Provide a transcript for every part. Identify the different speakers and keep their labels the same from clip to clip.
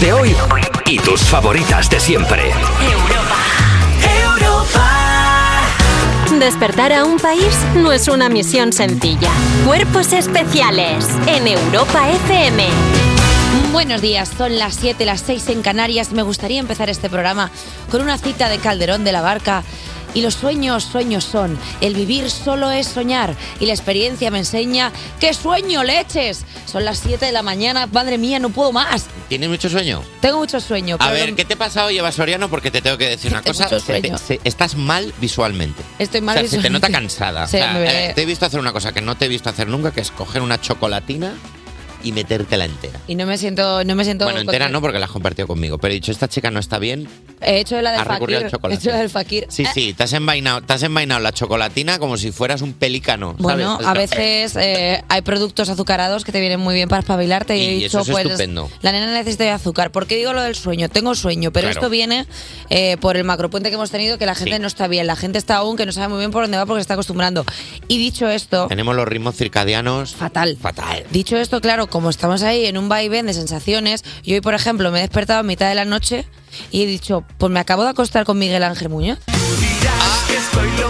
Speaker 1: de hoy y tus favoritas de siempre.
Speaker 2: Despertar a un país no es una misión sencilla. Cuerpos especiales en Europa FM.
Speaker 3: Buenos días, son las 7, las 6 en Canarias. Me gustaría empezar este programa con una cita de Calderón de la Barca. Y los sueños, sueños son. El vivir solo es soñar. Y la experiencia me enseña que sueño leches. Son las 7 de la mañana, madre mía, no puedo más.
Speaker 4: ¿Tienes mucho sueño?
Speaker 3: Tengo mucho sueño.
Speaker 4: A
Speaker 3: pero
Speaker 4: ver, ¿qué te pasa hoy, Eva Soriano? Porque te tengo que decir una cosa.
Speaker 3: mucho
Speaker 4: Se te-
Speaker 3: sueño.
Speaker 4: se- estás mal visualmente.
Speaker 3: Estoy mal
Speaker 4: O sea, se te
Speaker 3: visualmente.
Speaker 4: nota cansada.
Speaker 3: Sí,
Speaker 4: O sea,
Speaker 3: me ve-
Speaker 4: eh, te he visto hacer una cosa que no te he visto hacer nunca, que es coger una chocolatina y metértela entera.
Speaker 3: Y no me siento, no me siento.
Speaker 4: Bueno, entera no, porque la has compartido conmigo. Pero he dicho, esta chica no está bien.
Speaker 3: He hecho la del
Speaker 4: Has recurrido
Speaker 3: fakir.
Speaker 4: al
Speaker 3: He
Speaker 4: chocolate.
Speaker 3: hecho la del fakir.
Speaker 4: Sí, sí, te has envainado, te has envainado la chocolatina como si fueras un pelícano.
Speaker 3: Bueno,
Speaker 4: ¿sabes?
Speaker 3: a veces eh, hay productos azucarados que te vienen muy bien para espabilarte y, he
Speaker 4: Y eso es
Speaker 3: dicho, pues,
Speaker 4: estupendo.
Speaker 3: la nena necesita de azúcar. ¿Por qué digo lo del sueño? Tengo sueño, pero
Speaker 4: Claro.
Speaker 3: esto viene eh, por el macropuente que hemos tenido que la gente no está bien, la gente está aún que no sabe muy bien por dónde va porque se está acostumbrando. Y dicho esto,
Speaker 4: Tenemos los ritmos circadianos.
Speaker 3: Fatal.
Speaker 4: Fatal.
Speaker 3: dicho esto, claro, como estamos ahí en un vaivén de sensaciones, yo hoy, por ejemplo, me he despertado a mitad de la noche y he dicho, pues me acabo de acostar con Miguel Ángel Muñoz. Ah,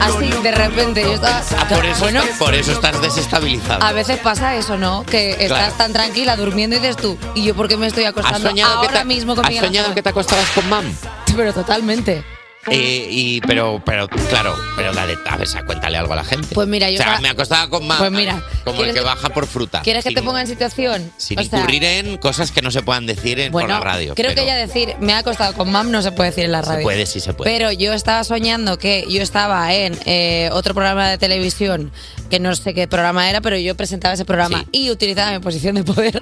Speaker 3: Así, de repente, yo estaba...
Speaker 4: Ah, por, eso
Speaker 3: Bueno,
Speaker 4: estás, por eso estás desestabilizado.
Speaker 3: a veces pasa eso, ¿no? Que estás
Speaker 4: Claro.
Speaker 3: tan tranquila durmiendo y dices tú, ¿y yo por qué me estoy
Speaker 4: ¿Has
Speaker 3: acostando
Speaker 4: soñado,
Speaker 3: Pues ahora
Speaker 4: que, te,
Speaker 3: mismo con
Speaker 4: has
Speaker 3: Miguel
Speaker 4: soñado que
Speaker 3: Ángel?
Speaker 4: te acostabas con mam?
Speaker 3: Pero totalmente.
Speaker 4: Eh, y, pero, pero, claro, pero dale, a ver, sa- cuéntale algo a la gente.
Speaker 3: Pues mira, yo
Speaker 4: O sea,
Speaker 3: para-
Speaker 4: me acostaba con mam.
Speaker 3: Pues mira,
Speaker 4: Como el
Speaker 3: ¿quieres
Speaker 4: que
Speaker 3: que-
Speaker 4: baja por fruta.
Speaker 3: ¿Quieres que
Speaker 4: sin-
Speaker 3: te ponga en situación?
Speaker 4: Sin
Speaker 3: O sea,
Speaker 4: incurrir en cosas que no se puedan decir en,
Speaker 3: bueno,
Speaker 4: por la radio.
Speaker 3: creo
Speaker 4: pero
Speaker 3: que ya decir, me ha acostado con mam no se puede decir en la radio.
Speaker 4: Se puede, sí se puede.
Speaker 3: Pero yo estaba soñando que yo estaba en eh, otro programa de televisión, que no sé qué programa era, pero yo presentaba ese programa y utilizaba mi posición de poder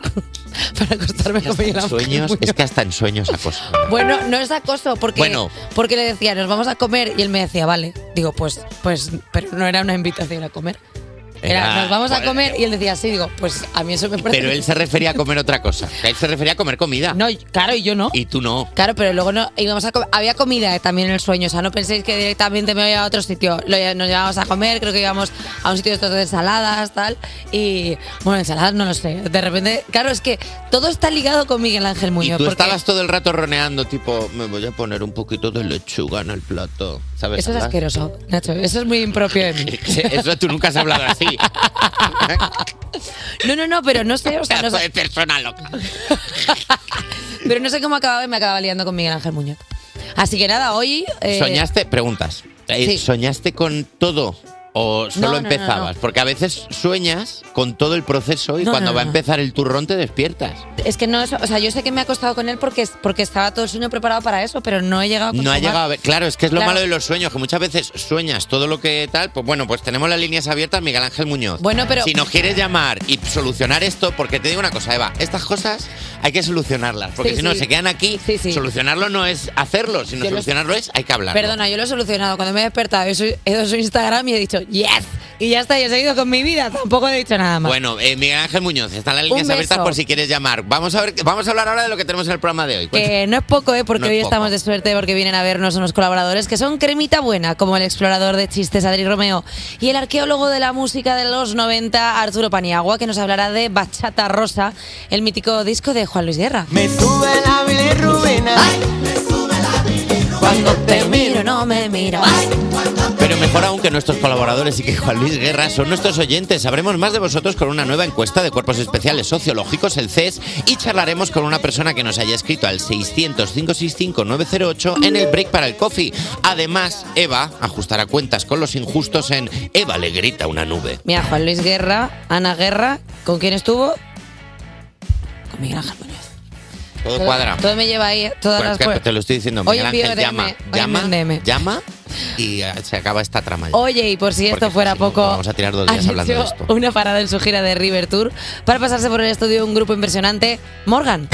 Speaker 3: para acostarme con Miguel
Speaker 4: En
Speaker 3: Ángel
Speaker 4: sueños,
Speaker 3: Muñoz.
Speaker 4: es que hasta en sueños acoso.
Speaker 3: Bueno, no es acoso, porque,
Speaker 4: Bueno.
Speaker 3: porque le decía, nos vamos a comer, y él me decía, vale. Digo, pues, pues, pero no era una invitación a comer. Era,
Speaker 4: Era-
Speaker 3: nos vamos a
Speaker 4: bueno,
Speaker 3: comer, y él decía, sí, digo, pues a mí eso me parece.
Speaker 4: Pero él se refería a comer otra cosa. que Él se refería a comer comida.
Speaker 3: No, claro, y yo no.
Speaker 4: Y tú no.
Speaker 3: Claro, pero luego no íbamos a co- había comida eh, también en el sueño, o sea, no penséis que directamente me voy a otro sitio. Lo lle- nos llevábamos a comer, creo que íbamos a un sitio de estos de ensaladas, tal, y bueno, ensaladas no lo sé. De repente, claro, es que todo está ligado con Miguel Ángel
Speaker 4: Y
Speaker 3: Muñoz.
Speaker 4: tú
Speaker 3: porque
Speaker 4: estabas todo el rato roneando, tipo, me voy a poner un poquito de lechuga en el plato. ¿Sabes?
Speaker 3: Eso es
Speaker 4: hablar?
Speaker 3: asqueroso, Nacho. Eso es muy impropio de mí.
Speaker 4: Eso tú nunca has hablado así.
Speaker 3: No, no, no, pero no sé, o sea, no
Speaker 4: Pedazo
Speaker 3: sé-
Speaker 4: de persona loca.
Speaker 3: pero no sé cómo acababa y me acababa liando con Miguel Ángel Muñoz. Así que nada, hoy. eh,
Speaker 4: ¿Soñaste? Preguntas. Eh,
Speaker 3: sí.
Speaker 4: ¿Soñaste con todo? ¿O
Speaker 3: No,
Speaker 4: solo
Speaker 3: no, no,
Speaker 4: empezabas?
Speaker 3: no.
Speaker 4: Porque a veces sueñas con todo el proceso y
Speaker 3: No,
Speaker 4: cuando
Speaker 3: no,
Speaker 4: va a
Speaker 3: no.
Speaker 4: empezar el turrón te despiertas.
Speaker 3: Es que no, es- o sea, yo sé que me he acostado con él porque, porque estaba todo el sueño preparado para eso, pero no he llegado a
Speaker 4: No ha
Speaker 3: consumar.
Speaker 4: llegado a ver. Claro, es que es lo
Speaker 3: Claro.
Speaker 4: malo de los sueños, que muchas veces sueñas todo lo que tal. Pues bueno, pues tenemos las líneas abiertas, Miguel Ángel Muñoz.
Speaker 3: Bueno, pero-
Speaker 4: Si nos quieres llamar y solucionar esto, porque te digo una cosa, Eva, estas cosas hay que solucionarlas, porque
Speaker 3: Sí,
Speaker 4: si no
Speaker 3: sí.
Speaker 4: se quedan aquí.
Speaker 3: Sí, sí.
Speaker 4: Solucionarlo no es hacerlo, sino
Speaker 3: Yo lo-
Speaker 4: solucionarlo es hay que hablar.
Speaker 3: Perdona, yo lo he solucionado. Cuando me he despertado, he su- he ido a su Instagram y he dicho yes. Y ya está, yo he seguido con mi vida. Tampoco he dicho nada más.
Speaker 4: Bueno, eh, Miguel Ángel Muñoz, están las líneas
Speaker 3: beso.
Speaker 4: abiertas por si quieres llamar. Vamos a ver, vamos a hablar ahora de lo que tenemos en el programa de hoy. Cuéntame.
Speaker 3: Que no es poco, ¿eh? porque
Speaker 4: No es
Speaker 3: hoy
Speaker 4: poco.
Speaker 3: estamos de suerte porque vienen a vernos unos colaboradores que son cremita buena, como el explorador de chistes Adri Romeo y el arqueólogo de la música de los 90 Arturo Paniagua, que nos hablará de Bachata Rosa, el mítico disco de Juan Luis Guerra.
Speaker 5: Me sube la bilirrubina.
Speaker 3: Cuando te miro, no me miras.
Speaker 4: Pero mejor aún que nuestros colaboradores y que Juan Luis Guerra son nuestros oyentes. Sabremos más de vosotros con una nueva encuesta de cuerpos especiales sociológicos, el CES, y charlaremos con una persona que nos haya escrito al 600-565-908 en el break para el coffee. Además, Eva ajustará cuentas con los injustos en Eva le grita una nube.
Speaker 3: Mira, Juan Luis Guerra, Ana Guerra, ¿con quién estuvo? Con Miguel Ángel Muñoz.
Speaker 4: Todo cuadra.
Speaker 3: Todo me lleva ahí, todas
Speaker 4: Pues,
Speaker 3: las
Speaker 4: que
Speaker 3: cosas.
Speaker 4: te lo estoy diciendo,
Speaker 3: Oye,
Speaker 4: Miguel
Speaker 3: envío
Speaker 4: Ángel
Speaker 3: DM,
Speaker 4: llama,
Speaker 3: oye,
Speaker 4: llama,
Speaker 3: envío DM.
Speaker 4: llama y eh, se acaba esta trama. ya.
Speaker 3: Oye, y por si esto
Speaker 4: Porque
Speaker 3: fuera
Speaker 4: si no,
Speaker 3: poco,
Speaker 4: vamos a tirar dos días
Speaker 3: han
Speaker 4: hablando de
Speaker 3: hecho
Speaker 4: esto.
Speaker 3: una parada en su gira de River Tour para pasarse por el estudio de un grupo impresionante, Morgan.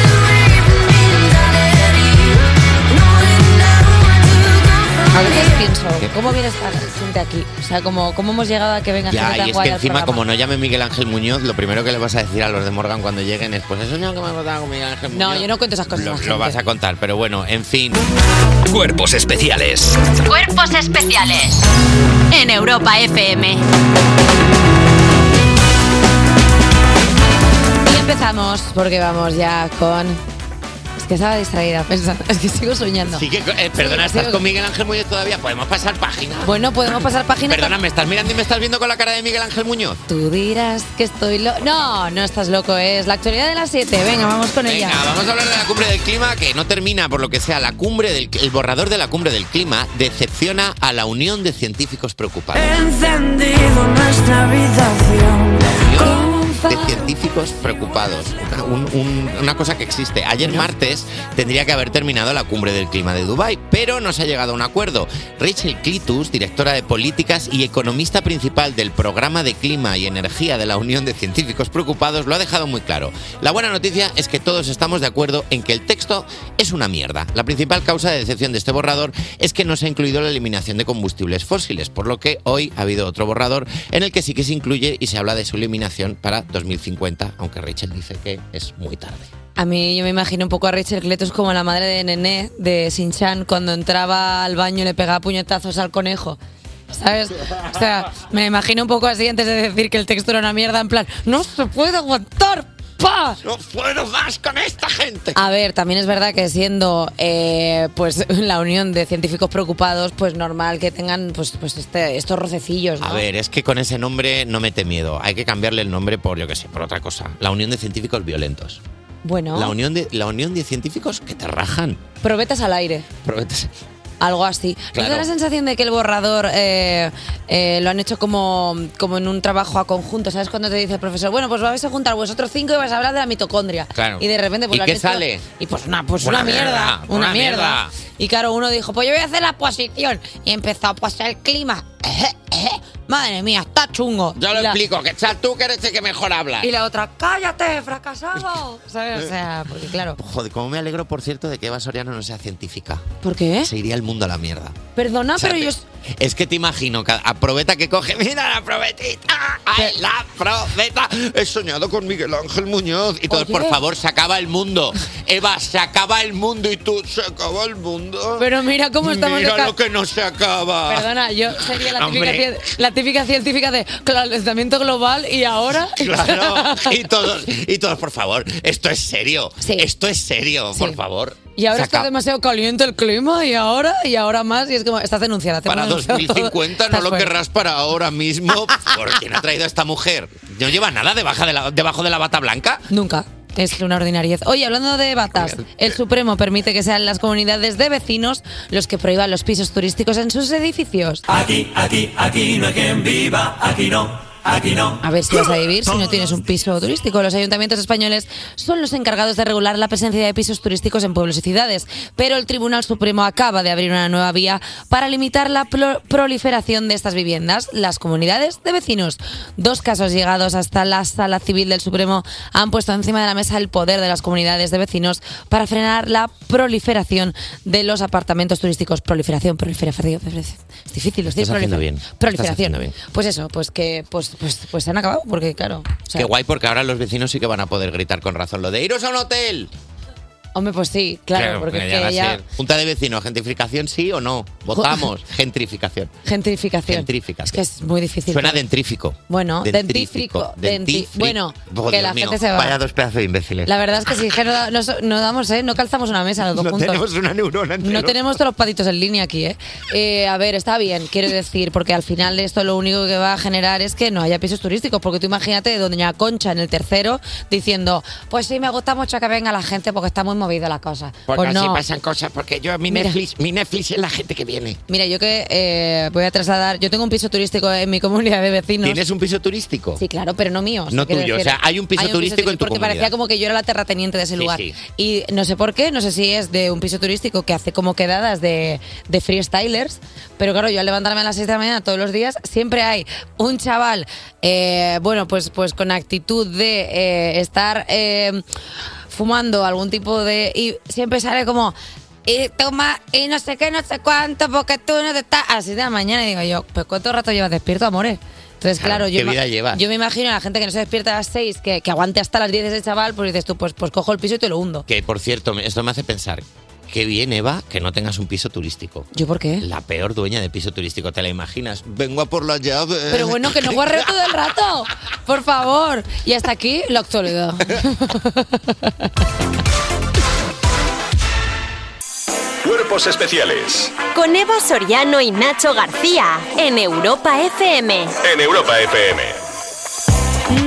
Speaker 3: A veces pienso,
Speaker 4: ¿Qué?
Speaker 3: ¿cómo viene esta gente aquí? O sea, ¿cómo, cómo hemos llegado a que venga gente
Speaker 4: Ya,
Speaker 3: tan
Speaker 4: y es
Speaker 3: guay
Speaker 4: que
Speaker 3: al
Speaker 4: encima,
Speaker 3: programa?
Speaker 4: como no llame Miguel Ángel Muñoz, lo primero que le vas a decir a los de Morgan cuando lleguen es: Pues eso no que me he encontrado con Miguel Ángel
Speaker 3: No,
Speaker 4: Muñoz.
Speaker 3: yo no cuento esas cosas a
Speaker 4: Lo,
Speaker 3: la
Speaker 4: lo
Speaker 3: gente.
Speaker 4: vas a contar, pero bueno, en fin.
Speaker 1: Cuerpos especiales
Speaker 2: Cuerpos especiales en Europa FM.
Speaker 3: Y empezamos, porque vamos ya con que estaba distraída pensando. Es que sigo soñando.
Speaker 4: Sí que- eh, perdona,
Speaker 3: Sí,
Speaker 4: ¿estás
Speaker 3: sí.
Speaker 4: con Miguel Ángel Muñoz todavía? ¿Podemos pasar página?
Speaker 3: Bueno, podemos pasar página.
Speaker 4: Perdona, ¿me estás mirando y me estás viendo con la cara de Miguel Ángel Muñoz?
Speaker 3: Tú dirás que estoy loco. No, no estás loco, ¿eh? es la actualidad de las 7. Venga, vamos con ella.
Speaker 4: Venga, vamos a hablar de la cumbre del clima que no termina por lo que sea. La cumbre del el borrador de la cumbre del clima decepciona a la unión de científicos preocupados.
Speaker 6: Encendido nuestra habitación.
Speaker 4: de científicos preocupados. Un- un- una cosa que existe. Ayer martes tendría que haber terminado la cumbre del clima de Dubái, pero no se ha llegado a un acuerdo. Rachel Clitus, directora de políticas y economista principal del programa de clima y energía de la Unión de Científicos Preocupados, lo ha dejado muy claro. La buena noticia es que todos estamos de acuerdo en que el texto es una mierda. La principal causa de decepción de este borrador es que no se ha incluido la eliminación de combustibles fósiles, por lo que hoy ha habido otro borrador en el que sí que se incluye y se habla de su eliminación para 2050, aunque Rachel dice que es muy tarde.
Speaker 3: A mí yo me imagino un poco a Rachel Cletus como la madre de Nené de Sinchan cuando entraba al baño y le pegaba puñetazos al conejo. ¿Sabes? O sea, me la imagino un poco así antes de decir que el texto era una mierda, en plan, no se puede aguantar. ¡Pa!
Speaker 4: No puedo más con esta gente.
Speaker 3: A ver, también es verdad que siendo eh, pues la unión de científicos preocupados, pues normal que tengan pues, pues este, estos rocecillos, ¿no?
Speaker 4: A ver, es que con ese nombre no mete miedo. Hay que cambiarle el nombre por, yo qué sé, por otra cosa. La Unión de Científicos Violentos.
Speaker 3: bueno,
Speaker 4: La, unión de, la Unión de Científicos que te rajan.
Speaker 3: probetas al aire.
Speaker 4: Probetas-
Speaker 3: Algo así. ¿No te da
Speaker 4: Claro.
Speaker 3: la sensación de que el borrador eh, eh, lo han hecho como, como en un trabajo a conjunto? ¿Sabes cuando te dice el profesor, bueno, pues vais a juntar vosotros cinco y vais a hablar de la mitocondria?
Speaker 4: Claro.
Speaker 3: Y de repente,
Speaker 4: ¿Y
Speaker 3: pues lo han
Speaker 4: qué
Speaker 3: hecho-
Speaker 4: sale?
Speaker 3: Y pues una, pues
Speaker 4: Una
Speaker 3: una, mierda,
Speaker 4: mierda,
Speaker 3: Una,
Speaker 4: una
Speaker 3: mierda.
Speaker 4: mierda.
Speaker 3: Y claro, uno dijo, pues yo voy a hacer la posición. Y empezó a pasar el clima. Madre mía, está chungo.
Speaker 4: Ya lo
Speaker 3: Y la-
Speaker 4: explico, que estás tú que eres el que mejor habla.
Speaker 3: Y la otra, cállate, fracasado. ¿Sabes? O sea, porque claro.
Speaker 4: Joder, como me alegro, por cierto, de que Eva Soriano no sea científica.
Speaker 3: ¿Por qué?
Speaker 4: Se iría el mundo a la mierda.
Speaker 3: Perdona,
Speaker 4: O sea,
Speaker 3: pero
Speaker 4: te-
Speaker 3: yo...
Speaker 4: Es que te imagino, cada- a probeta que coge, mira la probetita, ay, la probeta. He soñado con Miguel Ángel Muñoz. Y todos,
Speaker 3: Oye.
Speaker 4: por favor, se acaba el mundo. Eva, se acaba el mundo y tú, se acaba el mundo.
Speaker 3: Pero mira cómo estamos de
Speaker 4: mira
Speaker 3: ca-
Speaker 4: lo que no se acaba.
Speaker 3: Perdona, yo sería la típica,
Speaker 4: Hombre.
Speaker 3: cien- la típica científica de calentamiento global y ahora.
Speaker 4: Claro, y todos, y todos, por favor, esto es serio.
Speaker 3: Sí.
Speaker 4: Esto es serio,
Speaker 3: Sí.
Speaker 4: por favor.
Speaker 3: Y ahora
Speaker 4: Se
Speaker 3: está
Speaker 4: acaba.
Speaker 3: demasiado caliente el clima y ahora y ahora más y es como estás denunciada. te
Speaker 4: Para
Speaker 3: hemos denunciado todo.
Speaker 4: 2050 no
Speaker 3: Estás
Speaker 4: lo
Speaker 3: fuera.
Speaker 4: querrás para ahora mismo. ¿Por quién ha traído a esta mujer? ¿No lleva nada debajo de la, debajo de la bata blanca?
Speaker 3: Nunca. Es una ordinariez. Oye, hablando de batas, el Supremo permite que sean las comunidades de vecinos los que prohíban los pisos turísticos en sus edificios.
Speaker 7: Aquí, aquí, aquí no hay quien viva, aquí no, aquí no.
Speaker 3: A ver si vas a vivir si no tienes un piso turístico. Los ayuntamientos españoles son los encargados de regular la presencia de pisos turísticos en pueblos y ciudades, pero el Tribunal Supremo acaba de abrir una nueva vía para limitar la plo- proliferación de estas viviendas, las comunidades de vecinos. Dos casos llegados hasta la Sala Civil del Supremo han puesto encima de la mesa el poder de las comunidades de vecinos para frenar la proliferación de los apartamentos turísticos. Proliferación, proliferación, proliferación. Es difícil, lo estoy
Speaker 4: Estás haciendo
Speaker 3: prolifer-
Speaker 4: bien. Estás
Speaker 3: Proliferación.
Speaker 4: haciendo bien.
Speaker 3: Pues eso, pues que pues, pues, pues se han acabado, porque claro. o sea,
Speaker 4: Qué guay, porque ahora los vecinos sí que van a poder gritar con razón lo de iros a un hotel.
Speaker 3: Hombre, pues sí, claro, porque es
Speaker 4: va a
Speaker 3: que ya.
Speaker 4: ser. Junta de vecinos, gentrificación sí o no. Votamos, gentrificación.
Speaker 3: Gentrificación.
Speaker 4: Gentrificación.
Speaker 3: Es que es muy difícil.
Speaker 4: Suena dentrífico.
Speaker 3: Bueno, dentífrico, denti-
Speaker 4: dentífrico.
Speaker 3: bueno,
Speaker 4: Oh,
Speaker 3: que
Speaker 4: Dios
Speaker 3: la gente
Speaker 4: mío,
Speaker 3: se va.
Speaker 4: Vaya dos pedazos de imbéciles.
Speaker 3: La verdad es que si es que no, no so- no damos, ¿eh? No calzamos una mesa los dos
Speaker 4: no
Speaker 3: juntos.
Speaker 4: tenemos una neurona entre
Speaker 3: No
Speaker 4: los-
Speaker 3: tenemos todos los patitos en línea aquí, ¿eh? Eh, A ver, está bien, quiero decir, porque al final de esto lo único que va a generar es que no haya pisos turísticos, porque tú imagínate Doña Concha en el tercero diciendo, pues sí, me gusta mucho que venga la gente porque está muy movida la cosa.
Speaker 4: Porque
Speaker 3: pues
Speaker 4: así
Speaker 3: no.
Speaker 4: pasan cosas, porque yo, mi
Speaker 3: Mira.
Speaker 4: Netflix, mi Netflix es la gente que viene.
Speaker 3: Mira, yo que eh, voy a trasladar, yo tengo un piso turístico en mi comunidad de vecinos.
Speaker 4: ¿Tienes un piso turístico?
Speaker 3: Sí, claro, pero no mío. o sea,
Speaker 4: No
Speaker 3: quiero
Speaker 4: tuyo, o sea, hay un piso turístico en tu
Speaker 3: Porque
Speaker 4: comunidad.
Speaker 3: parecía como que yo era la terrateniente de ese
Speaker 4: Sí,
Speaker 3: lugar.
Speaker 4: sí.
Speaker 3: Y no sé por qué, no sé si es de un piso turístico que hace como quedadas de, de freestylers, pero claro, yo al levantarme a las 6 de la mañana todos los días, siempre hay un chaval, eh, bueno, pues, pues con actitud de eh, estar eh, fumando algún tipo de... Y siempre sale como... Y toma, y no sé qué, no sé cuánto, porque tú no te estás... Así de la mañana y digo yo, pues ¿cuánto rato llevas despierto, amores? Entonces,
Speaker 4: Claro,
Speaker 3: claro, yo,
Speaker 4: ¿qué
Speaker 3: ima-
Speaker 4: vida llevas?
Speaker 3: yo me imagino a la gente que no se despierta a las 6, que, que aguante hasta las 10 ese chaval, pues dices tú, pues, pues cojo el piso y te lo hundo.
Speaker 4: Que, por cierto, me- esto me hace pensar. Qué bien, Eva, que no tengas un piso turístico.
Speaker 3: ¿Yo por qué?
Speaker 4: La peor dueña de piso turístico, ¿te la imaginas? Vengo a por la llave.
Speaker 3: Pero bueno, que no guarreo todo el rato, por favor. Y hasta aquí la actualidad.
Speaker 8: Cuerpos especiales
Speaker 2: Con Eva Soriano y Nacho García en Europa FM.
Speaker 8: en Europa FM.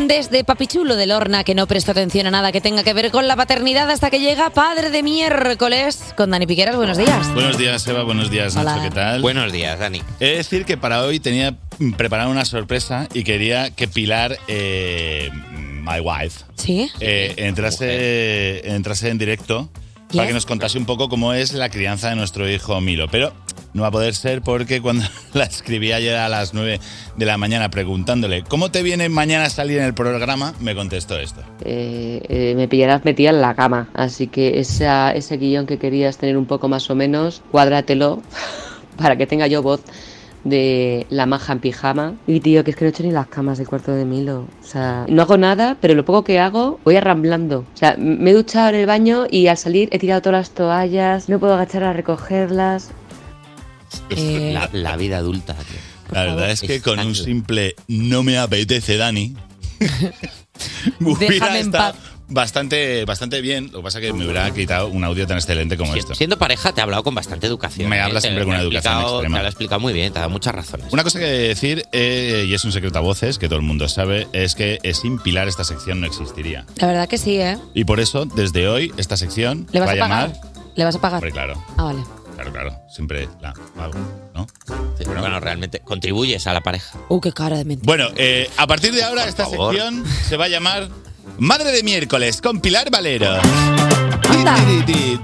Speaker 3: Desde Papichulo del Horna, que no prestó atención a nada que tenga que ver con la paternidad hasta que llega Padre de Miércoles con Dani Piqueras. Buenos días.
Speaker 9: Buenos días, Eva. Buenos días, Nacho. ¿Qué tal?
Speaker 4: Buenos días, Dani.
Speaker 9: He de decir que para hoy tenía preparada una sorpresa y quería que Pilar, eh, my wife,
Speaker 3: ¿Sí?
Speaker 9: eh, entrase, entrase en directo para
Speaker 3: Yes.
Speaker 9: que nos contase un poco cómo es la crianza de nuestro hijo Milo. Pero no va a poder ser porque cuando la escribí ayer a las 9 de la mañana preguntándole ¿Cómo te viene mañana salir en el programa? Me contestó esto.
Speaker 10: Eh, eh, me pillarás metida en la cama. Así que esa, ese guión que querías tener un poco más o menos, cuádratelo para que tenga yo voz de la maja en pijama. Y tío, que es que no he hecho ni las camas del cuarto de Milo. O sea, no hago nada, pero lo poco que hago voy arramblando. O sea, m- me he duchado en el baño y al salir he tirado todas las toallas, no puedo agachar a recogerlas.
Speaker 4: La, la vida adulta.
Speaker 9: La verdad es que con un simple no me apetece, Dani, hubiera
Speaker 4: Déjame en
Speaker 9: estado bastante, bastante bien. Lo que pasa es que me hubiera quitado un audio tan excelente como esto.
Speaker 4: Siendo pareja te he hablado con bastante educación.
Speaker 9: Me
Speaker 4: ¿eh?
Speaker 9: habla
Speaker 4: Te-
Speaker 9: siempre con
Speaker 4: te
Speaker 9: una
Speaker 4: ha
Speaker 9: educación
Speaker 4: explicado-
Speaker 9: extrema.
Speaker 4: Te lo he explicado muy bien, te ha dado muchas razones.
Speaker 9: Una cosa que decir, eh, y es un secreto a voces, que todo el mundo sabe, es que eh, sin Pilar esta sección no existiría.
Speaker 3: La verdad que sí, ¿eh?
Speaker 9: Y por eso, desde hoy, esta sección
Speaker 3: ¿Le vas
Speaker 9: va
Speaker 3: a pagar?
Speaker 9: llamar...
Speaker 3: ¿Le vas a pagar?
Speaker 9: Hombre, claro,
Speaker 3: Ah, vale.
Speaker 9: claro, claro. Siempre la pago, ¿no?
Speaker 4: bueno, realmente contribuyes a la pareja.
Speaker 3: Uh, qué cara de mentira.
Speaker 9: Bueno, eh, a partir de ahora
Speaker 4: Por
Speaker 9: esta
Speaker 4: favor.
Speaker 9: sección se va a llamar Madre de Miércoles con Pilar Valero. Ti, ti, ti.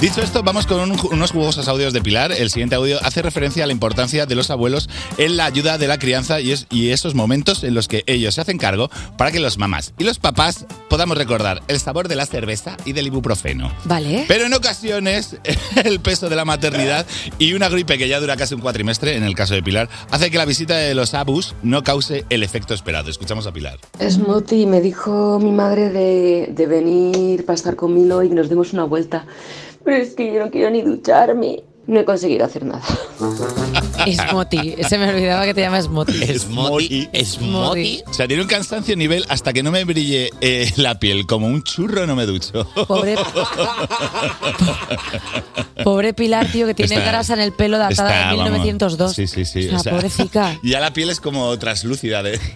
Speaker 9: Dicho esto, vamos con un- unos jugosos audios de Pilar. El siguiente audio hace referencia a la importancia de los abuelos en la ayuda de la crianza y, es- y esos momentos en los que ellos se hacen cargo para que los mamás y los papás podamos recordar el sabor de la cerveza y del ibuprofeno.
Speaker 3: Vale.
Speaker 9: Pero en ocasiones, el peso de la maternidad y una gripe que ya dura casi un cuatrimestre, en el caso de Pilar, hace que la visita de los abus no cause el efecto esperado. Escuchamos a Pilar.
Speaker 10: Smoothie, me dijo mi madre de, de venir para estar con Milo y que nos demos una vuelta. Pero es que yo no quiero ni ducharme. No he conseguido hacer nada.
Speaker 3: Smoti. Se me olvidaba que te llamas Smoti.
Speaker 9: Smoti.
Speaker 3: Smoti.
Speaker 9: O sea, tiene un cansancio nivel hasta que no me brille eh, la piel. Como un churro no me ducho.
Speaker 3: Pobre, pobre Pilar, tío, que tiene
Speaker 9: Está-
Speaker 3: grasa en el pelo datada
Speaker 9: está,
Speaker 3: de
Speaker 9: vamos.
Speaker 3: 1902.
Speaker 9: Sí, sí, sí.
Speaker 3: O sea,
Speaker 9: o sea,
Speaker 3: pobrecita.
Speaker 9: Ya la piel es como traslúcida de...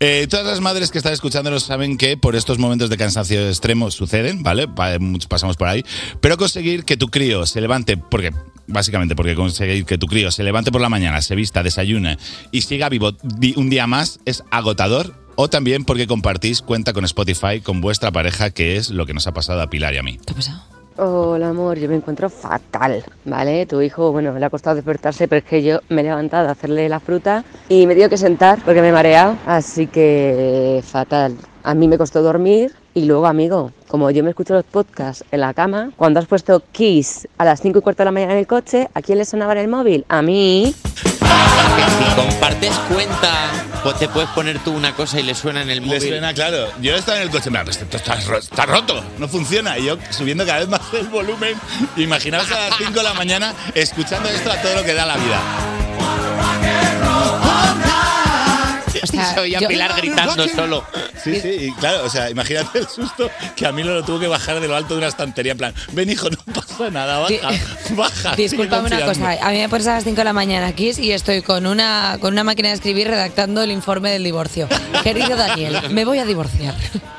Speaker 9: Eh, todas las madres que están escuchándonos saben que por estos momentos de cansancio extremo suceden, ¿vale? Pa- muchos pasamos por ahí. Pero conseguir que tu crío se levante, porque básicamente porque conseguir que tu crío se levante por la mañana, se vista, desayune y siga vivo di- un día más es agotador. O también porque compartís cuenta con Spotify con vuestra pareja, que es lo que nos ha pasado a Pilar y a mí.
Speaker 10: Hola amor, yo me encuentro fatal, ¿vale? Tu hijo, bueno, le ha costado despertarse, pero es que yo me he levantado a hacerle la fruta y me he tenido que sentar porque me he mareado, así que fatal. A mí me costó dormir y luego, amigo, como yo me escucho los podcasts en la cama, cuando has puesto Kiss a las 5 y cuarto de la mañana en el coche, ¿a quién le sonaba en el móvil? A mí.
Speaker 4: Si compartes cuenta, pues te puedes poner tú una cosa y le suena en el móvil.
Speaker 9: Le suena, claro. Yo estaba en el coche, mira, esto está, ro- está roto, no funciona. Y yo subiendo cada vez más el volumen. Imaginaos a las 5 de la mañana escuchando esto a todo lo que da la vida.
Speaker 3: O sea,
Speaker 4: Soy a
Speaker 3: yo-
Speaker 4: Pilar gritando solo.
Speaker 9: Sí, sí, y claro, o sea, imagínate el susto que a mí lo tuvo que bajar de lo alto de una estantería. En plan, ven hijo, no pasa nada, baja, baja. sigue
Speaker 3: Disculpame una
Speaker 9: confiando".
Speaker 3: cosa, a mí me pones a las 5 de la mañana aquí y estoy con una, con una máquina de escribir redactando el informe del divorcio. Querido Daniel, me voy a divorciar.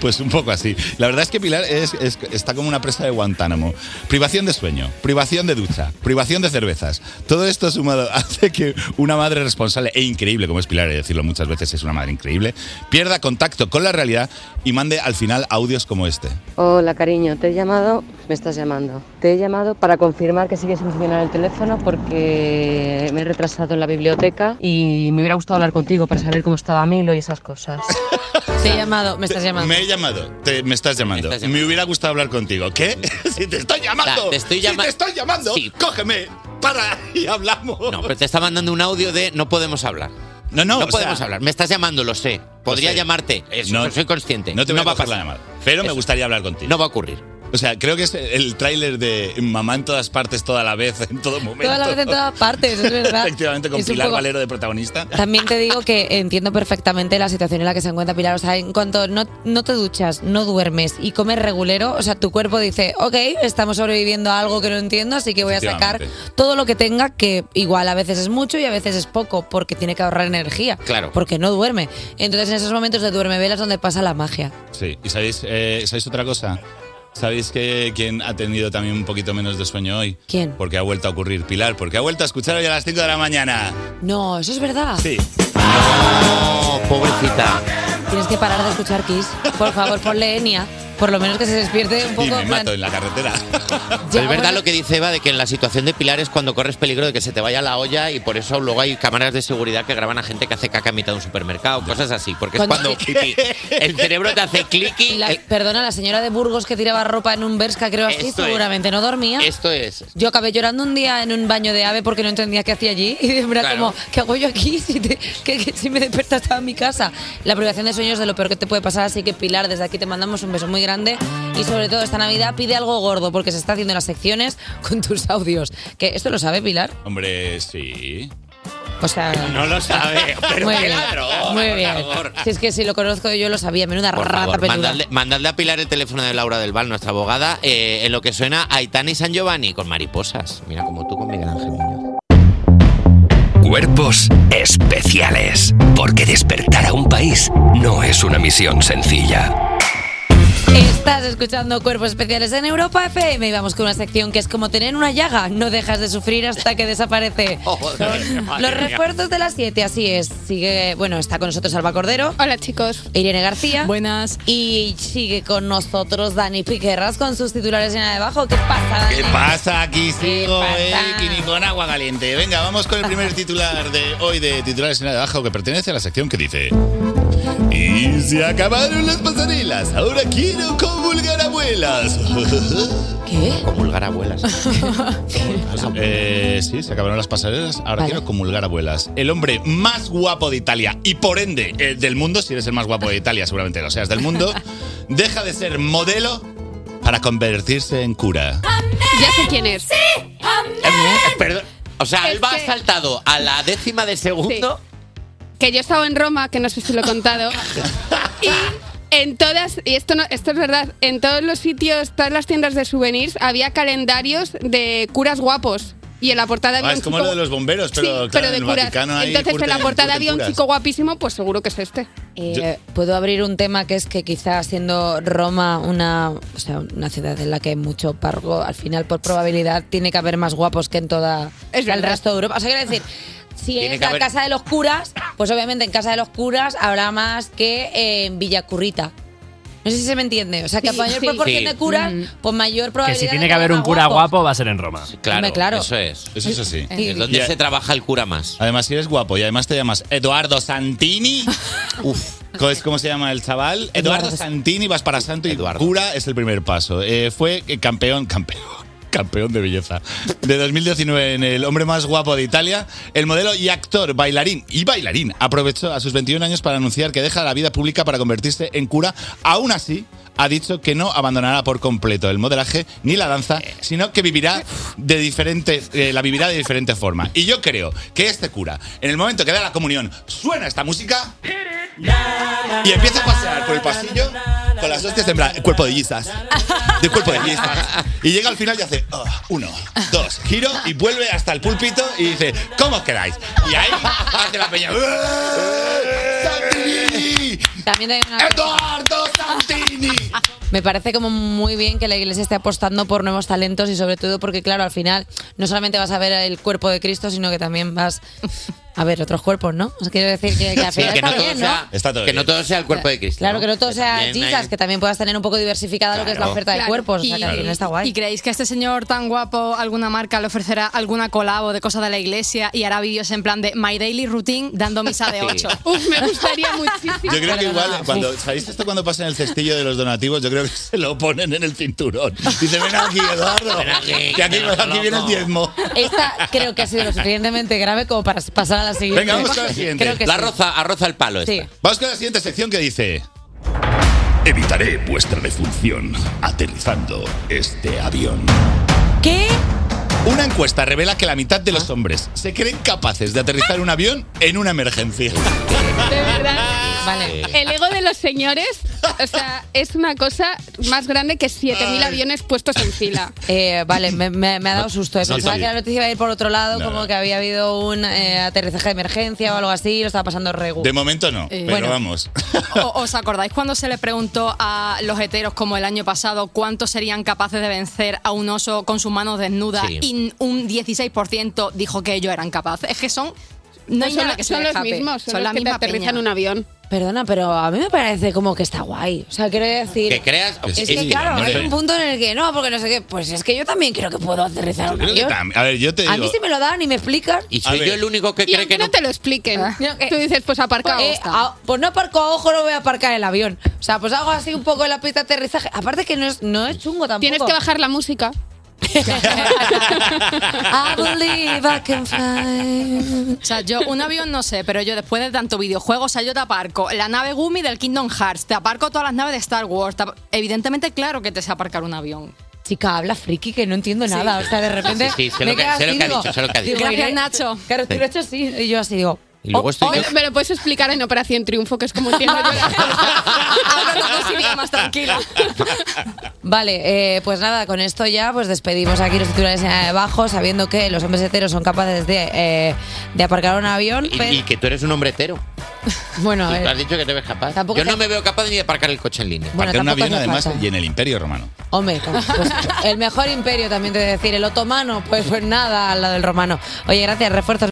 Speaker 9: Pues un poco así. La verdad es que Pilar es- es- está como una presa de Guantánamo. Privación de sueño, privación de ducha, privación de cervezas. Todo esto sumado hace que una madre responsable e increíble, como es Pilar, y decirlo muchas veces, es una madre increíble, pierda contacto con la realidad y mande al final audios como este.
Speaker 10: Hola cariño, te he llamado, me estás llamando. Te he llamado para confirmar que sigue sin funcionar el teléfono porque me he retrasado en la biblioteca y me hubiera gustado hablar contigo para saber cómo estaba Milo y esas cosas.
Speaker 3: Te he llamado, me estás llamando.
Speaker 9: Me he llamado, te- me estás llamando. Me, hubiera gustado hablar contigo. ¿Qué? si te estoy llamando.
Speaker 4: Da, te estoy
Speaker 9: si
Speaker 4: llama-
Speaker 9: te estoy llamando,
Speaker 4: Sí.
Speaker 9: cógeme, para y hablamos.
Speaker 4: No, pero te está mandando un audio de no podemos hablar.
Speaker 9: No, no,
Speaker 4: No
Speaker 9: o
Speaker 4: podemos
Speaker 9: sea-
Speaker 4: hablar. Me estás llamando, lo sé. Podría
Speaker 9: sé.
Speaker 4: llamarte. Eso,
Speaker 9: No.
Speaker 4: soy consciente.
Speaker 9: No te voy
Speaker 4: va
Speaker 9: a
Speaker 4: a
Speaker 9: pasar
Speaker 4: pasar
Speaker 9: la llamada, pero me
Speaker 4: Eso.
Speaker 9: gustaría hablar contigo.
Speaker 4: No va a ocurrir.
Speaker 9: O sea, creo que es el tráiler de Mamá en todas partes, toda la vez, en todo momento.
Speaker 3: Toda la vez en todas partes, es verdad.
Speaker 9: Efectivamente, con
Speaker 3: Es un
Speaker 9: Pilar
Speaker 3: poco-
Speaker 9: Valero de protagonista.
Speaker 3: También te digo que entiendo perfectamente la situación en la que se encuentra Pilar. O sea, en cuanto no, no te duchas, no duermes y comes regulero, o sea, tu cuerpo dice, ok, estamos sobreviviendo a algo que no entiendo, así que voy a sacar
Speaker 11: Efectivamente.
Speaker 3: todo lo que tenga, que igual a veces es mucho y a veces es poco, porque tiene que ahorrar energía.
Speaker 9: Claro.
Speaker 3: Porque no duerme. Entonces, en esos momentos de duerme velas donde pasa la magia.
Speaker 9: Sí, y sabéis, eh, ¿sabéis otra cosa? ¿Sabéis que quién ha tenido también un poquito menos de sueño hoy?
Speaker 3: ¿Quién?
Speaker 9: Porque ha vuelto a ocurrir Pilar, porque ha vuelto a escuchar hoy a las 5 de la mañana.
Speaker 3: No, eso es verdad.
Speaker 9: Sí. No, Ah,
Speaker 3: Ah.
Speaker 9: pobrecita.
Speaker 3: Tienes que parar de escuchar Kiss. Por favor, ponle Enya. Por lo menos que se despierte un poco.
Speaker 4: Y me
Speaker 3: en plan,
Speaker 4: mato
Speaker 9: en la carretera.
Speaker 4: es verdad lo que dice Eva de que en la situación de Pilar es cuando corres peligro de que se te vaya la olla y por eso luego hay cámaras de seguridad que graban a gente que hace caca en mitad de un supermercado, cosas así, porque es
Speaker 3: Cuando-
Speaker 4: cuando pipí, el cerebro te hace clic y
Speaker 3: Y la- perdona, la señora de Burgos que tiraba ropa en un Berska, creo así,
Speaker 4: Eh, Esto es.
Speaker 3: seguramente no dormía.
Speaker 4: esto es.
Speaker 3: Yo acabé llorando un día en un baño de ave porque no entendía qué hacía allí. Y de verdad,
Speaker 4: Claro.
Speaker 3: como, ¿qué hago yo aquí si, te- que, que si me despierta estaba en mi casa? La privación de sueños es de lo peor que te puede pasar, así que Pilar, desde aquí te mandamos un beso muy grande. Y sobre todo, esta Navidad pide algo gordo porque se está haciendo en las secciones con tus audios. que ¿Esto lo sabe Pilar?
Speaker 9: Hombre, sí.
Speaker 3: O sea...
Speaker 4: No lo sabe, pero
Speaker 3: Ah. muy
Speaker 4: qué
Speaker 3: bien,
Speaker 4: ladrón,
Speaker 3: muy
Speaker 4: por
Speaker 3: bien.
Speaker 4: favor.
Speaker 3: Si es que si lo conozco yo lo sabía, menuda
Speaker 4: Por
Speaker 3: rata
Speaker 4: favor,
Speaker 3: peluda.
Speaker 4: mandadle, mandadle a Pilar el teléfono de Laura del Val, nuestra abogada, eh, en lo que suena Aitani San Giovanni con mariposas. Mira como tú con Miguel Ángel Muñoz.
Speaker 1: Cuerpos especiales. Porque despertar a un país no es una misión sencilla.
Speaker 3: Estás escuchando Cuerpos Especiales en Europa FM y vamos con una sección que es como tener una llaga, no dejas de sufrir hasta que desaparece. Son
Speaker 12: madre
Speaker 3: los
Speaker 12: mía.
Speaker 3: refuerzos de las 7, así es. Sigue, bueno, está con nosotros Alba Cordero.
Speaker 12: Hola chicos.
Speaker 3: Irene García. Buenas. Y sigue con nosotros Dani Piquerras con sus titulares en la de abajo. ¿Qué pasa, Dani?
Speaker 9: ¿Qué pasa? Aquí sigo,
Speaker 3: pasa?
Speaker 9: eh, Kini, con agua caliente. Venga, vamos con el primer titular de hoy de Titulares en la de Abajo, que pertenece a la sección que dice... Y se acabaron las pasarelas, ahora quiero comulgar abuelas.
Speaker 3: ¿Qué?
Speaker 4: Comulgar abuelas.
Speaker 9: Eh, sí, se acabaron las pasarelas. Ahora quiero comulgar abuelas. El hombre más guapo de Italia y por ende eh, del mundo, si eres el más guapo de Italia, seguramente lo seas del mundo, deja de ser modelo para convertirse en cura.
Speaker 12: Ya sé quién es.
Speaker 4: Perdón. O sea,
Speaker 12: Es
Speaker 4: Alba
Speaker 12: que-
Speaker 4: ha saltado a la décima de segundo.
Speaker 12: Que yo he estado en Roma, que no sé si lo he contado. y en todas, y esto, no, esto es verdad, en todos los sitios, todas las tiendas de souvenirs había calendarios de curas guapos. Y en la portada había
Speaker 9: Ah,
Speaker 12: un
Speaker 9: es como
Speaker 12: chico-
Speaker 9: lo de los bomberos, pero
Speaker 12: Sí,
Speaker 9: claro,
Speaker 12: pero
Speaker 9: en
Speaker 12: de
Speaker 9: el
Speaker 12: curas.
Speaker 9: Vaticano hay
Speaker 12: Entonces en
Speaker 9: curten-
Speaker 12: la portada
Speaker 9: curten
Speaker 12: había un
Speaker 9: curas.
Speaker 12: chico guapísimo, pues seguro que es este.
Speaker 3: Eh, Puedo abrir un tema que es que quizá siendo Roma una, o sea, una ciudad en la que hay mucho pargo, al final por probabilidad tiene que haber más guapos que en toda
Speaker 12: Es
Speaker 3: el
Speaker 12: verdad.
Speaker 3: resto de Europa. O sea, quiero decir, si
Speaker 12: Tiene
Speaker 3: es
Speaker 12: que
Speaker 3: la
Speaker 12: haber-
Speaker 3: casa de los curas, pues obviamente en casa de los curas habrá más que eh, en Villacurrita. No sé si se me entiende. O sea, que a
Speaker 12: Sí,
Speaker 3: mayor
Speaker 12: sí. Mm.
Speaker 3: proporción
Speaker 13: Sí.
Speaker 3: de curas, pues mayor
Speaker 13: Que
Speaker 3: probabilidad.
Speaker 13: si tiene
Speaker 3: de
Speaker 13: que haber un
Speaker 3: haya
Speaker 13: cura
Speaker 3: guapos.
Speaker 13: guapo, va a ser en Roma.
Speaker 3: Hombre, claro.
Speaker 4: Eso es.
Speaker 9: Eso es así.
Speaker 3: Y-
Speaker 4: Es donde se trabaja el cura más.
Speaker 9: Además, si eres guapo y además te llamas Eduardo Santini. Uf. Co- es ¿Cómo se llama el chaval? Eduardo, Santini, vas para santo y cura es el primer paso. Eh, fue eh, campeón, campeón, campeón de belleza. De 2019 en el hombre más guapo de Italia, el modelo y actor, bailarín y bailarín aprovechó a sus 21 años para anunciar que deja la vida pública para convertirse en cura. Aún así, ha dicho que no abandonará por completo el modelaje ni la danza, sino que vivirá de diferente, eh, la vivirá de diferente forma. Y yo creo que este cura, en el momento que da la comunión, suena esta música y empieza a pasear por el pasillo con las hostias en plan, cuerpo de guisas, de cuerpo de guisas. Y llega al final y hace oh, uno, dos, giro y vuelve hasta el púlpito y dice, ¿cómo os quedáis? Y ahí hace la peña. ¡Santini!
Speaker 3: También hay una
Speaker 9: ¡Eduardo Santini!
Speaker 3: Me parece como muy bien que la iglesia esté apostando por nuevos talentos y sobre todo porque, claro, al final no solamente vas a ver el cuerpo de Cristo, sino que también vas a ver otros cuerpos, ¿no? O sea, quiero decir que, que al
Speaker 4: Sí,
Speaker 3: final
Speaker 4: que no
Speaker 3: está
Speaker 4: todo
Speaker 3: bien, ¿no?
Speaker 4: sea- que no todo sea el cuerpo de Cristo.
Speaker 3: Claro,
Speaker 4: ¿no?
Speaker 3: que no todo sea
Speaker 4: también
Speaker 3: Jesus,
Speaker 4: hay-
Speaker 3: que también puedas tener un poco diversificada lo que es la
Speaker 4: Claro.
Speaker 3: oferta de
Speaker 12: Claro,
Speaker 3: cuerpos. O sea, que al
Speaker 12: y-
Speaker 3: final está guay.
Speaker 12: ¿Y creéis que este señor tan guapo, alguna marca le ofrecerá alguna colabo de cosas de la iglesia y hará vídeos en plan de My Daily Routine dando misa de
Speaker 9: Sí.
Speaker 12: 8? Uf, me gustaría muchísimo.
Speaker 9: Yo creo que igual, cuando, ¿sabéis esto cuando pasa en el cestillo de los donativos? Yo creo que se lo ponen en el cinturón. Dice, ven aquí, Eduardo,
Speaker 4: Ven aquí,
Speaker 9: que aquí,
Speaker 4: que nos
Speaker 9: aquí viene el
Speaker 4: loco".
Speaker 9: diezmo.
Speaker 3: Esta creo que ha sido lo suficientemente grave como para pasar a la siguiente.
Speaker 9: Venga, vamos con la siguiente.
Speaker 3: Creo que sí.
Speaker 9: roza
Speaker 4: al palo
Speaker 3: Sí. esta.
Speaker 9: Vamos con la siguiente sección que dice...
Speaker 11: Evitaré vuestra defunción aterrizando este avión.
Speaker 3: ¿Qué?
Speaker 9: Una encuesta revela que la mitad de
Speaker 3: Ah.
Speaker 9: los hombres se creen capaces de aterrizar un avión en una emergencia.
Speaker 12: De verdad. El ego de los señores, o sea, es una cosa más grande que 7.000 aviones puestos en fila.
Speaker 3: Eh, vale, me, me- me ha dado susto. eh.
Speaker 12: No,
Speaker 3: Pensaba
Speaker 12: sí.
Speaker 3: que la noticia iba a ir por otro lado,
Speaker 9: No,
Speaker 3: como
Speaker 9: no.
Speaker 3: que había habido un eh, aterrizaje de emergencia o algo así, lo estaba pasando regu.
Speaker 9: De momento no,
Speaker 13: Eh,
Speaker 9: pero
Speaker 13: bueno.
Speaker 9: vamos.
Speaker 13: ¿O- ¿Os acordáis cuando se le preguntó a los heteros, como el año pasado, cuántos serían capaces de vencer a un oso con sus manos desnudas?
Speaker 9: Sí.
Speaker 13: Y un 16% dijo que ellos eran capaces. Es que son. No
Speaker 12: No,
Speaker 13: hay
Speaker 12: son
Speaker 13: nada
Speaker 12: lo-
Speaker 13: que se
Speaker 12: son
Speaker 13: le
Speaker 12: los
Speaker 13: escape.
Speaker 12: mismos, son los
Speaker 13: la
Speaker 12: que te
Speaker 13: misma
Speaker 12: aterrizan
Speaker 13: peña.
Speaker 12: un avión.
Speaker 3: Perdona, pero a mí me parece como que está guay. O sea, quiero decir.
Speaker 4: Que creas-
Speaker 3: Es que,
Speaker 4: Sí,
Speaker 3: claro,
Speaker 9: hombre.
Speaker 3: hay un punto en el que no, porque no sé qué. Pues es que yo también creo que puedo aterrizar un
Speaker 9: Creo que
Speaker 3: avión.
Speaker 9: tam- A ver, yo te
Speaker 3: A mí
Speaker 9: digo.
Speaker 3: si me lo dan y me explican.
Speaker 4: Y soy yo el único que
Speaker 12: Y
Speaker 4: cree
Speaker 12: aunque
Speaker 4: que
Speaker 12: no
Speaker 4: no.
Speaker 12: te lo expliquen. Tú dices, pues aparcado.
Speaker 3: Ah. Pues, eh, a- pues no aparco a ojo, no voy a aparcar el avión. O sea, pues hago así un poco en la pista de aterrizaje. Aparte que no es, no es chungo tampoco.
Speaker 12: Tienes que bajar la música.
Speaker 5: Ah,
Speaker 3: I believe I can fly.
Speaker 13: O sea, yo un avión no sé, pero yo después de tanto videojuego, o sea, yo te aparco la nave Gumi del Kingdom Hearts, te aparco todas las naves de Star Wars. te ap- Evidentemente, claro que te sé aparcar un avión.
Speaker 3: Chica, habla friki que no entiendo nada. O sea, de repente.
Speaker 4: Sí, sí, sé
Speaker 3: me
Speaker 4: lo que-
Speaker 3: quedo
Speaker 4: sé lo
Speaker 3: así,
Speaker 4: que ha
Speaker 3: digo-
Speaker 4: dicho, sé lo que ha dicho.
Speaker 3: digo,
Speaker 4: Gracias,
Speaker 3: iré-
Speaker 13: Nacho.
Speaker 3: Claro, tú
Speaker 4: Sí.
Speaker 3: lo has hecho así. Y yo así digo. "Oh,
Speaker 4: Y luego estoy
Speaker 12: Me,
Speaker 4: yo.
Speaker 12: me lo puedes explicar en Operación Triunfo, que es como entiendo yo las
Speaker 13: más tranquila.
Speaker 3: Vale, eh, pues nada, con esto ya pues despedimos aquí los titulares en la de abajo, sabiendo que los hombres heteros son capaces de, eh, de aparcar un avión.
Speaker 4: Y,
Speaker 3: pero-
Speaker 4: y que tú eres un hombre hetero.
Speaker 3: bueno,
Speaker 4: Y
Speaker 3: eh,
Speaker 4: tú has dicho que te ves capaz.
Speaker 3: Tampoco
Speaker 4: Yo
Speaker 3: te-
Speaker 4: no me veo capaz ni de aparcar el coche en línea.
Speaker 3: Bueno,
Speaker 9: Aparcar un
Speaker 3: tampoco
Speaker 9: avión
Speaker 3: hace
Speaker 9: además
Speaker 3: falta.
Speaker 9: y en el Imperio Romano.
Speaker 3: hombre, pues, el mejor imperio también te voy a decir, el otomano, pues, pues nada al lado del romano. Oye, gracias, refuerzos.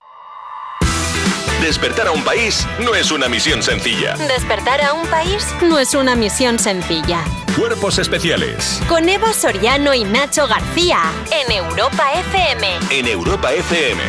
Speaker 8: Despertar a un país no es una misión sencilla.
Speaker 2: Despertar a un país no es una misión sencilla.
Speaker 8: Cuerpos especiales
Speaker 2: Con Eva Soriano y Nacho García en Europa FM.
Speaker 8: en Europa FM.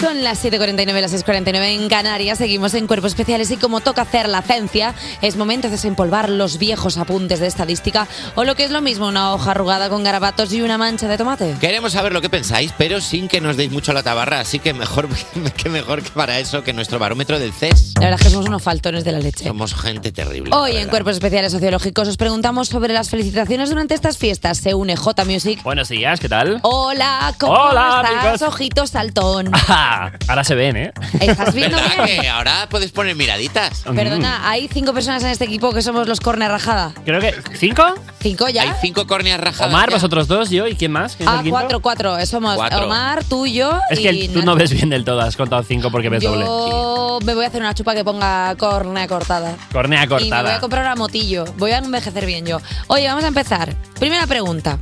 Speaker 3: Son las 7.49, las 6.49 en Canarias, seguimos en Cuerpos Especiales y como toca hacer la ciencia, es momento de desempolvar los viejos apuntes de estadística o lo que es lo mismo, una hoja arrugada con garabatos y una mancha de tomate.
Speaker 4: Queremos saber lo que pensáis, pero sin que nos deis mucho la tabarra, así que mejor que mejor que para eso que nuestro barómetro del CES.
Speaker 3: La verdad es que somos unos faltones de la leche.
Speaker 4: Somos gente terrible.
Speaker 3: Hoy en Cuerpos Especiales Sociológicos os preguntamos sobre las felicitaciones durante estas fiestas. Se une J Music.
Speaker 14: Buenos días, ¿qué tal?
Speaker 3: Hola, ¿cómo
Speaker 14: Hola,
Speaker 3: estás?
Speaker 14: amigos.
Speaker 3: Ojitos saltón.
Speaker 14: Ah, ahora se ven, ¿eh?
Speaker 3: ¿Estás viendo
Speaker 4: ¿Verdad
Speaker 3: bien?
Speaker 4: que ahora puedes poner miraditas?
Speaker 14: Mm.
Speaker 3: Perdona, hay cinco personas en este equipo que somos los corner rajada.
Speaker 14: Creo que. ¿Cinco?
Speaker 3: ¿Cinco ya?
Speaker 4: Hay cinco córneas rajadas.
Speaker 14: Omar,
Speaker 4: ya.
Speaker 14: vosotros dos, yo y quién más? ¿Quién es el
Speaker 3: Ah,
Speaker 14: quinto?
Speaker 3: cuatro, cuatro. Eh, Somos
Speaker 14: Cuatro.
Speaker 3: Omar, tú, yo
Speaker 14: Es
Speaker 3: y
Speaker 14: que el- tú
Speaker 3: Nacho.
Speaker 14: no ves bien del todo, has contado cinco porque ves doble.
Speaker 3: Yo me voy a hacer una chupa que ponga cornea cortada.
Speaker 14: Cornea
Speaker 3: Y me voy
Speaker 14: cortada.
Speaker 3: a comprar una motillo. Voy a envejecer bien yo. Oye, vamos a empezar. Primera pregunta.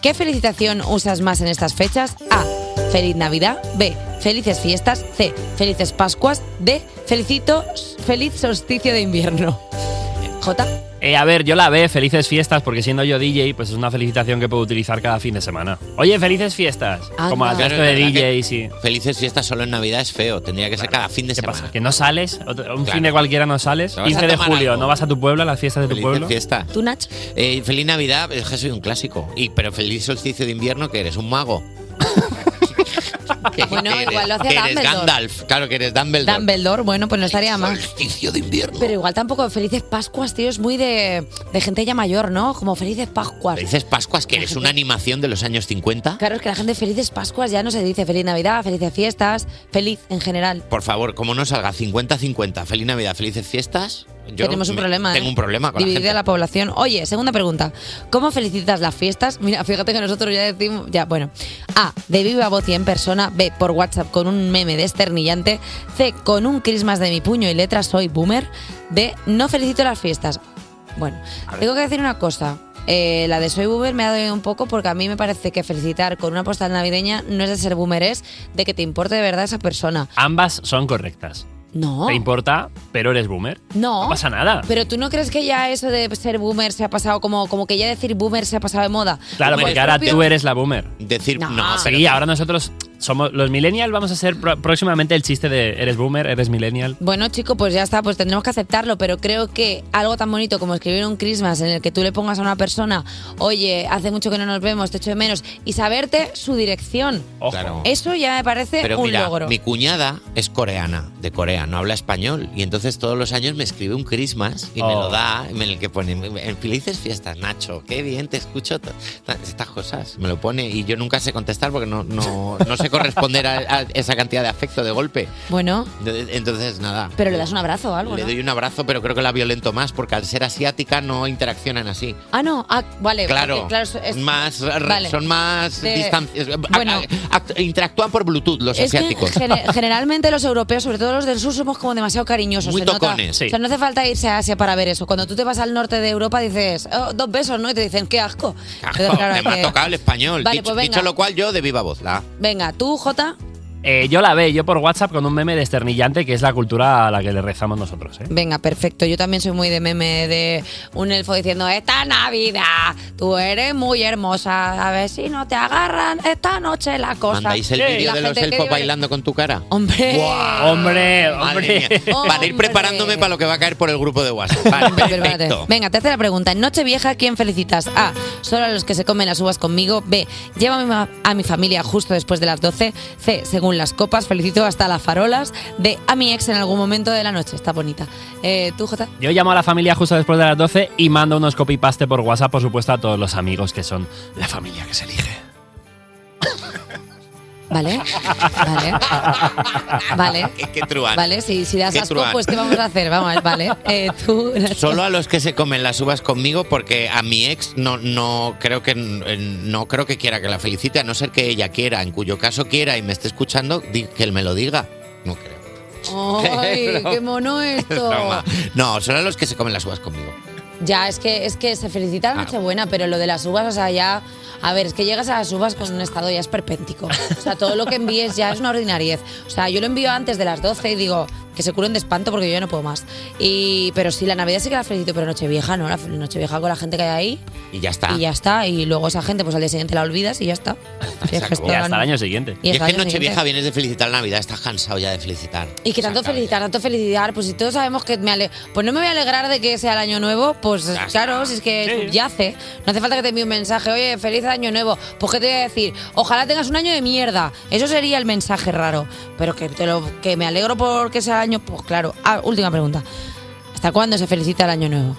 Speaker 3: ¿Qué felicitación usas más en estas fechas? A. Feliz Navidad. B. Felices fiestas. C. Felices Pascuas. D. Felicito. Feliz solsticio de invierno. J.
Speaker 14: Eh, a ver, yo la ve, felices fiestas, porque siendo yo DJ, pues es una felicitación que puedo utilizar cada fin de semana. Oye, felices fiestas. Como al
Speaker 4: Claro,
Speaker 14: resto
Speaker 4: es
Speaker 14: de
Speaker 4: verdad que
Speaker 14: DJs y.
Speaker 4: Felices fiestas solo en Navidad es feo. Tendría que ser cada fin de semana.
Speaker 14: Que no sales, otro- un
Speaker 4: Claro.
Speaker 14: fin de cualquiera no sales.
Speaker 4: Te vas a
Speaker 14: 15 de
Speaker 4: tomar
Speaker 14: julio,
Speaker 4: algo.
Speaker 14: no vas a tu pueblo, a las fiestas de tu
Speaker 4: Felices
Speaker 14: pueblo.
Speaker 4: fiestas.
Speaker 3: ¿Tú, Nach?
Speaker 4: Eh, feliz Navidad, es que soy un clásico. Y, pero feliz solsticio de invierno, que eres un mago. Que- que
Speaker 3: Bueno,
Speaker 4: eres-
Speaker 3: igual lo hace
Speaker 4: que eres
Speaker 3: Dumbledore.
Speaker 4: Gandalf. Claro que eres Dumbledore.
Speaker 3: Dumbledore. Bueno, pues no estaría mal.
Speaker 4: Solsticio de invierno.
Speaker 3: Pero igual tampoco felices Pascuas, tío. Es muy de, de gente ya mayor, ¿no? Como felices Pascuas.
Speaker 4: Felices Pascuas, que eres una animación de los años 50.
Speaker 3: Claro, es que la gente felices Pascuas ya no se dice feliz Navidad, felices fiestas, feliz en general.
Speaker 4: Por favor, como no salga 50-50, feliz Navidad, felices fiestas. Yo
Speaker 3: Tenemos un
Speaker 4: me-
Speaker 3: problema. ¿eh?
Speaker 4: Tengo un problema con
Speaker 3: Dividida
Speaker 4: la gente.
Speaker 3: población. Oye, segunda pregunta. ¿Cómo felicitas las fiestas? Mira, fíjate que nosotros ya decimos. Ya, bueno. A. De viva voz y en persona. B. Por WhatsApp con un meme desternillante. C. Con un crismas de mi puño y letra soy boomer. D. No felicito las fiestas. Bueno, tengo que decir una cosa. Eh, la de Soy Boomer me ha dado un poco porque a mí me parece que felicitar con una postal navideña no es de ser boomer, es de que te importe de verdad esa persona.
Speaker 14: Ambas son correctas.
Speaker 3: No.
Speaker 14: Te importa, pero eres boomer.
Speaker 3: No.
Speaker 14: No pasa nada.
Speaker 3: Pero tú no crees que ya eso de ser boomer se ha pasado como, como que ya decir boomer se ha pasado de moda.
Speaker 14: Claro,
Speaker 3: Como el
Speaker 14: porque ahora
Speaker 3: propio-
Speaker 14: tú eres la boomer.
Speaker 4: Decir,
Speaker 3: No. no,
Speaker 14: sí, ahora nosotros somos los millennials vamos a ser pro- próximamente el chiste de eres boomer, eres millennial.
Speaker 3: Bueno, chico, pues ya está, pues tendremos que aceptarlo, pero creo que algo tan bonito como escribir un Christmas en el que tú le pongas a una persona, oye, hace mucho que no nos vemos, te echo de menos, y saberte su dirección.
Speaker 4: Claro.
Speaker 3: Eso ya me parece
Speaker 4: Pero
Speaker 3: un
Speaker 4: mira,
Speaker 3: logro.
Speaker 4: mi cuñada es coreana, de Corea, no habla español. Y entonces todos los años me escribe un Christmas y me
Speaker 14: Oh.
Speaker 4: lo da, en el que pone, "En felices fiestas, Nacho, qué bien, te escucho to- estas cosas. Me lo pone y yo nunca sé contestar porque no, no, no sé corresponder a, a esa cantidad de afecto de golpe.
Speaker 3: Bueno,
Speaker 4: Entonces, nada.
Speaker 3: pero le das un abrazo o algo,
Speaker 4: Le
Speaker 3: ¿no?
Speaker 4: doy un abrazo, pero creo que la violento más, porque al ser asiática no interaccionan así.
Speaker 3: Ah, no, ah, vale.
Speaker 4: Claro,
Speaker 3: porque, claro, eso es-
Speaker 4: más,
Speaker 3: vale.
Speaker 4: son más
Speaker 3: De-
Speaker 4: distancias.
Speaker 3: bueno.
Speaker 4: interactúan por Bluetooth los
Speaker 3: Es que
Speaker 4: asiáticos.
Speaker 3: gene- generalmente los europeos, sobre todo los del sur, somos como demasiado cariñosos.
Speaker 4: Muy
Speaker 3: se nota.
Speaker 4: tocones, sí.
Speaker 3: O sea, no hace falta irse a Asia para ver eso. Cuando tú te vas al norte de Europa dices, "Oh, dos besos, ¿no? Y te dicen, qué asco. Entonces,
Speaker 4: Oh,
Speaker 3: claro,
Speaker 4: me ha
Speaker 3: que-
Speaker 4: tocado el español.
Speaker 3: Vale,
Speaker 4: dicho,
Speaker 3: pues venga.
Speaker 4: dicho lo cual, yo de viva voz. La.
Speaker 3: Venga, tú, Jota.
Speaker 14: Eh, yo la ve, yo por WhatsApp con un meme desternillante que es la cultura a la que le rezamos nosotros. ¿eh?
Speaker 3: Venga, perfecto. Yo también soy muy de meme de un elfo diciendo, esta Navidad, tú eres muy hermosa. A ver si no te agarran esta noche la cosa.
Speaker 4: ¿Mandáis el
Speaker 3: Y
Speaker 4: vídeo
Speaker 3: la
Speaker 4: de los
Speaker 3: gente, qué
Speaker 4: elfos
Speaker 3: divertido.
Speaker 4: bailando con tu cara?
Speaker 3: Hombre.
Speaker 4: ¡Guau!
Speaker 14: Hombre,
Speaker 4: Madre
Speaker 14: hombre.
Speaker 4: mía. Para ir preparándome para lo que va a caer por el grupo de WhatsApp. Vale, perfecto.
Speaker 3: Venga, tercera pregunta. En Nochevieja, ¿quién felicitas? A. Solo a los que se comen las uvas conmigo. B. Llevo a mi, ma- a mi familia justo después de las 12. C. Según las copas, felicito hasta las farolas. D. A mi ex en algún momento de la noche. Está bonita. Eh, ¿Tú, Jota?
Speaker 14: Yo llamo a la familia justo después de las 12 y mando unos copy-paste por WhatsApp, por supuesto, a todos los amigos que son la familia que se elige.
Speaker 3: ¿Vale? Vale. Vale.
Speaker 4: Qué truán.
Speaker 3: Vale, si, si das
Speaker 4: Qué
Speaker 3: asco,
Speaker 4: truán.
Speaker 3: pues ¿qué vamos a hacer? Vamos, vale. Eh, tú, Nacho.
Speaker 4: Solo a los que se comen las uvas conmigo, porque a mi ex no, no creo que eh, no creo que quiera que la felicite, a no ser que ella quiera, en cuyo caso quiera y me esté escuchando, di- que él me lo diga. No creo.
Speaker 3: ¡Ay, qué mono esto!
Speaker 4: Broma. No, solo a los que se comen las uvas conmigo.
Speaker 3: Ya, es que, es que se felicita
Speaker 4: Ah.
Speaker 3: la Nochebuena, pero lo de las uvas, o sea, ya. A ver, es que llegas a las uvas con un estado ya esperpéntico. O sea, todo lo que envíes ya es una ordinariez. O sea, yo lo envío antes de las 12 y digo que se curen de espanto porque yo ya no puedo más. Y, pero sí, la Navidad sí que la felicito, pero Nochevieja, ¿no? La fe- Nochevieja con la gente que hay ahí
Speaker 4: Y ya está.
Speaker 3: y ya está. Y luego esa gente, pues al día siguiente la olvidas y ya está.
Speaker 4: Se acabó.
Speaker 14: Y hasta el año siguiente.
Speaker 4: Y es
Speaker 3: hasta
Speaker 4: que
Speaker 3: el año
Speaker 4: Nochevieja
Speaker 3: siguiente.
Speaker 4: vienes de felicitar Navidad, estás cansado ya de felicitar.
Speaker 3: Y que tanto felicitar, tanto felicitar, pues si todos sabemos que me ale- pues no me voy a alegrar de que sea el año nuevo, pues claro, si es que ya hace, no hace falta que te envíe un mensaje, oye, feliz año nuevo, pues qué te voy a decir, ojalá tengas un año de mierda, eso sería el mensaje raro, pero que te lo, que me alegro porque sea el año, pues claro. Ah, última pregunta, ¿hasta cuándo se felicita el año nuevo?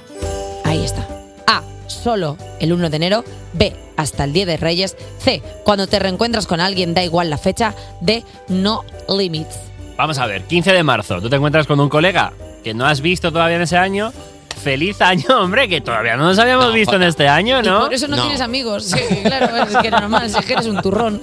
Speaker 3: Ahí está. A, solo el 1 de enero, B, hasta el 10 de Reyes, C, cuando te reencuentras con alguien, da igual la fecha, D, no limits.
Speaker 14: Vamos a ver, 15 de marzo, tú te encuentras con un colega que no has visto todavía en ese año. Feliz año, hombre, que todavía no nos habíamos visto en este año,
Speaker 3: Y
Speaker 14: ¿no?
Speaker 3: por eso no, tienes amigos. Sí, claro, es que era normal, es que eres un turrón.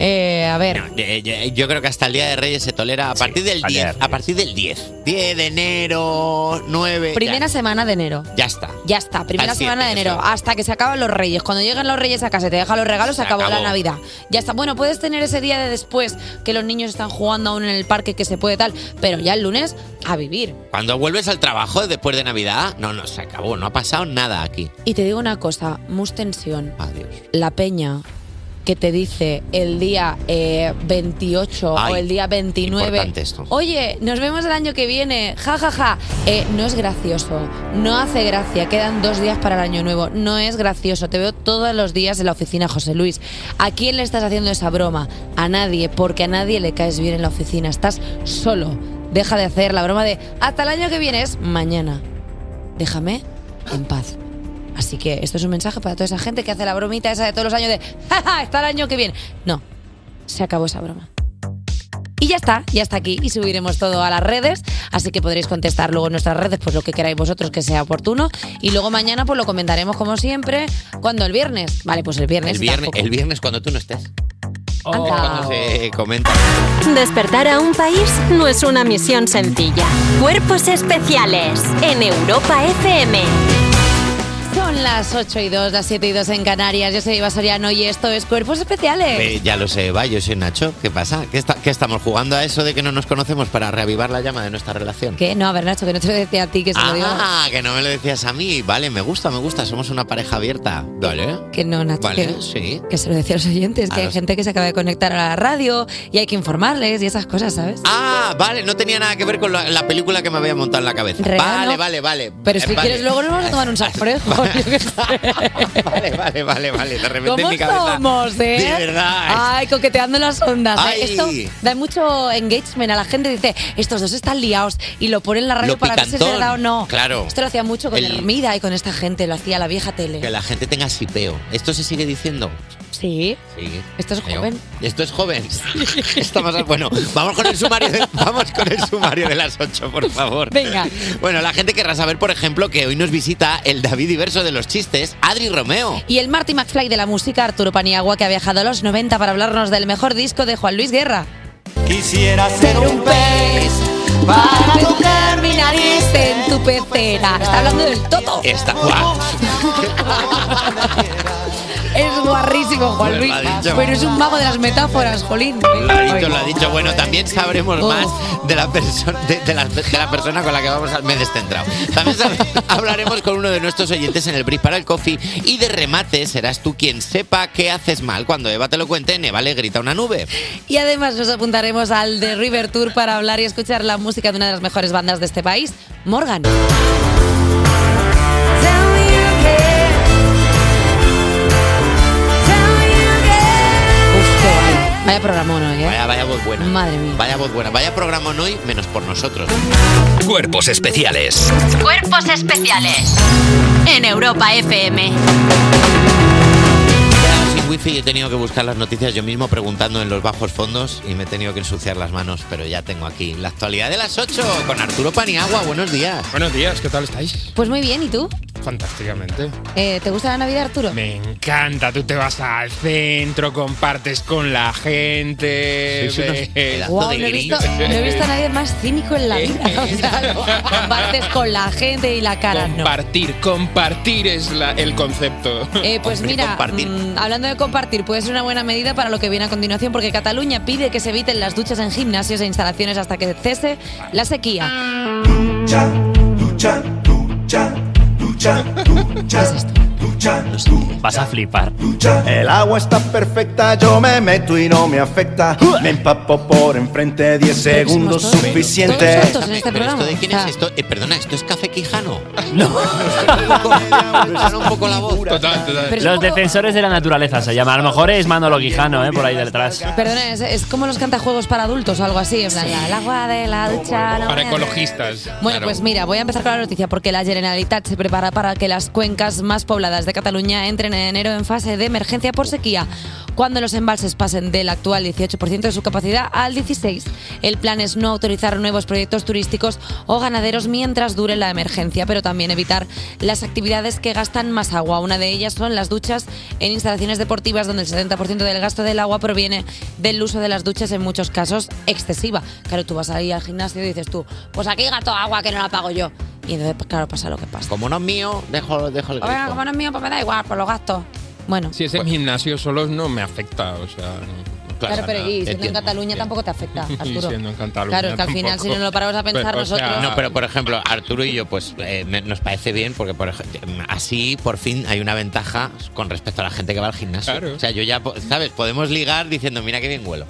Speaker 3: Eh, a ver.
Speaker 4: Eh, Yo, yo creo que hasta el Día de Reyes se tolera a partir del 10. A partir del 10. 10 de enero, 9.
Speaker 3: Primera
Speaker 4: ya,
Speaker 3: semana de enero.
Speaker 4: ya está.
Speaker 3: Ya está, primera
Speaker 4: Así es,
Speaker 3: semana de enero, hasta que se acaban los reyes. Cuando llegan los reyes a casa, y te dejan los regalos, se,
Speaker 4: Se
Speaker 3: acabó, la
Speaker 4: acabó.
Speaker 3: Navidad. Ya está. Bueno, puedes tener ese día de después que los niños están jugando aún en el parque, que se puede tal, pero ya el lunes a vivir.
Speaker 4: Cuando vuelves al trabajo después de Navidad, no, no, se acabó, no ha pasado nada aquí.
Speaker 3: Y te digo una cosa, mus tensión.
Speaker 4: Adiós.
Speaker 3: La peña que te dice el día eh, 28
Speaker 4: Ay,
Speaker 3: o el día 29.
Speaker 4: importante esto.
Speaker 3: Oye, nos vemos el año que viene. Ja, ja, ja. Eh, no es gracioso. No hace gracia. Quedan dos días para el año nuevo. No es gracioso. Te veo todos los días en la oficina, José Luis. ¿A quién le estás haciendo esa broma? A nadie, porque a nadie le caes bien en la oficina. Estás solo. Deja de hacer la broma de hasta el año que viene es mañana. Déjame en paz. Así que esto es un mensaje para toda esa gente que hace la bromita esa de todos los años de ¡Ja, ja, Hasta el año que viene. No, se acabó esa broma. Y ya está, ya está aquí. Y subiremos todo a las redes. Así que podréis contestar luego en nuestras redes, pues lo que queráis vosotros que sea oportuno. Y luego mañana, pues lo comentaremos como siempre. cuando ¿El viernes? Vale, pues el viernes.
Speaker 4: El viernes, el viernes cuando tú no estés.
Speaker 3: Anda.
Speaker 4: Es cuando se comenta.
Speaker 2: Despertar a un país no es una misión sencilla. Cuerpos especiales en Europa FM.
Speaker 3: Son las 8 y 2, las 7 y 2 en Canarias. Yo soy Iva Soriano y esto es Cuerpos Especiales.
Speaker 4: Eh, ya lo sé, va, yo soy Nacho. ¿Qué pasa? ¿Qué, está- qué estamos jugando a eso de que no nos conocemos para reavivar la llama de nuestra relación?
Speaker 3: ¿Qué? No, a ver, Nacho, que no te lo decía a ti, que se lo digo.
Speaker 4: Ah, que no me lo decías a mí. Vale, me gusta, me gusta. Somos una pareja abierta. Vale.
Speaker 3: Que no, Nacho,
Speaker 4: Vale,
Speaker 3: que-
Speaker 4: sí.
Speaker 3: Que se lo decía a los oyentes,
Speaker 4: A
Speaker 3: que hay
Speaker 4: los-
Speaker 3: gente que se acaba de conectar a la radio y hay que informarles y esas cosas, ¿sabes?
Speaker 4: Ah, vale, no tenía nada que ver con la, la película que me había montado en la cabeza.
Speaker 3: Real,
Speaker 4: Vale,
Speaker 3: ¿no?
Speaker 4: vale, vale.
Speaker 3: Pero si
Speaker 4: Eh, vale.
Speaker 3: quieres, luego nos vamos a tomar un salfrejo. yo qué sé.
Speaker 4: Vale, vale, vale, vale. De repente en
Speaker 3: ¿Cómo
Speaker 4: mi cabeza.
Speaker 3: somos, eh?
Speaker 4: De verdad.
Speaker 3: Ay, coqueteando las ondas.
Speaker 4: Ay.
Speaker 3: eh. Esto da mucho engagement a la gente. Dice, estos dos están liados y lo ponen en la radio
Speaker 4: Lo
Speaker 3: para ver si es
Speaker 4: picantón.
Speaker 3: verdad o no.
Speaker 4: Claro.
Speaker 3: Esto lo hacía mucho con
Speaker 4: El-
Speaker 3: Hermida y con esta gente, lo hacía la vieja tele.
Speaker 4: Que la gente tenga sipeo. ¿Esto se sigue diciendo?
Speaker 3: Sí.
Speaker 4: Sí.
Speaker 3: Esto es
Speaker 4: creo.
Speaker 3: joven.
Speaker 4: Esto es joven. Estamos a- bueno, vamos con el sumario de, vamos con el sumario de las 8, por favor.
Speaker 3: Venga.
Speaker 4: Bueno, la gente querrá saber, por ejemplo, que hoy nos visita el David Diverso de los chistes, Adri Romeo.
Speaker 3: Y el Marty McFly de la música, Arturo Paniagua, que ha viajado a los 90 para hablarnos del mejor disco de Juan Luis Guerra.
Speaker 5: Quisiera ser un pez para tocar mi nariz
Speaker 3: en tu pecera. Está hablando del Toto.
Speaker 4: Está guau.
Speaker 3: Es guarrísimo, Juan
Speaker 4: Pues
Speaker 3: Luis.
Speaker 4: lo ha dicho.
Speaker 3: Pero es un mago de las metáforas, Jolín.
Speaker 4: Lo ha dicho, lo ha dicho. Bueno, también sabremos
Speaker 3: Oh.
Speaker 4: más de la, persona de, de la, de la persona con la que vamos al mes descentrado. También sab- hablaremos con uno de nuestros oyentes en el Brief para el Coffee. Y de remate, serás tú quien sepa qué haces mal cuando Eva te lo cuente en Eva le grita una nube.
Speaker 3: Y además nos apuntaremos al The River Tour para hablar y escuchar la música de una de las mejores bandas de este país, Morgan. Vaya programón hoy, ¿eh?
Speaker 4: Vaya, vaya voz buena.
Speaker 3: Madre mía.
Speaker 4: Vaya voz buena. Vaya programa hoy, menos por nosotros.
Speaker 1: Cuerpos especiales.
Speaker 2: Cuerpos especiales en Europa FM.
Speaker 4: Sin wifi he tenido que buscar las noticias yo mismo preguntando en los bajos fondos y me he tenido que ensuciar las manos, pero ya tengo aquí la actualidad de las 8 con Arturo Paniagua. Buenos días.
Speaker 15: Buenos días, ¿qué tal estáis?
Speaker 3: Pues muy bien, ¿y tú?
Speaker 15: Fantásticamente.
Speaker 3: Eh, ¿Te gusta la Navidad, Arturo?
Speaker 15: Me encanta, tú te vas al centro, compartes con la gente.
Speaker 3: Sois unos
Speaker 15: ves-
Speaker 3: Guau, no, he visto, no he visto a nadie más cínico en la vida. O sea, compartes con la gente y la cara no.
Speaker 15: Compartir, compartir es la- el concepto.
Speaker 3: Eh, pues mira, mm, hablando de compartir, puede ser una buena medida para lo que viene a continuación, porque Cataluña pide que se eviten las duchas en gimnasios e instalaciones hasta que cese la sequía.
Speaker 7: Ducha, ducha, ducha, ducha, ducha, ducha.
Speaker 14: Vas a flipar.
Speaker 16: El agua está perfecta, yo me meto y no me afecta. Me empapo por enfrente, 10 segundos suficiente.
Speaker 3: este
Speaker 5: este
Speaker 4: Pero esto de quién es esto? Eh, perdona, ¿esto es Café Quijano? No. Me suena un poco la voz.
Speaker 15: Total, total.
Speaker 14: Los defensores de la naturaleza se llama. A lo mejor es Manolo Quijano, ¿eh? Por ahí detrás.
Speaker 3: Perdona, es, es como los cantajuegos para adultos o algo así. en plan, el agua de la ducha. no
Speaker 15: Para
Speaker 3: me-
Speaker 15: ecologistas.
Speaker 3: Bueno,
Speaker 15: claro.
Speaker 3: pues mira, voy a empezar con la noticia porque la Generalitat se prepara para que las cuencas más pobladas de Cataluña entren en enero en fase de emergencia por sequía. Cuando los embalses pasen del actual 18% de su capacidad al 16%, el plan es no autorizar nuevos proyectos turísticos o ganaderos mientras dure la emergencia, pero también evitar las actividades que gastan más agua. Una de ellas son las duchas en instalaciones deportivas, donde el 70% del gasto del agua proviene del uso de las duchas, en muchos casos excesiva. Claro, tú vas ahí al gimnasio y dices tú, pues aquí gato agua que no la pago yo. Y entonces, pues, claro, pasa lo que pasa.
Speaker 4: Como no es mío, dejo, dejo el Pues-
Speaker 3: Bueno,
Speaker 4: grifo.
Speaker 3: como no es mío, pues me da igual, por los gastos. Bueno.
Speaker 15: Si es en gimnasio solos no me afecta, o sea. no
Speaker 3: Claro,
Speaker 15: pasa
Speaker 3: pero
Speaker 15: nada.
Speaker 3: y siendo en Cataluña tampoco te afecta,
Speaker 15: Y
Speaker 3: Arturo.
Speaker 15: siendo en Cataluña
Speaker 3: Claro, que al final, si no
Speaker 15: tampoco.
Speaker 3: lo paramos a pensar
Speaker 15: Pero, o sea,
Speaker 3: nosotros...
Speaker 4: No, pero por ejemplo, Arturo y yo, pues eh, me- nos parece bien porque por ej- así por fin hay una ventaja con respecto a la gente que va al gimnasio.
Speaker 15: Claro.
Speaker 4: O sea, yo ya, po- ¿sabes? Podemos ligar diciendo, mira qué bien huelo.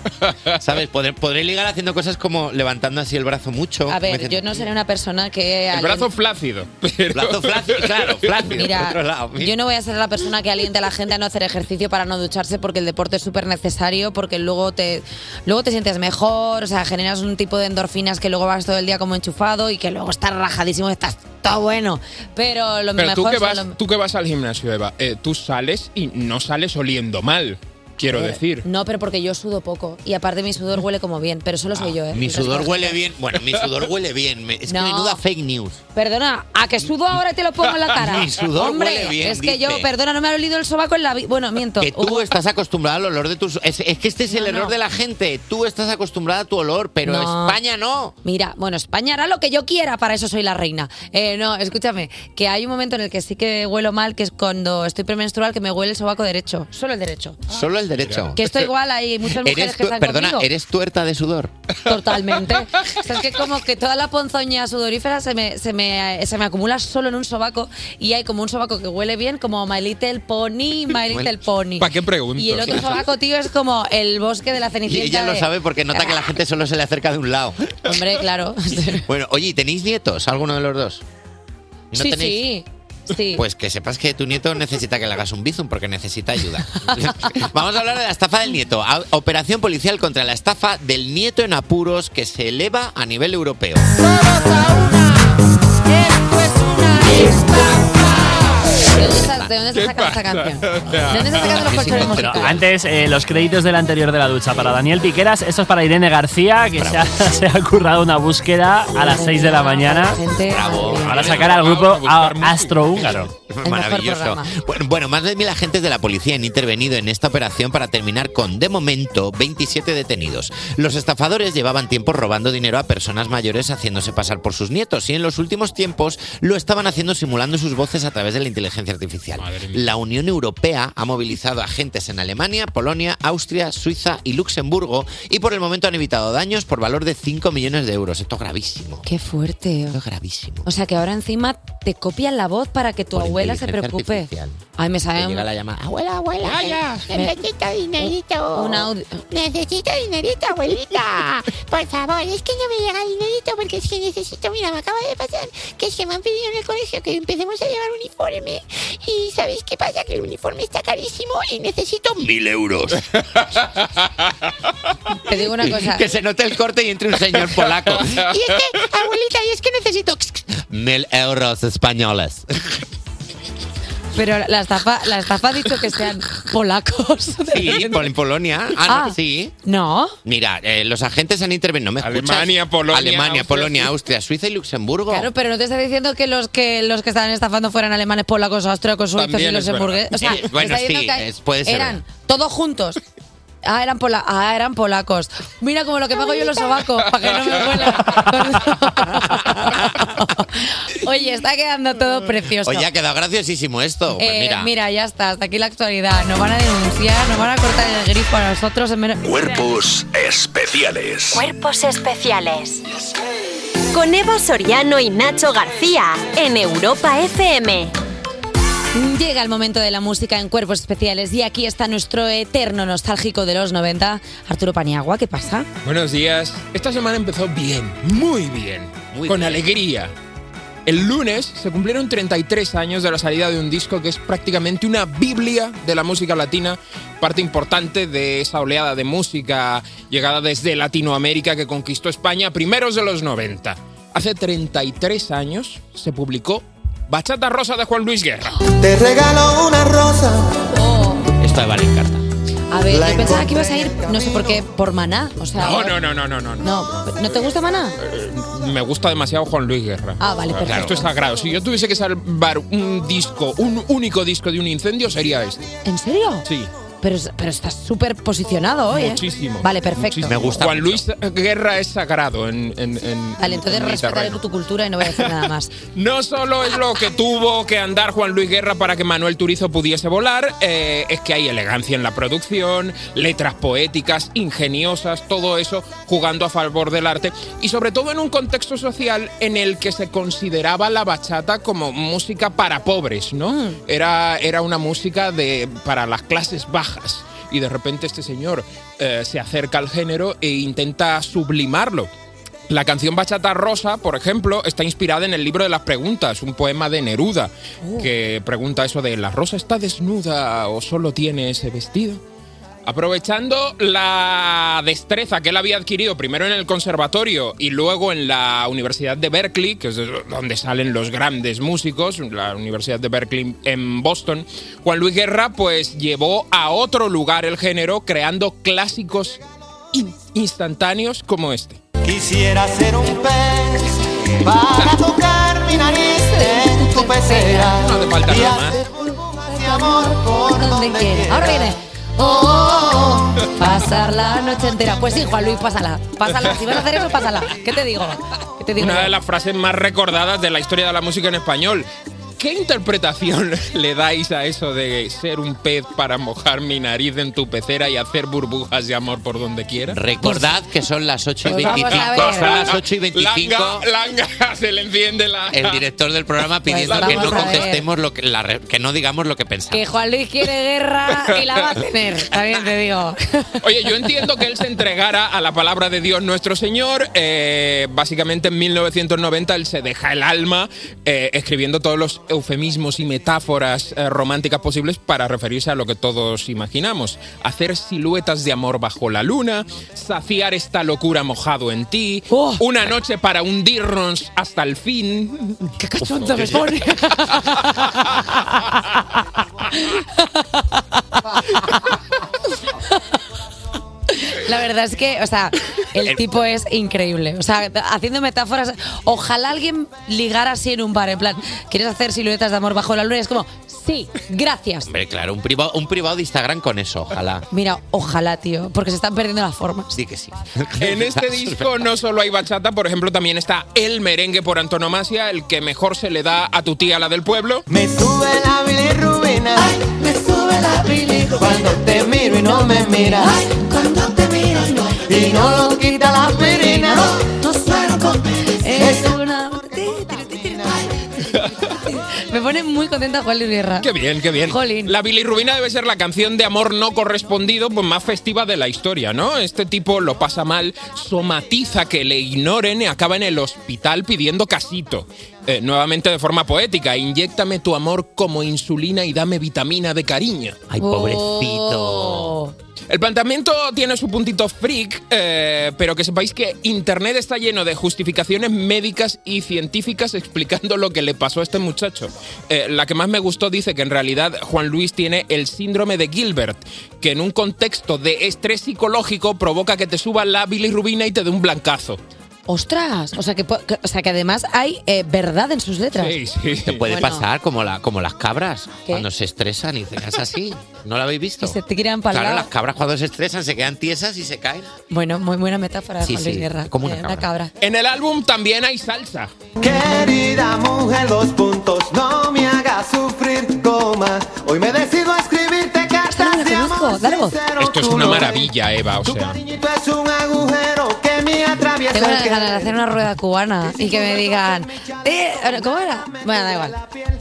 Speaker 4: ¿Sabes? Podré, podré ligar haciendo cosas como levantando así el brazo mucho.
Speaker 3: A
Speaker 4: como
Speaker 3: ver,
Speaker 4: diciendo,
Speaker 3: yo no seré una persona que...
Speaker 4: El
Speaker 3: aliente-
Speaker 4: brazo
Speaker 15: flácido.
Speaker 4: Brazo flácido, claro, flácido.
Speaker 3: Mira,
Speaker 4: por otro lado.
Speaker 3: Yo no voy a ser la persona que aliente a la gente a no hacer ejercicio para no ducharse porque el deporte es súper necesario, porque luego te, luego te sientes mejor, o sea, generas un tipo de endorfinas que luego vas todo el día como enchufado y que luego estás rajadísimo, estás todo bueno. Pero lo
Speaker 15: Pero
Speaker 3: mejor
Speaker 15: tú que,
Speaker 3: son
Speaker 15: vas,
Speaker 3: lo-
Speaker 15: tú que vas al gimnasio, Eva, eh, tú sales y no sales oliendo mal. quiero decir.
Speaker 3: No, pero porque yo sudo poco. Y aparte mi sudor huele como bien, pero solo soy yo, ¿eh?
Speaker 4: Ah, Mi
Speaker 3: Lucas
Speaker 4: sudor
Speaker 3: Borges.
Speaker 4: huele bien. Bueno, mi sudor huele bien. Me- Es
Speaker 3: No.
Speaker 4: que menuda fake news.
Speaker 3: Perdona, ¿a que sudo ahora y te lo pongo en la cara?
Speaker 4: Mi sudor
Speaker 3: Hombre,
Speaker 4: huele bien,
Speaker 3: es que
Speaker 4: dice.
Speaker 3: yo, perdona, no me ha olido el sobaco en la... vi- Bueno, miento.
Speaker 4: Que tú estás acostumbrada al olor de tus. Es, es que este es el
Speaker 3: No,
Speaker 4: error
Speaker 3: no.
Speaker 4: de la gente. Tú estás acostumbrada a tu olor, pero España no.
Speaker 3: Mira, bueno, España hará lo que yo quiera, para eso soy la reina. Eh, no, escúchame, que hay un momento en el que sí que huelo mal, que es cuando estoy premenstrual, que me huele el sobaco derecho, solo el derecho.
Speaker 4: Solo el derecho.
Speaker 3: Que esto igual hay muchas mujeres
Speaker 4: Este, Eres
Speaker 3: que
Speaker 4: tu-
Speaker 3: están
Speaker 4: perdona,
Speaker 3: conmigo.
Speaker 4: eres tuerta de sudor.
Speaker 3: Totalmente. O sea, es que como que toda la ponzoña sudorífera se me, se, me, se me acumula solo en un sobaco y hay como un sobaco que huele bien, como My Little Pony, My Little Pony.
Speaker 15: ¿Para qué pregunto?
Speaker 3: Y el otro sobaco, tío, es como el bosque de la
Speaker 4: Y
Speaker 3: cenicienta.
Speaker 4: ella lo
Speaker 3: de- Ah.
Speaker 4: sabe porque nota que la gente solo se le acerca de un lado.
Speaker 3: Hombre, claro.
Speaker 4: Bueno, oye, ¿y ¿tenéis nietos? ¿Alguno de los dos? ¿No
Speaker 3: sí,
Speaker 4: tenéis?
Speaker 3: sí. Sí.
Speaker 4: Pues que sepas que tu nieto necesita que le hagas un bizum porque necesita ayuda. Vamos a hablar de la estafa del nieto. A- Operación policial contra la estafa del nieto en apuros que se eleva a nivel europeo.
Speaker 3: ¿De dónde estás- de dónde estás sacando esta canción? ¿Dónde estás sacando los colchones
Speaker 14: Pero
Speaker 3: musicales?
Speaker 14: antes, eh, los créditos del anterior de la ducha para Daniel Piqueras. Esto es para Irene García, que se ha, se ha currado una búsqueda a las 6 de la mañana
Speaker 3: eh,
Speaker 14: para sacar al grupo a- astrohúngaro.
Speaker 4: Maravilloso.
Speaker 14: programa.
Speaker 4: Bueno, bueno, más de mil agentes de la policía han intervenido en esta operación para terminar con, de momento, 27 detenidos. Los estafadores llevaban tiempo robando dinero a personas mayores haciéndose pasar por sus nietos y en los últimos tiempos lo estaban haciendo simulando sus voces a través de la inteligencia artificial. La Unión Europea ha movilizado agentes en Alemania, Polonia, Austria, Suiza y Luxemburgo y por el momento han evitado daños por valor de 5 millones de euros. Esto es gravísimo.
Speaker 3: Qué fuerte. Esto
Speaker 4: es gravísimo.
Speaker 3: O sea que ahora encima te copian la voz para que tu
Speaker 4: Por
Speaker 3: abuela se
Speaker 4: inteligencia
Speaker 3: preocupe.
Speaker 4: artificial.
Speaker 3: Ay, me
Speaker 4: Te
Speaker 3: sabe.
Speaker 4: llega la llamada. Ah,
Speaker 17: Abuela, abuela,
Speaker 3: Vaya.
Speaker 17: ne- necesito dinerito.
Speaker 3: un audio.
Speaker 17: Necesito dinerito, abuelita. Por favor, es que no me llega dinerito porque es que necesito, mira, me acaba de pasar que es que me han pedido en el colegio que empecemos a llevar uniforme. Y ¿sabéis qué pasa? Que el uniforme está carísimo y necesito
Speaker 4: Mil euros.
Speaker 3: Te digo una cosa.
Speaker 4: Que se note el corte y entre un señor polaco.
Speaker 17: Y es que, abuelita, y es que necesito.
Speaker 4: Mil euros españoles.
Speaker 3: Pero la estafa, la estafa ha dicho que sean polacos.
Speaker 4: Sí, por- en Polonia. Ah, no,
Speaker 3: Ah.
Speaker 4: sí.
Speaker 3: No.
Speaker 4: Mira, eh, los agentes han intervenido. ¿no me escuchas?
Speaker 15: Alemania, Polonia,
Speaker 4: Alemania,
Speaker 15: Austria,
Speaker 4: Polonia, Austria, Suiza y Luxemburgo.
Speaker 3: Claro, pero no te está diciendo que los que los que estaban estafando fueran alemanes, polacos, austríacos, suizos y
Speaker 4: También es
Speaker 3: luxemburgueses.
Speaker 4: verdad.
Speaker 3: O sea,
Speaker 4: Eh,
Speaker 3: me
Speaker 4: bueno,
Speaker 3: está diciendo
Speaker 4: sí,
Speaker 3: que hay-
Speaker 4: es- puede ser
Speaker 3: eran
Speaker 4: verdad.
Speaker 3: todos juntos. Ah eran, pola- ah, eran polacos. Mira como lo que pago yo los sobacos, para que no me vuelan. Oye, está quedando todo precioso.
Speaker 4: Oye, ha quedado graciosísimo esto. Pues
Speaker 3: Eh,
Speaker 4: mira.
Speaker 3: ya está, hasta aquí la actualidad. Nos van a denunciar, nos van a cortar el grifo a nosotros en menos...
Speaker 8: Cuerpos especiales.
Speaker 2: Cuerpos especiales. Con Eva Soriano y Nacho García en Europa FM.
Speaker 3: Llega el momento de la música en Cuerpos Especiales y aquí está nuestro eterno nostálgico de los 90, Arturo Paniagua. ¿Qué pasa?
Speaker 15: Buenos días. Esta semana empezó bien, muy bien, con alegría. El lunes se cumplieron 33 años de la salida de un disco que es prácticamente una biblia de la música latina, parte importante de esa oleada de música llegada desde Latinoamérica que conquistó España a primeros de los 90. Hace 33 años se publicó Bachata Rosa de Juan Luis Guerra.
Speaker 5: Te regalo una rosa.
Speaker 4: Esto de vale carta.
Speaker 3: A ver, yo pensaba que ibas a ir, no sé por qué, por Maná. O sea,
Speaker 15: No, Eh. no, no, no, no, no. no.
Speaker 3: no. ¿No te gusta Maná?
Speaker 15: Me gusta demasiado Juan Luis Guerra.
Speaker 3: Ah, vale,
Speaker 15: Claro,
Speaker 3: perfecto.
Speaker 15: Esto es sagrado. Si yo tuviese que salvar un disco, un único disco de un incendio, sería este.
Speaker 3: ¿En serio?
Speaker 15: Sí.
Speaker 3: Pero, pero estás súper posicionado hoy, ¿eh?
Speaker 15: Muchísimo.
Speaker 3: Vale, perfecto.
Speaker 15: Muchísimo. Juan Luis Guerra es sagrado en. en, en-
Speaker 3: Vale, entonces
Speaker 15: en mi
Speaker 3: respetaré
Speaker 15: terreno.
Speaker 3: tu cultura y no voy a decir nada más.
Speaker 15: No solo es lo que tuvo que andar Juan Luis Guerra para que Manuel Turizo pudiese volar, eh, es que hay elegancia en la producción, letras poéticas, ingeniosas, todo eso jugando a favor del arte y sobre todo en un contexto social en el que se consideraba la bachata como música para pobres, ¿no? Era, era una música de, para las clases bajas y de repente este señor eh, se acerca al género e intenta sublimarlo. La canción Bachata Rosa, por ejemplo, está inspirada en el libro de las preguntas, un poema de Neruda, que pregunta eso de ¿la rosa está desnuda o solo tiene ese vestido? Aprovechando la destreza que él había adquirido primero en el conservatorio y luego en la Universidad de Berkeley, que es de donde salen los grandes músicos, la Universidad de Berkeley en Boston, Juan Luis Guerra pues llevó a otro lugar el género creando clásicos in- instantáneos como este.
Speaker 5: Quisiera ser un pez para tocar mi nariz en tu pecera.
Speaker 15: No hace falta
Speaker 5: y
Speaker 15: nada más.
Speaker 5: hacer burbujas de amor por donde quiera.
Speaker 3: Ahora viene. Oh, oh, oh, pasar la noche entera. Pues sí, Juan Luis, pásala. Pásala. Si vas a hacer eso, pásala. ¿Qué te digo? ¿Qué te digo?
Speaker 15: Una de las frases más recordadas de la historia de la música en español. ¿Qué interpretación le dais a eso de ser un pez para mojar mi nariz en tu pecera y hacer burbujas de amor por donde quiera?
Speaker 4: Recordad que son las 8 y
Speaker 15: Pues vamos
Speaker 4: 25.
Speaker 15: a ver.
Speaker 4: Son las 8 y 25.
Speaker 15: Langa, langa, se le enciende la.
Speaker 4: El director del programa
Speaker 3: Pues
Speaker 4: pidiendo que no
Speaker 3: vamos a ver.
Speaker 4: contestemos lo que, la re- que no digamos lo que pensamos.
Speaker 3: Que Juan Luis quiere guerra y la va a tener. También te digo.
Speaker 15: Oye, yo entiendo que él se entregara a la palabra de Dios nuestro Señor. Eh, básicamente en 1990 él se deja el alma eh, escribiendo todos los eufemismos y metáforas eh, románticas posibles para referirse a lo que todos imaginamos. Hacer siluetas de amor bajo la luna, saciar esta locura mojado en ti,
Speaker 3: Oh.
Speaker 15: una noche para hundirnos hasta el fin. ¡Qué
Speaker 3: cachonda me pone! La verdad es que, o sea, el tipo es increíble. O sea, haciendo metáforas, ojalá alguien ligara así en un bar, en plan, ¿quieres hacer siluetas de amor bajo la luna? Y es como, sí, gracias.
Speaker 4: Hombre, claro, un privado, un privado de Instagram con eso, ojalá.
Speaker 3: Mira, ojalá, tío, porque se están perdiendo las formas.
Speaker 4: Sí que sí.
Speaker 15: En este disco no solo hay bachata, por ejemplo, también está el merengue por antonomasia, el que mejor se le da a tu tía, la del pueblo.
Speaker 5: Sube la bilirrubina, ay, me sube la bilirrubina cuando te miro y no me miras, ay, cuando te miro y no y no lo quita la aspirina, no, no suelo con
Speaker 3: Es una... Me pone muy contenta Juan Luis Guerra.
Speaker 15: Qué bien, qué bien. La bilirrubina debe ser la canción de amor no correspondido pues, más festiva de la historia, ¿no? Este tipo lo pasa mal, somatiza que le ignoren y acaba en el hospital pidiendo casito. Eh, nuevamente de forma poética, inyéctame tu amor como insulina y dame vitamina de cariño.
Speaker 4: Ay, pobrecito.
Speaker 15: El planteamiento tiene su puntito freak, eh, pero que sepáis que Internet está lleno de justificaciones médicas y científicas explicando lo que le pasó a este muchacho. Eh, la que más me gustó dice que en realidad Juan Luis tiene el síndrome de Gilbert, que en un contexto de estrés psicológico provoca que te suba la bilirrubina y te dé un blancazo.
Speaker 3: Ostras, o sea que, po- que- o sea que además hay eh, verdad en sus letras.
Speaker 4: Te puede
Speaker 3: Bueno.
Speaker 4: pasar como, la, como las cabras
Speaker 3: ¿Qué?
Speaker 4: cuando se estresan y dicen, es así. ¿No lo habéis visto?
Speaker 3: Y se tiran para
Speaker 4: Claro, las cabras cuando se estresan se quedan tiesas y se caen.
Speaker 3: Bueno, muy buena metáfora de
Speaker 4: Sí,
Speaker 3: Juan
Speaker 4: sí,
Speaker 3: Luis Guerra.
Speaker 4: como una
Speaker 3: Eh,
Speaker 4: cabra.
Speaker 15: En el álbum también hay salsa.
Speaker 5: Querida mujer, dos puntos, no me hagas sufrir, coma. Hoy me decido a escribirte cartas de amor sincero.
Speaker 15: Esto es
Speaker 5: Tu
Speaker 15: una
Speaker 5: nombre
Speaker 15: maravilla, Eva, o sea.
Speaker 5: es un agujero que me atraviesa
Speaker 3: Tengo
Speaker 5: el
Speaker 3: ganas de
Speaker 5: querer.
Speaker 3: hacer una rueda cubana y que me digan, eh, ¿cómo era? Bueno, da igual.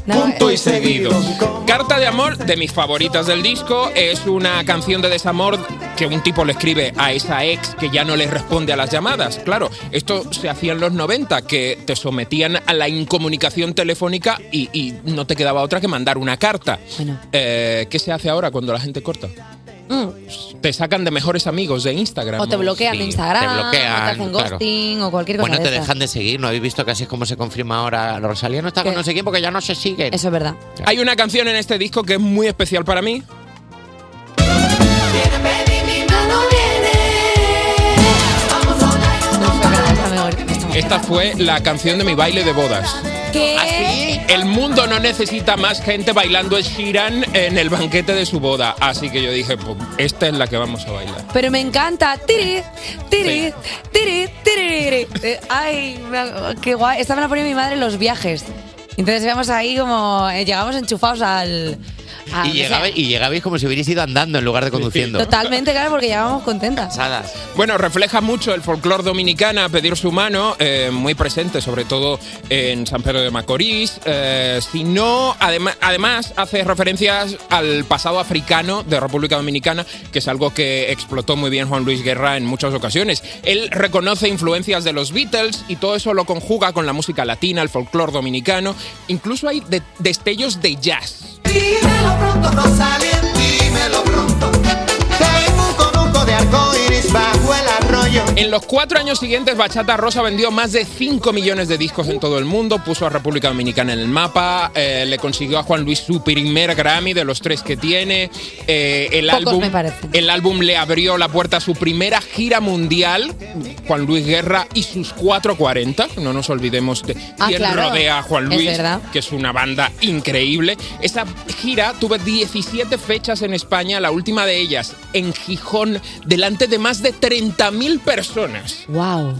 Speaker 15: Punto y seguido. Carta de amor, de mis favoritas del disco, es una canción de desamor que un tipo le escribe a esa ex que ya no le responde a las llamadas. Claro, esto se hacía en los 90, que te sometían a la incomunicación telefónica y, y no te quedaba otra que mandar una carta. Eh, ¿Qué se hace ahora cuando la gente corta?
Speaker 3: Mm,
Speaker 15: Te sacan de mejores amigos de Instagram.
Speaker 3: O te bloquean
Speaker 4: Sí,
Speaker 3: de Instagram,
Speaker 4: te bloquean,
Speaker 3: o te hacen
Speaker 4: claro.
Speaker 3: ghosting o cualquier cosa
Speaker 4: Bueno, te
Speaker 3: de esas.
Speaker 4: dejan de seguir, ¿no habéis visto que así es como se confirma ahora? Rosalía no está con
Speaker 3: ¿Qué?
Speaker 4: no sé quién porque ya no se siguen.
Speaker 3: Eso es verdad.
Speaker 15: Hay una canción en este disco que es muy especial para mí. Esta fue la canción de mi baile de bodas.
Speaker 5: ¿Ah,
Speaker 3: ¿Qué?
Speaker 15: El mundo no necesita más gente bailando Shiran en el banquete de su boda. Así que yo dije, pues, esta es la que vamos a bailar.
Speaker 3: Pero me encanta. Tiri, tiri, tiri, tiri. Eh, Ay, me- qué guay. Esta me la ponía mi madre en los viajes. Entonces íbamos ahí como, eh, llegábamos enchufados al... a-
Speaker 4: Y, llegabais, y llegabais como si hubierais ido andando en lugar de conduciendo.
Speaker 3: Totalmente, claro, porque llegábamos contentas.
Speaker 15: Bueno, refleja mucho el folclore dominicana, pedir su mano, eh, muy presente, sobre todo en San Pedro de Macorís. eh, si no, adem- además hace referencias al pasado africano de República Dominicana, que es algo que explotó muy bien Juan Luis Guerra en muchas ocasiones. Él reconoce influencias de los Beatles y todo eso lo conjuga con la música latina, el folclore dominicano. Incluso hay de- destellos de jazz.
Speaker 5: Dímelo pronto, Rosalía, dímelo pronto. Te
Speaker 15: En los cuatro años siguientes, Bachata Rosa vendió más de 5 millones de discos en todo el mundo, puso a República Dominicana en el mapa, eh, le consiguió a Juan Luis su primer Grammy de los tres que tiene. eh, el,
Speaker 3: Pocos,
Speaker 15: álbum,
Speaker 3: me parece.
Speaker 15: el álbum le abrió la puerta a su primera gira mundial, Juan Luis Guerra y sus 440, no nos olvidemos de
Speaker 3: Ah,
Speaker 15: quien
Speaker 3: claro.
Speaker 15: rodea a Juan
Speaker 3: Es
Speaker 15: Luis,
Speaker 3: verdad.
Speaker 15: que es una banda increíble. Esa gira tuvo 17 fechas en España, la última de ellas en Gijón, delante de más de 30.000 personas.
Speaker 3: ¡Wow!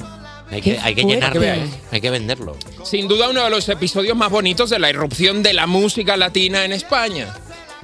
Speaker 4: Hay que, hay que llenarlo,
Speaker 15: Para que veáis.
Speaker 4: hay que venderlo.
Speaker 15: Sin duda uno de los episodios más bonitos de la irrupción de la música latina en España.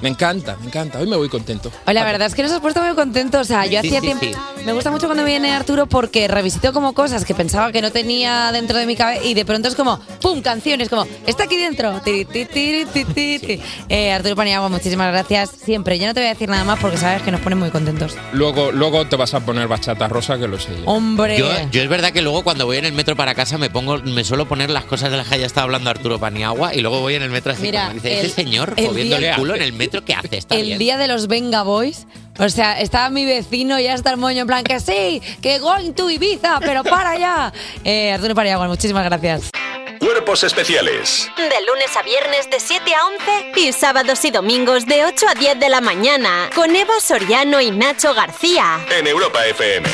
Speaker 15: Me encanta, me encanta. Hoy me voy contento.
Speaker 3: Oye, la verdad es que nos has puesto muy contentos. O sea, yo
Speaker 15: Sí,
Speaker 3: hacía
Speaker 15: sí,
Speaker 3: tiempo.
Speaker 15: sí.
Speaker 3: Me gusta mucho cuando viene Arturo porque revisito como cosas que pensaba que no tenía dentro de mi cabeza y de pronto es como, ¡pum! Canciones, como, ¡está aquí dentro! Tiri, ti, tiri, ti, ti, ti. Eh, Arturo Paniagua, muchísimas gracias siempre. Yo no te voy a decir nada más porque sabes que nos ponen muy contentos.
Speaker 15: Luego, luego te vas a poner bachata rosa, que lo sé yo.
Speaker 3: Hombre.
Speaker 4: Yo, yo es verdad que luego cuando voy en el metro para casa me pongo, me suelo poner las cosas de las que ya está hablando Arturo Paniagua y luego voy en el metro así
Speaker 3: Mira,
Speaker 4: como dice,
Speaker 3: el-
Speaker 4: ese señor
Speaker 3: el
Speaker 4: moviendo
Speaker 3: día-
Speaker 4: el culo en el metro, ¿qué hace? Está
Speaker 3: el
Speaker 4: bien.
Speaker 3: día de los Venga Boys. O sea, estaba mi vecino ya hasta el moño en plan que sí, que going to Ibiza, pero para ya. Eh, Arturo Paniagua, muchísimas gracias.
Speaker 8: Cuerpos especiales
Speaker 2: De lunes a viernes de 7 a 11 y sábados y domingos de 8 a 10 de la mañana con Eva Soriano y Nacho García.
Speaker 8: en Europa FM.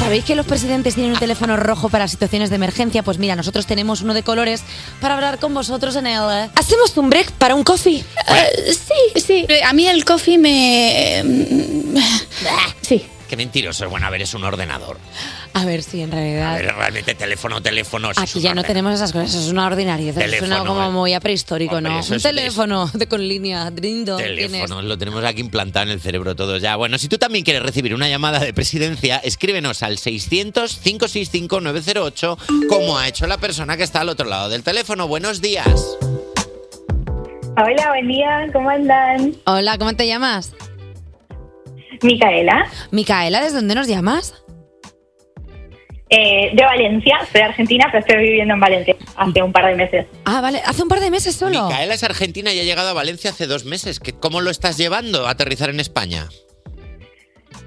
Speaker 3: ¿Sabéis que los presidentes tienen un teléfono rojo para situaciones de emergencia? Pues mira, nosotros tenemos uno de colores para hablar con vosotros en el... eh, ¿Hacemos un break para un coffee?
Speaker 4: ¿Eh?
Speaker 3: Eh,
Speaker 18: sí, sí. A mí el coffee me...
Speaker 3: em,
Speaker 18: Sí.
Speaker 4: Qué mentiroso. Bueno, a ver, es un ordenador.
Speaker 3: A ver si en realidad...
Speaker 4: A ver, realmente teléfono, teléfono. eso es
Speaker 3: Aquí
Speaker 4: un
Speaker 3: ya no
Speaker 4: ordenador.
Speaker 3: tenemos esas cosas, eso es una ordinariedad, eso suena
Speaker 4: Teléfono,
Speaker 3: como
Speaker 4: eh.
Speaker 3: muy a prehistórico,
Speaker 4: Hombre,
Speaker 3: ¿no?
Speaker 4: eso
Speaker 3: Un
Speaker 4: es-
Speaker 3: teléfono de con línea, drindo, tienes.
Speaker 4: Teléfono, lo tenemos aquí implantado en el cerebro todo ya. Bueno, si tú también quieres recibir una llamada de presidencia, escríbenos al 600-565-908, como ha hecho la persona que está al otro lado del teléfono. Buenos días.
Speaker 19: Hola, buen día, ¿cómo andan?
Speaker 3: Hola, ¿cómo te llamas?
Speaker 19: Micaela,
Speaker 3: Micaela, ¿desde dónde nos llamas?
Speaker 19: eh, de Valencia, soy argentina, pero estoy viviendo en Valencia hace un par de meses.
Speaker 3: Ah, vale, hace un par de meses solo.
Speaker 4: Micaela es argentina y ha llegado a Valencia hace dos meses. ¿Qué- ¿Cómo lo estás llevando a aterrizar en España?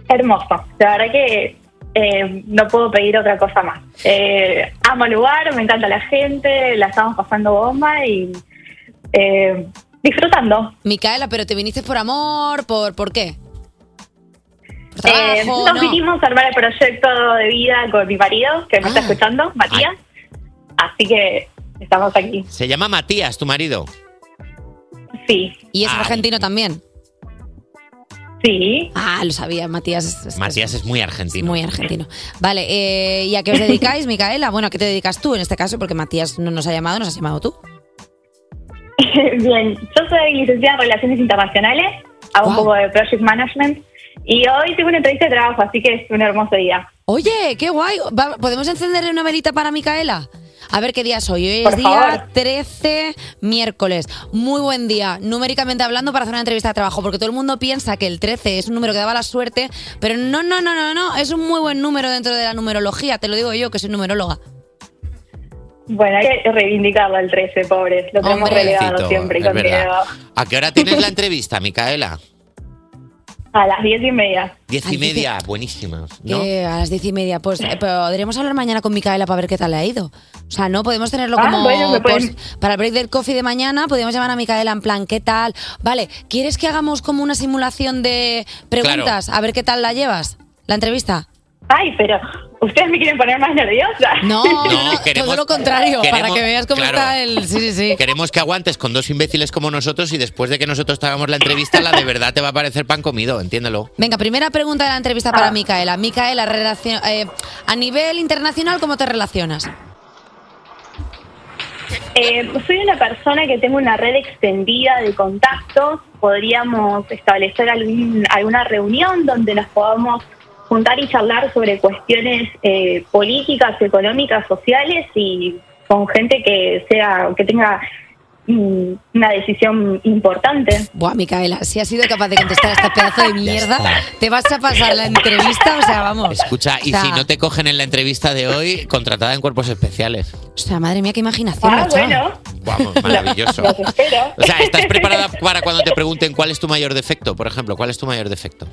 Speaker 19: Hermoso, la verdad que eh, no puedo pedir otra cosa más. Eh, amo el lugar, me encanta la gente, la estamos pasando bomba y eh, disfrutando.
Speaker 3: Micaela, pero te viniste por amor, por, ¿por qué? Por
Speaker 19: Eh,
Speaker 3: trabajo,
Speaker 19: nos
Speaker 3: ¿no?
Speaker 19: vinimos a armar el proyecto de vida con mi marido, que
Speaker 3: Ah.
Speaker 19: me está escuchando, Matías, así que estamos aquí.
Speaker 4: Se llama Matías, tu marido.
Speaker 19: Sí.
Speaker 3: ¿Y es
Speaker 4: Ah.
Speaker 3: argentino también?
Speaker 19: Sí.
Speaker 3: Ah, lo sabía, Matías es, es-
Speaker 4: Matías es muy
Speaker 3: es
Speaker 4: argentino.
Speaker 3: muy argentino. Vale, eh, ¿y a qué os dedicáis, Micaela? Bueno, ¿a qué te dedicas tú en este caso? Porque Matías no nos ha llamado, nos has llamado tú.
Speaker 19: Bien, yo soy licenciada en Relaciones Internacionales, hago un poco de Project Management y hoy tengo una entrevista de trabajo, así que es un hermoso día.
Speaker 3: Oye, Eh, qué guay. Va- ¿Podemos encenderle una velita para Micaela? A ver qué día es hoy. Hoy es
Speaker 19: Por
Speaker 3: día
Speaker 19: favor.
Speaker 3: 13, miércoles. Muy buen día, numéricamente hablando, para hacer una entrevista de trabajo, porque todo el mundo piensa que el 13 es un número que daba la suerte, pero no, no, no, no, no. Es un muy buen número dentro de la numerología, te lo digo yo, que soy numeróloga.
Speaker 19: Bueno, hay que reivindicarlo al 13, pobres, lo tenemos
Speaker 4: Hombre.
Speaker 19: relegado
Speaker 4: Pobrecito,
Speaker 19: siempre
Speaker 4: es
Speaker 19: con
Speaker 4: verdad.
Speaker 19: miedo.
Speaker 4: ¿A qué hora tienes la entrevista, Micaela?
Speaker 19: A las diez y media.
Speaker 4: Diez y media, buenísima. ¿no?
Speaker 3: Que a las diez y media, pues eh, podremos hablar mañana con Micaela para ver qué tal le ha ido. O sea, no podemos tenerlo
Speaker 19: Ah,
Speaker 3: como
Speaker 19: bueno, me pueden-
Speaker 3: post- para el break del coffee de mañana, podríamos llamar a Micaela en plan, ¿qué tal? Vale, ¿quieres que hagamos como una simulación de preguntas? A ver qué tal la llevas, la entrevista.
Speaker 19: Ay, pero ustedes me quieren poner más nerviosa.
Speaker 3: No, no, todo lo contrario, para
Speaker 4: queremos-
Speaker 3: que veas cómo
Speaker 4: claro.
Speaker 3: está el. Sí, sí, sí.
Speaker 4: Queremos que aguantes con dos imbéciles como nosotros y después de que nosotros te hagamos la entrevista, la de verdad te va a parecer pan comido, entiéndelo.
Speaker 3: Venga, primera pregunta de la entrevista
Speaker 19: Ah.
Speaker 3: para Micaela. Micaela, relacion- eh, a nivel internacional, ¿cómo te relacionas?
Speaker 19: Eh, soy una persona que tengo una red extendida de contactos. Podríamos establecer algún- alguna reunión donde nos podamos juntar y charlar sobre cuestiones eh, políticas, económicas, sociales y con gente que sea que tenga mm, una decisión importante.
Speaker 3: Buah, Micaela, si has sido capaz de contestar a este pedazo de mierda, te vas a pasar la entrevista, o sea, vamos.
Speaker 4: Escucha, y
Speaker 3: O sea-
Speaker 4: si no te cogen en la entrevista de hoy, contratada en cuerpos especiales.
Speaker 3: O sea, madre mía, qué imaginación.
Speaker 4: Ah,
Speaker 3: macho.
Speaker 4: bueno. Vamos, maravilloso.
Speaker 3: Los espero.
Speaker 4: O sea, ¿estás preparada para cuando te pregunten cuál es tu mayor defecto? Por ejemplo, ¿cuál es tu mayor defecto?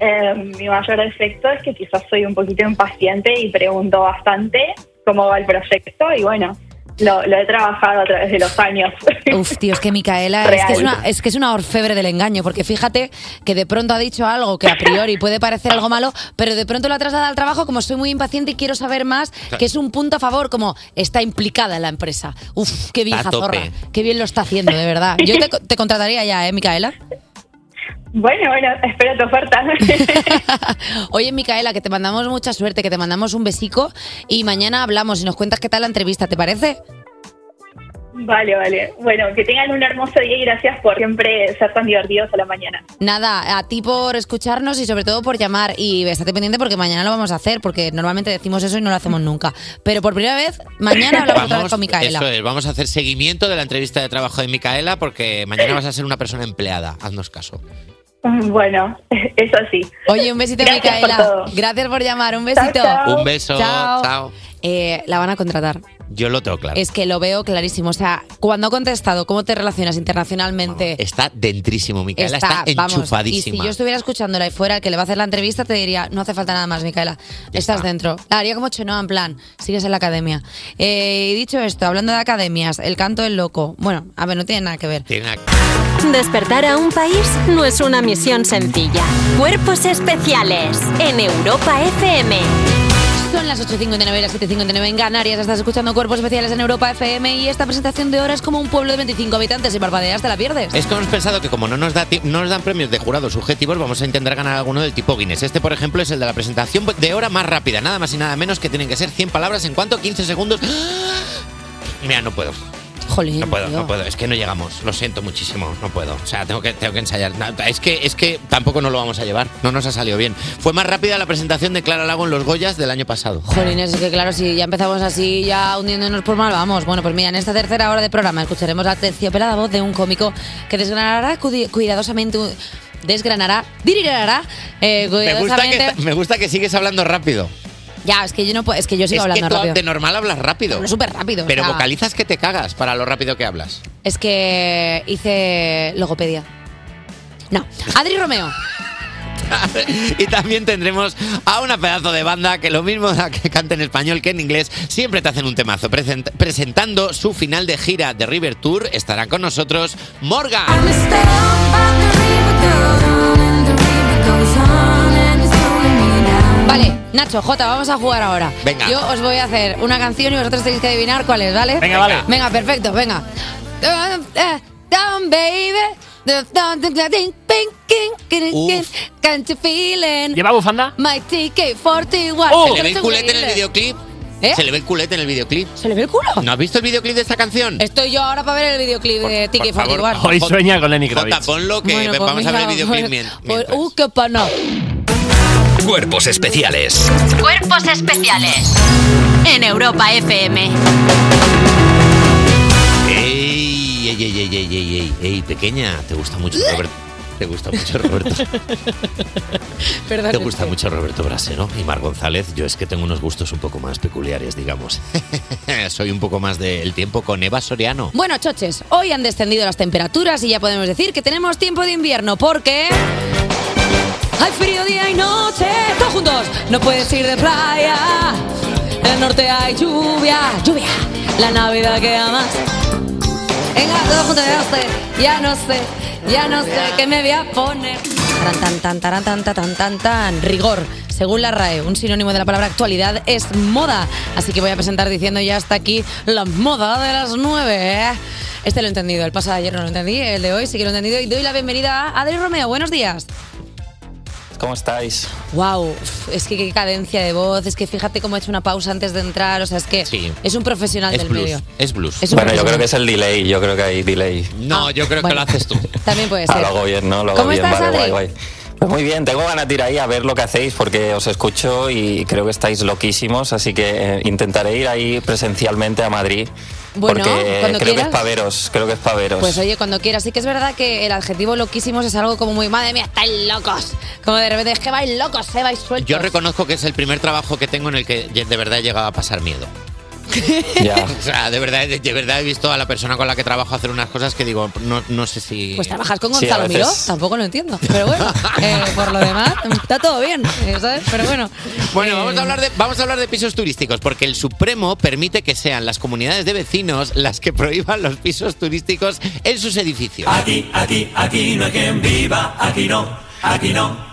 Speaker 19: Eh, mi mayor defecto es que quizás soy un poquito impaciente y pregunto bastante cómo va el proyecto y bueno, lo, lo he trabajado a través de los años.
Speaker 3: Uf, tío, es que Micaela es
Speaker 19: Real.
Speaker 3: que es, una, es que es una orfebre del engaño, porque fíjate que de pronto ha dicho algo que a priori puede parecer algo malo, pero de pronto lo ha trasladado al trabajo como soy muy impaciente y quiero saber más, que es un punto a favor, como está implicada en la empresa. Uf, qué vieja
Speaker 19: a tope.
Speaker 3: zorra, qué bien lo está haciendo, de verdad. Yo te, co- te contrataría ya, ¿eh, Micaela?
Speaker 19: Bueno, bueno, espero tu oferta.
Speaker 3: Oye, Micaela, que te mandamos mucha suerte, que te mandamos un besico y mañana hablamos y nos cuentas qué tal la entrevista, ¿te parece?
Speaker 19: Vale, vale. Bueno, que tengan un hermoso día y gracias por siempre ser tan divertidos a la mañana.
Speaker 3: Nada, a ti por escucharnos y sobre todo por llamar. Y estate pendiente porque mañana lo vamos a hacer, porque normalmente decimos eso y no lo hacemos nunca. Pero por primera vez, mañana hablamos otra vez con Micaela.
Speaker 4: Eso es, vamos a hacer seguimiento de la entrevista de trabajo de Micaela porque mañana vas a ser una persona empleada. Haznos caso.
Speaker 19: Bueno, eso sí.
Speaker 3: Oye, un besito,
Speaker 19: Gracias por
Speaker 3: Micaela.
Speaker 19: todo.
Speaker 3: Gracias por llamar, un besito.
Speaker 4: chao. Un beso,
Speaker 3: Chao.
Speaker 4: chao.
Speaker 3: Eh, la van a contratar.
Speaker 4: Yo lo tengo claro.
Speaker 3: Es que lo veo clarísimo. O sea, cuando ha contestado, ¿cómo te relacionas internacionalmente?
Speaker 4: Está dentrísimo, Micaela. Está,
Speaker 3: vamos,
Speaker 4: enchufadísima.
Speaker 3: Y si yo estuviera escuchándola y fuera el que le va a hacer la entrevista, te diría, no hace falta nada más, Micaela. estás dentro. La haría como Chenoa, en plan, sigues en la academia. Eh, y dicho esto, hablando de academias, el canto del loco. Bueno, a ver, no tiene nada que ver.
Speaker 2: Despertar a un país no es una misión sencilla. Cuerpos especiales en Europa FM.
Speaker 3: Son las 8.59 y las 7.59 en Canarias. Estás escuchando Cuerpos Especiales en Europa FM y esta presentación de ahora es como un pueblo de 25 habitantes. Si parpadeas, te la pierdes.
Speaker 4: Es que hemos pensado que como no nos, da ti- no nos dan premios de jurados subjetivos, vamos a intentar ganar alguno del tipo Guinness. Este, por ejemplo, es el de la presentación de hora más rápida. Nada más y nada menos que tienen que ser 100 palabras en cuanto 15 segundos. Mira, no puedo.
Speaker 3: Jolín.
Speaker 4: No puedo,
Speaker 3: tío.
Speaker 4: no puedo. Es que no llegamos. Lo siento muchísimo. No puedo. O sea, tengo que, tengo que ensayar. No, Es que, es que tampoco nos lo vamos a llevar. No nos ha salido bien. Fue más rápida la presentación de Clara Lago en los Goyas del año pasado.
Speaker 3: Jolines, es que claro, si ya empezamos así, ya hundiéndonos por mal, vamos. Bueno, pues mira, en esta tercera hora de programa escucharemos la terciopelada voz de un cómico que desgranará cudi- cuidadosamente. un- Desgranará, dirirará,
Speaker 4: Me
Speaker 3: eh,
Speaker 4: gusta, que,
Speaker 3: cuidadosamente.
Speaker 4: esta- me gusta que sigues hablando rápido.
Speaker 3: Ya, es que yo no puedo, es que yo sigo
Speaker 4: es
Speaker 3: hablando
Speaker 4: que tú
Speaker 3: rápido.
Speaker 4: de normal hablas rápido.
Speaker 3: Hablo súper rápido. o
Speaker 4: Pero
Speaker 3: sea,
Speaker 4: vocalizas que te cagas para lo rápido que hablas.
Speaker 3: Es que hice logopedia. No, Adri Romeo.
Speaker 4: y también tendremos a una pedazo de banda que lo mismo da que canta en español que en inglés, siempre te hacen un temazo. Present- presentando su final de gira de River Tour estará con nosotros Morgan.
Speaker 3: Ah, Vale, Nacho, Jota, vamos a jugar ahora.
Speaker 4: Venga.
Speaker 3: Yo os voy a hacer una canción y vosotros tenéis que adivinar cuál es, ¿vale?
Speaker 4: Venga, vale.
Speaker 3: Venga, perfecto, venga. Down, baby. Can't you feel it?
Speaker 14: ¿Lleva bufanda?
Speaker 3: My TK41.
Speaker 4: Oh. ¿Se le ve el culete en el videoclip?
Speaker 3: ¿Eh?
Speaker 4: ¿Se le ve el culete en el videoclip?
Speaker 3: ¿Se le ve el culo?
Speaker 4: ¿No has visto el videoclip de esta canción?
Speaker 3: Estoy yo ahora para ver el videoclip de TK41.
Speaker 14: Hoy sueña con Lenny
Speaker 4: Jota,
Speaker 14: Kravitz.
Speaker 4: ponlo que
Speaker 14: Bueno, pues
Speaker 4: vamos a ver el
Speaker 14: venga,
Speaker 4: videoclip
Speaker 14: pues-
Speaker 4: mien-
Speaker 3: Pues, uh, qué pana.
Speaker 1: Cuerpos especiales
Speaker 2: Cuerpos especiales en Europa FM.
Speaker 3: pues
Speaker 4: Ey, ey, ey, ey, ey, ey, ey, ey, pequeña, te gusta mucho Roberto. Te gusta mucho Roberto.
Speaker 3: Perdón.
Speaker 4: Te gusta mucho Roberto Brasero y Mar González. Yo es que tengo unos gustos un poco más peculiares, digamos. Soy un poco más del tiempo con Eva Soriano.
Speaker 3: Bueno, choches, hoy han descendido las temperaturas y ya podemos decir que tenemos tiempo de invierno porque... Hay frío día y noche, todos juntos. No puedes ir de playa. En el norte hay lluvia, lluvia. La Navidad que amas. Venga, todos juntos, ya no sé, ya no sé, ya no sé qué me voy a poner. Tan, tan, tan, tan, tan, tan, tan, tan. Rigor. Según la RAE, un sinónimo de la palabra actualidad es moda. Así que voy a presentar diciendo ya hasta aquí la moda de las nueve. ¿eh? Este lo he entendido, el pasado de ayer no lo entendí, el de hoy sí que lo he entendido. Y doy la bienvenida a Adri Romeo. Buenos días.
Speaker 20: ¿Cómo estáis?
Speaker 3: Wow, es que qué cadencia de voz, es que fíjate cómo ha hecho una pausa antes de entrar, o sea, es que es un profesional del medio.
Speaker 4: Es blues.
Speaker 3: Es un
Speaker 20: bueno, yo
Speaker 3: blues.
Speaker 20: creo que es el delay, yo creo que hay delay.
Speaker 4: No, yo creo que lo haces tú.
Speaker 3: También puede
Speaker 20: Ah,
Speaker 3: ser.
Speaker 20: lo hago bien, ¿no? Lo hago
Speaker 3: ¿Cómo
Speaker 20: bien,
Speaker 3: estás,
Speaker 20: vale,
Speaker 3: Adri?
Speaker 20: guay, guay. Pues muy bien, tengo ganas de ir ahí a ver lo que hacéis porque os escucho y creo que estáis loquísimos, así que eh, intentaré ir ahí presencialmente a Madrid.
Speaker 3: Bueno,
Speaker 20: porque creo
Speaker 3: cuando
Speaker 20: que
Speaker 3: quieras.
Speaker 20: es paveros, creo que es paveros.
Speaker 3: Pues oye, cuando quieras, sí que es verdad que el adjetivo loquísimos es algo como muy, madre mía, estáis locos. Como de repente, es que vais locos, se vais sueltos.
Speaker 4: Yo reconozco que es el primer trabajo que tengo en el que de verdad he llegado a pasar miedo.
Speaker 20: Ya.
Speaker 4: O sea, de verdad, de, de verdad he visto a la persona con la que trabajo hacer unas cosas que digo, no, no sé si.
Speaker 3: Pues trabajas con Gonzalo Miró, tampoco lo entiendo. Pero bueno, eh, por lo demás, está todo bien, eh, ¿sabes? Pero bueno.
Speaker 4: Bueno, vamos, a hablar de, vamos a hablar de pisos turísticos, porque el Supremo permite que sean las comunidades de vecinos las que prohíban los pisos turísticos en sus edificios.
Speaker 7: Aquí, aquí, aquí no hay quien viva, aquí no, aquí no.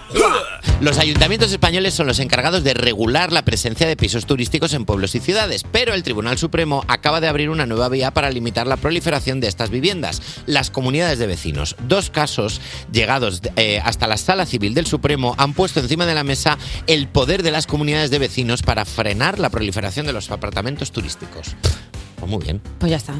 Speaker 4: Los ayuntamientos españoles son los encargados de regular la presencia de pisos turísticos en pueblos y ciudades, pero el Tribunal Supremo acaba de abrir una nueva vía para limitar la proliferación de estas viviendas, las comunidades de vecinos. Dos casos llegados eh, hasta la sala civil del Supremo han puesto encima de la mesa el poder de las comunidades de vecinos para frenar la proliferación de los apartamentos turísticos. Pues muy bien.
Speaker 3: Pues ya está.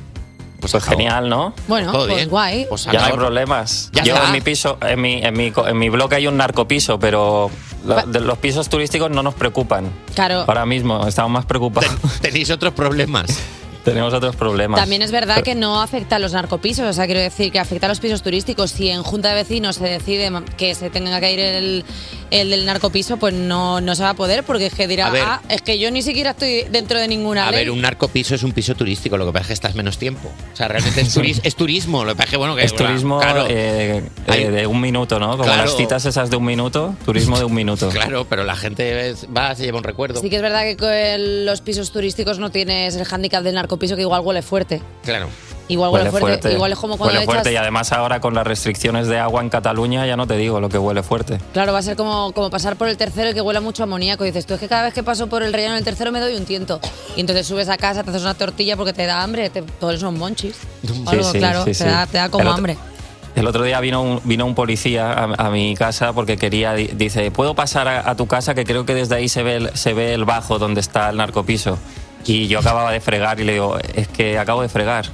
Speaker 4: Pues,
Speaker 20: genial, ¿no?
Speaker 3: Bueno,
Speaker 20: Todo
Speaker 3: pues
Speaker 20: bien.
Speaker 3: guay.
Speaker 20: ya no hay problemas.
Speaker 4: Ya
Speaker 20: Yo
Speaker 4: está.
Speaker 20: en mi piso, en mi, en mi co- en mi bloque hay un narcopiso, pero la-
Speaker 3: Va-
Speaker 20: de los pisos turísticos no nos preocupan.
Speaker 3: Claro.
Speaker 20: Ahora mismo estamos más preocupados.
Speaker 4: Tenéis otros problemas.
Speaker 20: Tenemos otros problemas.
Speaker 3: También es verdad que no afecta a los narcopisos, o sea, quiero decir que afecta a los pisos turísticos. Si en Junta de Vecinos se decide que se tenga que ir el, el del narcopiso, pues no, no se va a poder, porque es que dirá,
Speaker 4: A ver.
Speaker 3: ah, es que yo ni siquiera estoy dentro de ninguna
Speaker 4: A
Speaker 3: ley.
Speaker 4: ver, un narcopiso es un piso turístico, lo que pasa es que estás menos tiempo. O sea, realmente es, turis- es turismo, lo que pasa es que, bueno, que
Speaker 20: es turismo
Speaker 4: claro,
Speaker 20: eh, eh, de un minuto, ¿no? Como
Speaker 4: Claro.
Speaker 20: las citas esas de un minuto, turismo de un minuto.
Speaker 4: Claro, pero la gente va, se lleva un recuerdo.
Speaker 3: Sí que es verdad que con los pisos turísticos no tienes el hándicap del narcopiso, que igual huele fuerte.
Speaker 4: Claro.
Speaker 3: Igual huele, fuerte. Igual es como cuando
Speaker 20: huele
Speaker 3: echas...
Speaker 20: fuerte y además ahora con las restricciones de agua en Cataluña ya no te digo lo que huele fuerte.
Speaker 3: Claro, va a ser como, como pasar por el tercero y que huela mucho a amoníaco. Y dices, tú es que cada vez que paso por el relleno del tercero me doy un tiento. Y entonces subes a casa, te haces una tortilla porque te da hambre, te, todos son monchis. O algo,
Speaker 20: sí,
Speaker 3: claro,
Speaker 20: sí,
Speaker 3: te,
Speaker 20: sí.
Speaker 3: Da, te da como
Speaker 20: El otro-
Speaker 3: hambre.
Speaker 20: El otro día vino un, vino un policía a, a mi casa porque quería, di- dice, ¿puedo pasar a, a tu casa? Que creo que desde ahí se ve, el, se ve el bajo donde está el narcopiso. Y yo acababa de fregar y le digo, es que acabo de fregar.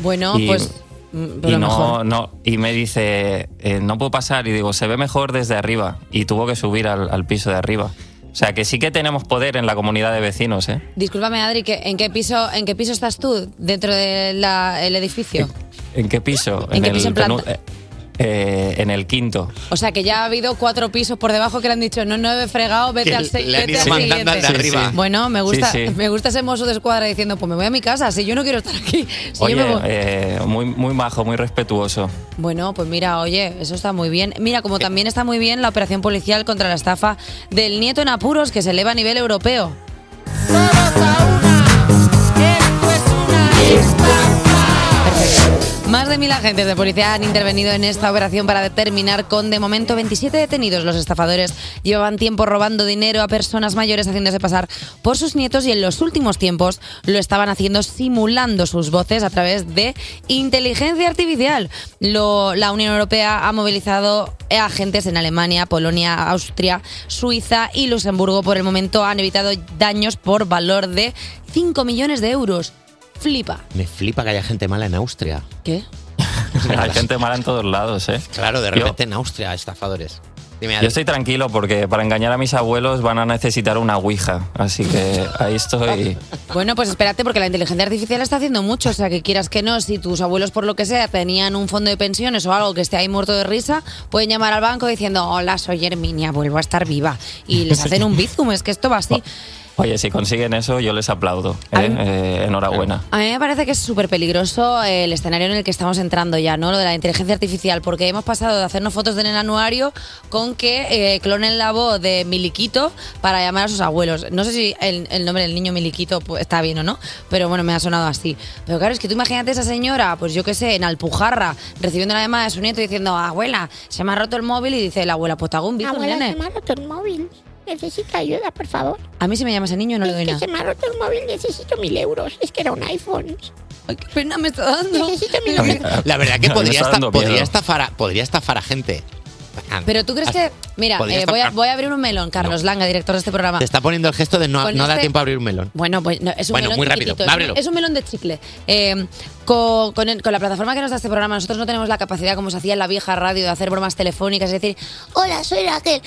Speaker 3: Bueno,
Speaker 20: Y-
Speaker 3: pues. mm, pero
Speaker 20: y no,
Speaker 3: mejor.
Speaker 20: no, y me dice, eh, no puedo pasar. Y digo, se ve mejor desde arriba. Y tuvo que subir al, al piso de arriba. O sea que sí que tenemos poder en la comunidad de vecinos, ¿eh?
Speaker 3: Discúlpame, Adri, que ¿en qué piso en qué piso estás tú dentro del edificio?
Speaker 20: ¿En qué piso?
Speaker 3: ¿En qué piso? En planta-
Speaker 20: penu- eh, eh, en el quinto.
Speaker 3: O sea, que ya ha habido cuatro pisos por debajo que le han dicho, no, no he fregado, vete
Speaker 20: Que
Speaker 3: al, se-
Speaker 20: le han
Speaker 3: vete
Speaker 20: ido
Speaker 3: al
Speaker 20: mandando
Speaker 3: siguiente.
Speaker 20: al de arriba.
Speaker 3: Bueno, me
Speaker 20: Sí,
Speaker 3: gusta,
Speaker 20: sí.
Speaker 3: me gusta ese mozo de escuadra diciendo, pues me voy a mi casa, si yo no quiero estar aquí. si yo
Speaker 20: Oye,
Speaker 3: me voy".
Speaker 20: eh, muy, muy majo, muy respetuoso.
Speaker 3: Bueno, pues mira, oye, eso está muy bien. Mira,
Speaker 20: Eh.
Speaker 3: como también está muy bien la operación policial contra la estafa del nieto en apuros que se eleva a nivel europeo. Más de mil agentes de policía han intervenido en esta operación para determinar con de momento 27 detenidos. Los estafadores llevaban tiempo robando dinero a personas mayores haciéndose pasar por sus nietos y en los últimos tiempos lo estaban haciendo simulando sus voces a través de inteligencia artificial. Lo- la Unión Europea ha movilizado agentes en Alemania, Polonia, Austria, Suiza y Luxemburgo. Por el momento han evitado daños por valor de 5 millones de euros. Flipa.
Speaker 4: Me flipa que haya gente mala en Austria.
Speaker 3: ¿Qué?
Speaker 20: Hay gente mala en todos lados, ¿eh?
Speaker 4: Claro, de
Speaker 20: Yo-
Speaker 4: repente en Austria, estafadores. Dime,
Speaker 20: Yo
Speaker 4: Adri.
Speaker 20: estoy tranquilo porque para engañar a mis abuelos van a necesitar una ouija. Así que
Speaker 4: Ah,
Speaker 20: ahí estoy.
Speaker 3: Bueno, pues espérate, porque la inteligencia artificial está haciendo mucho. O sea, que quieras que no, si tus abuelos, por lo que sea, tenían un fondo de pensiones o algo que esté ahí muerto de risa, pueden llamar al banco diciendo: Hola, soy Herminia, vuelvo a estar viva. Y les hacen un bizum, es que esto va así.
Speaker 20: Oye, si consiguen eso, yo les aplaudo. ¿eh? Eh, enhorabuena.
Speaker 3: A mí me parece que es súper peligroso el escenario en el que estamos entrando ya, ¿no? Lo de la inteligencia artificial, porque hemos pasado de hacernos fotos en el anuario con que eh, clonen la voz de Miliquito para llamar a sus abuelos. No sé si el, el nombre del niño Miliquito pues, está bien o no, pero bueno, me ha sonado así. Pero claro, es que tú imagínate a esa señora, pues yo qué sé, en Alpujarra, recibiendo la llamada de su nieto diciendo, abuela, se me ha roto el móvil, y dice la abuela, pues te hago un bizum,
Speaker 17: Abuela,
Speaker 3: nene".
Speaker 17: se me ha roto el móvil. Necesito ayuda, por favor.
Speaker 3: A mí si me llama ese niño no le doy
Speaker 17: Que
Speaker 3: nada.
Speaker 17: se me ha roto el móvil, necesito mil euros. Es que era un iPhone.
Speaker 3: Ay, qué pena me está dando.
Speaker 4: La verdad que
Speaker 20: Me
Speaker 4: podría, esta-
Speaker 20: está dando miedo.
Speaker 4: podría estafar a, podría estafar a gente.
Speaker 3: Pero tú crees que. Mira,
Speaker 4: Podría
Speaker 3: eh,
Speaker 4: estar-
Speaker 3: voy, a, voy a abrir un melón, Carlos Langa, director de este programa.
Speaker 4: Te está poniendo el gesto de no,
Speaker 3: Con
Speaker 4: no da
Speaker 3: este-
Speaker 4: tiempo a abrir un melón.
Speaker 3: Bueno, pues no, es un
Speaker 4: Bueno,
Speaker 3: melón
Speaker 4: muy rápido,
Speaker 3: chiquitito, es un-
Speaker 4: ábrelo.
Speaker 3: Es un melón de chicle. Eh, co- con, el- con la plataforma que nos da este programa, nosotros no tenemos la capacidad, como se hacía en la vieja radio, de hacer bromas telefónicas, es decir, hola, soy Raquel,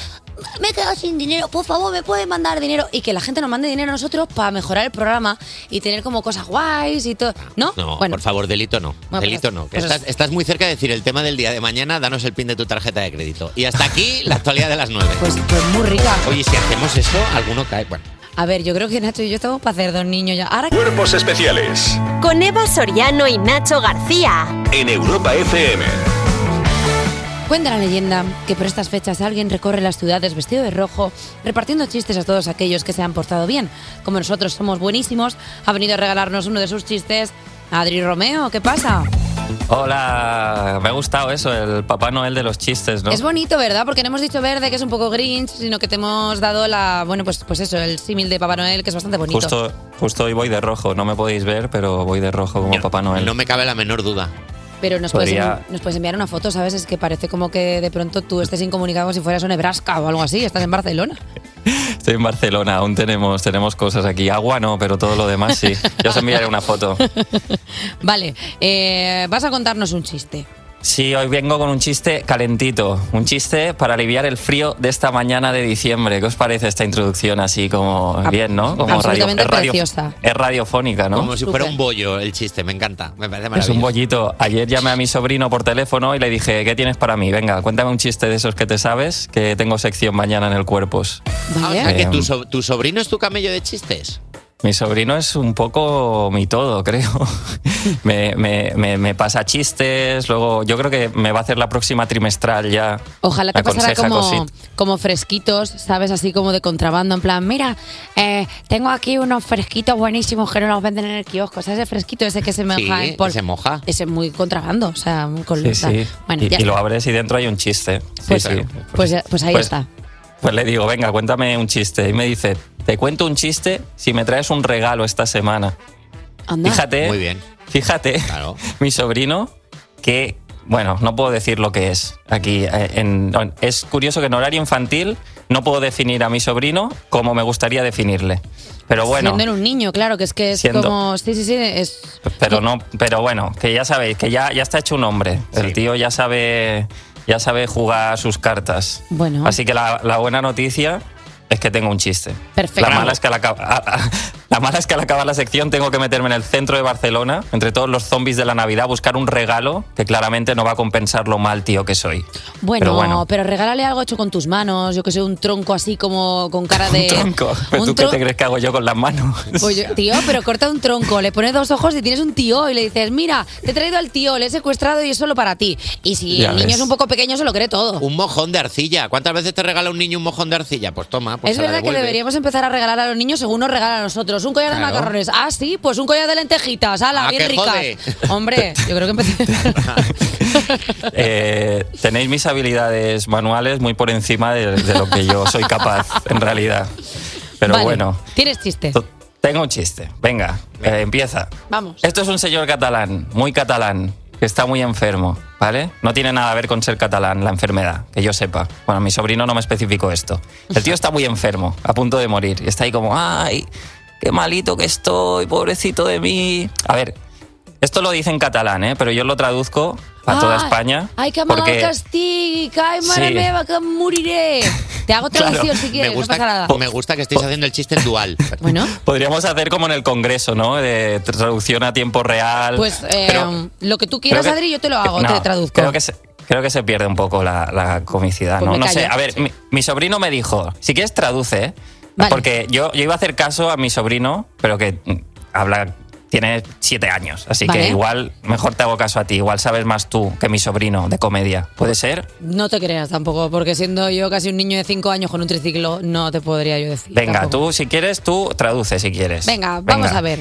Speaker 3: me he quedado sin dinero, por favor, me pueden mandar dinero. Y que la gente nos mande dinero a nosotros para mejorar el programa y tener como cosas guays y todo. ¿No?
Speaker 4: No,
Speaker 3: Bueno.
Speaker 4: por favor, delito no.
Speaker 3: pues-
Speaker 4: delito no. Que
Speaker 3: pues-
Speaker 4: estás, estás muy cerca de decir el tema del día de mañana, danos el pin de tu tarjeta de crédito. Y hasta aquí la actualidad de las nueve.
Speaker 3: Pues, muy rica.
Speaker 4: Oye, si hacemos eso, alguno cae. Bueno.
Speaker 3: A ver, yo creo que Nacho y yo estamos para hacer dos niños ya. Ahora
Speaker 8: Cuerpos especiales
Speaker 2: Con Eva Soriano y Nacho García.
Speaker 8: en Europa FM.
Speaker 3: Cuenta la leyenda que por estas fechas alguien recorre las ciudades vestido de rojo, repartiendo chistes a todos aquellos que se han portado bien. Como nosotros somos buenísimos, ha venido a regalarnos uno de sus chistes. Adri Romeo, ¿qué pasa?
Speaker 20: Hola, me ha gustado eso, el Papá Noel de los chistes, ¿no?
Speaker 3: Es bonito, ¿verdad? Porque no hemos dicho verde, que es un poco grinch, sino que te hemos dado la, bueno, pues, pues eso, el símil de Papá Noel, que es bastante bonito.
Speaker 20: Justo, justo hoy voy de rojo, no me podéis ver, pero voy de rojo como Papá Noel. No
Speaker 4: me cabe la menor duda.
Speaker 3: Pero nos puedes,
Speaker 20: Podría-
Speaker 3: envi- nos puedes enviar una foto, ¿sabes? Es que parece como que de pronto tú estés incomunicado como si fueras a Nebraska o algo así, estás en Barcelona.
Speaker 20: Estoy en Barcelona, aún tenemos, tenemos cosas aquí. Agua no, pero todo lo demás sí. Yo os enviaré una foto.
Speaker 3: Vale, eh, vas a contarnos un chiste.
Speaker 20: Sí, hoy vengo con un chiste calentito. Un chiste para aliviar el frío de esta mañana de diciembre. ¿Qué os parece esta introducción así como bien, no? Como
Speaker 3: absolutamente
Speaker 20: es radio-
Speaker 3: preciosa.
Speaker 20: Es radiofónica, ¿no?
Speaker 4: Como si fuera un bollo el chiste, me encanta. Me parece
Speaker 20: Es
Speaker 4: maravilloso.
Speaker 20: un bollito. Ayer llamé a mi sobrino por teléfono y le dije, ¿qué tienes para mí? Venga, cuéntame un chiste de esos que te sabes, que tengo sección mañana en el Cuerpos.
Speaker 4: Ah, o sea, que
Speaker 20: Em,
Speaker 4: tu, so- tu sobrino es tu camello de chistes.
Speaker 20: Mi sobrino es un poco mi todo, creo. me, me- me- me pasa chistes, luego yo creo que me va a hacer la próxima trimestral ya.
Speaker 3: Ojalá
Speaker 20: Me
Speaker 3: te pasara
Speaker 20: aconseja
Speaker 3: como,
Speaker 20: cosi-
Speaker 3: como fresquitos, ¿sabes? Así como de contrabando, en plan, mira, eh, tengo aquí unos fresquitos buenísimos que no los venden en el kiosco. ¿Sabes? El fresquito ese que se moja
Speaker 20: Sí,
Speaker 3: en polvo.
Speaker 20: que se moja.
Speaker 3: Ese es muy contrabando, o sea, muy con
Speaker 20: Sí,
Speaker 3: luta.
Speaker 20: sí.
Speaker 3: Bueno,
Speaker 20: y,
Speaker 3: ya
Speaker 20: y lo
Speaker 3: está.
Speaker 20: abres y dentro hay un chiste. Sí, sí.
Speaker 3: Pues, ya- pues ahí
Speaker 20: Pues-
Speaker 3: está.
Speaker 20: Pues le digo, venga, cuéntame un chiste. Y me dice, te cuento un chiste si me traes un regalo esta semana. Fíjate. Muy bien. Fíjate, mi sobrino, que, bueno, no puedo decir lo que es aquí. eh, en- en- es curioso que en horario infantil no puedo definir a mi sobrino como me gustaría definirle. Pero bueno.
Speaker 3: Siendo en un niño, claro, que es que es
Speaker 20: Siendo-
Speaker 3: como. Sí, sí, sí. Es,
Speaker 20: Pero no, pero bueno, que ya sabéis, que ya, ya está hecho un hombre. El tío ya sabe, ya sabe jugar sus cartas.
Speaker 3: Bueno.
Speaker 20: Así que la, la buena noticia es que tengo un chiste.
Speaker 3: Perfecto.
Speaker 20: La mala, es que al acab- a- a- la mala es que al acabar la sección tengo que meterme en el centro de Barcelona, entre todos los zombies de la Navidad, a buscar un regalo que claramente no va a compensar lo mal tío que soy.
Speaker 3: Bueno pero,
Speaker 20: Pero bueno.
Speaker 3: regálale algo hecho con tus manos, yo que sé, un tronco así como con cara de.
Speaker 20: Un tronco. ¿Pero
Speaker 3: un
Speaker 20: ¿Tú qué
Speaker 3: tron-
Speaker 20: te crees que hago yo con las manos?
Speaker 3: Pues yo- tío, pero corta un tronco, le pones dos ojos y tienes un tío y le dices, mira, te he traído al tío, le he secuestrado y es solo para ti. Y si
Speaker 4: Ya
Speaker 3: el niño
Speaker 4: ves.
Speaker 3: es un poco pequeño, se lo cree todo.
Speaker 4: Un mojón de arcilla. ¿Cuántas veces te regala un niño un mojón de arcilla? Pues toma, pues
Speaker 3: es
Speaker 4: se la
Speaker 3: verdad que
Speaker 4: devuelve.
Speaker 3: deberíamos empezar a regalar a los niños según nos regalan a nosotros. Un collar de
Speaker 4: Claro.
Speaker 3: macarrones. Ah, sí, pues un collar de lentejitas. Ala,
Speaker 4: Ah,
Speaker 3: bien
Speaker 4: que
Speaker 3: ricas.
Speaker 4: jode.
Speaker 3: Hombre, yo creo que empecé.
Speaker 20: Eh, tenéis mis habilidades manuales muy por encima de, de lo que yo soy capaz, en realidad. Pero
Speaker 3: Vale.
Speaker 20: bueno,
Speaker 3: Tienes chiste.
Speaker 20: tengo un chiste. Venga, eh, empieza.
Speaker 3: Vamos.
Speaker 20: Esto es un señor catalán, muy catalán, que está muy enfermo, ¿vale? No tiene nada a ver con ser catalán, la enfermedad, que yo sepa. Bueno, mi sobrino no me especificó esto. El tío está muy enfermo, a punto de morir. y Está ahí como, ay, qué malito que estoy, pobrecito de mí. A ver, esto lo dice en catalán, ¿eh? Pero yo lo traduzco a toda
Speaker 3: Ay,
Speaker 20: España.
Speaker 3: Ah, Ay, que mal
Speaker 20: porque-
Speaker 3: castigo, ay, madre
Speaker 20: Sí.
Speaker 3: mía, que moriré. Te hago traducción si quieres,
Speaker 4: me,
Speaker 3: no pasa
Speaker 4: gusta,
Speaker 3: nada.
Speaker 4: me gusta que estéis haciendo el chiste en dual.
Speaker 3: Bueno.
Speaker 20: Podríamos hacer como en el Congreso, ¿no? De traducción a tiempo real.
Speaker 3: Pues eh, lo que tú
Speaker 20: creo
Speaker 3: quieras,
Speaker 20: que-
Speaker 3: Adri, yo te lo hago,
Speaker 20: No,
Speaker 3: te traduzco.
Speaker 20: Creo que se, creo que se pierde un poco la, la comicidad,
Speaker 3: Pues
Speaker 20: ¿no?
Speaker 3: me
Speaker 20: No
Speaker 3: callo.
Speaker 20: sé, a ver, mi, mi sobrino me dijo, si quieres traduce, ¿eh?
Speaker 3: Vale.
Speaker 20: porque yo, yo iba a hacer caso a mi sobrino, pero que mm, habla, tiene siete años, así
Speaker 3: Vale.
Speaker 20: que igual mejor te hago caso a ti, igual sabes más tú que mi sobrino de comedia, ¿puede ser?
Speaker 3: No te creas tampoco, porque siendo yo casi un niño de 5 años con un triciclo, no te podría yo decir.
Speaker 20: Venga,
Speaker 3: tampoco.
Speaker 20: tú si quieres, tú traduce si quieres.
Speaker 3: Venga, vamos
Speaker 20: Venga.
Speaker 3: a ver.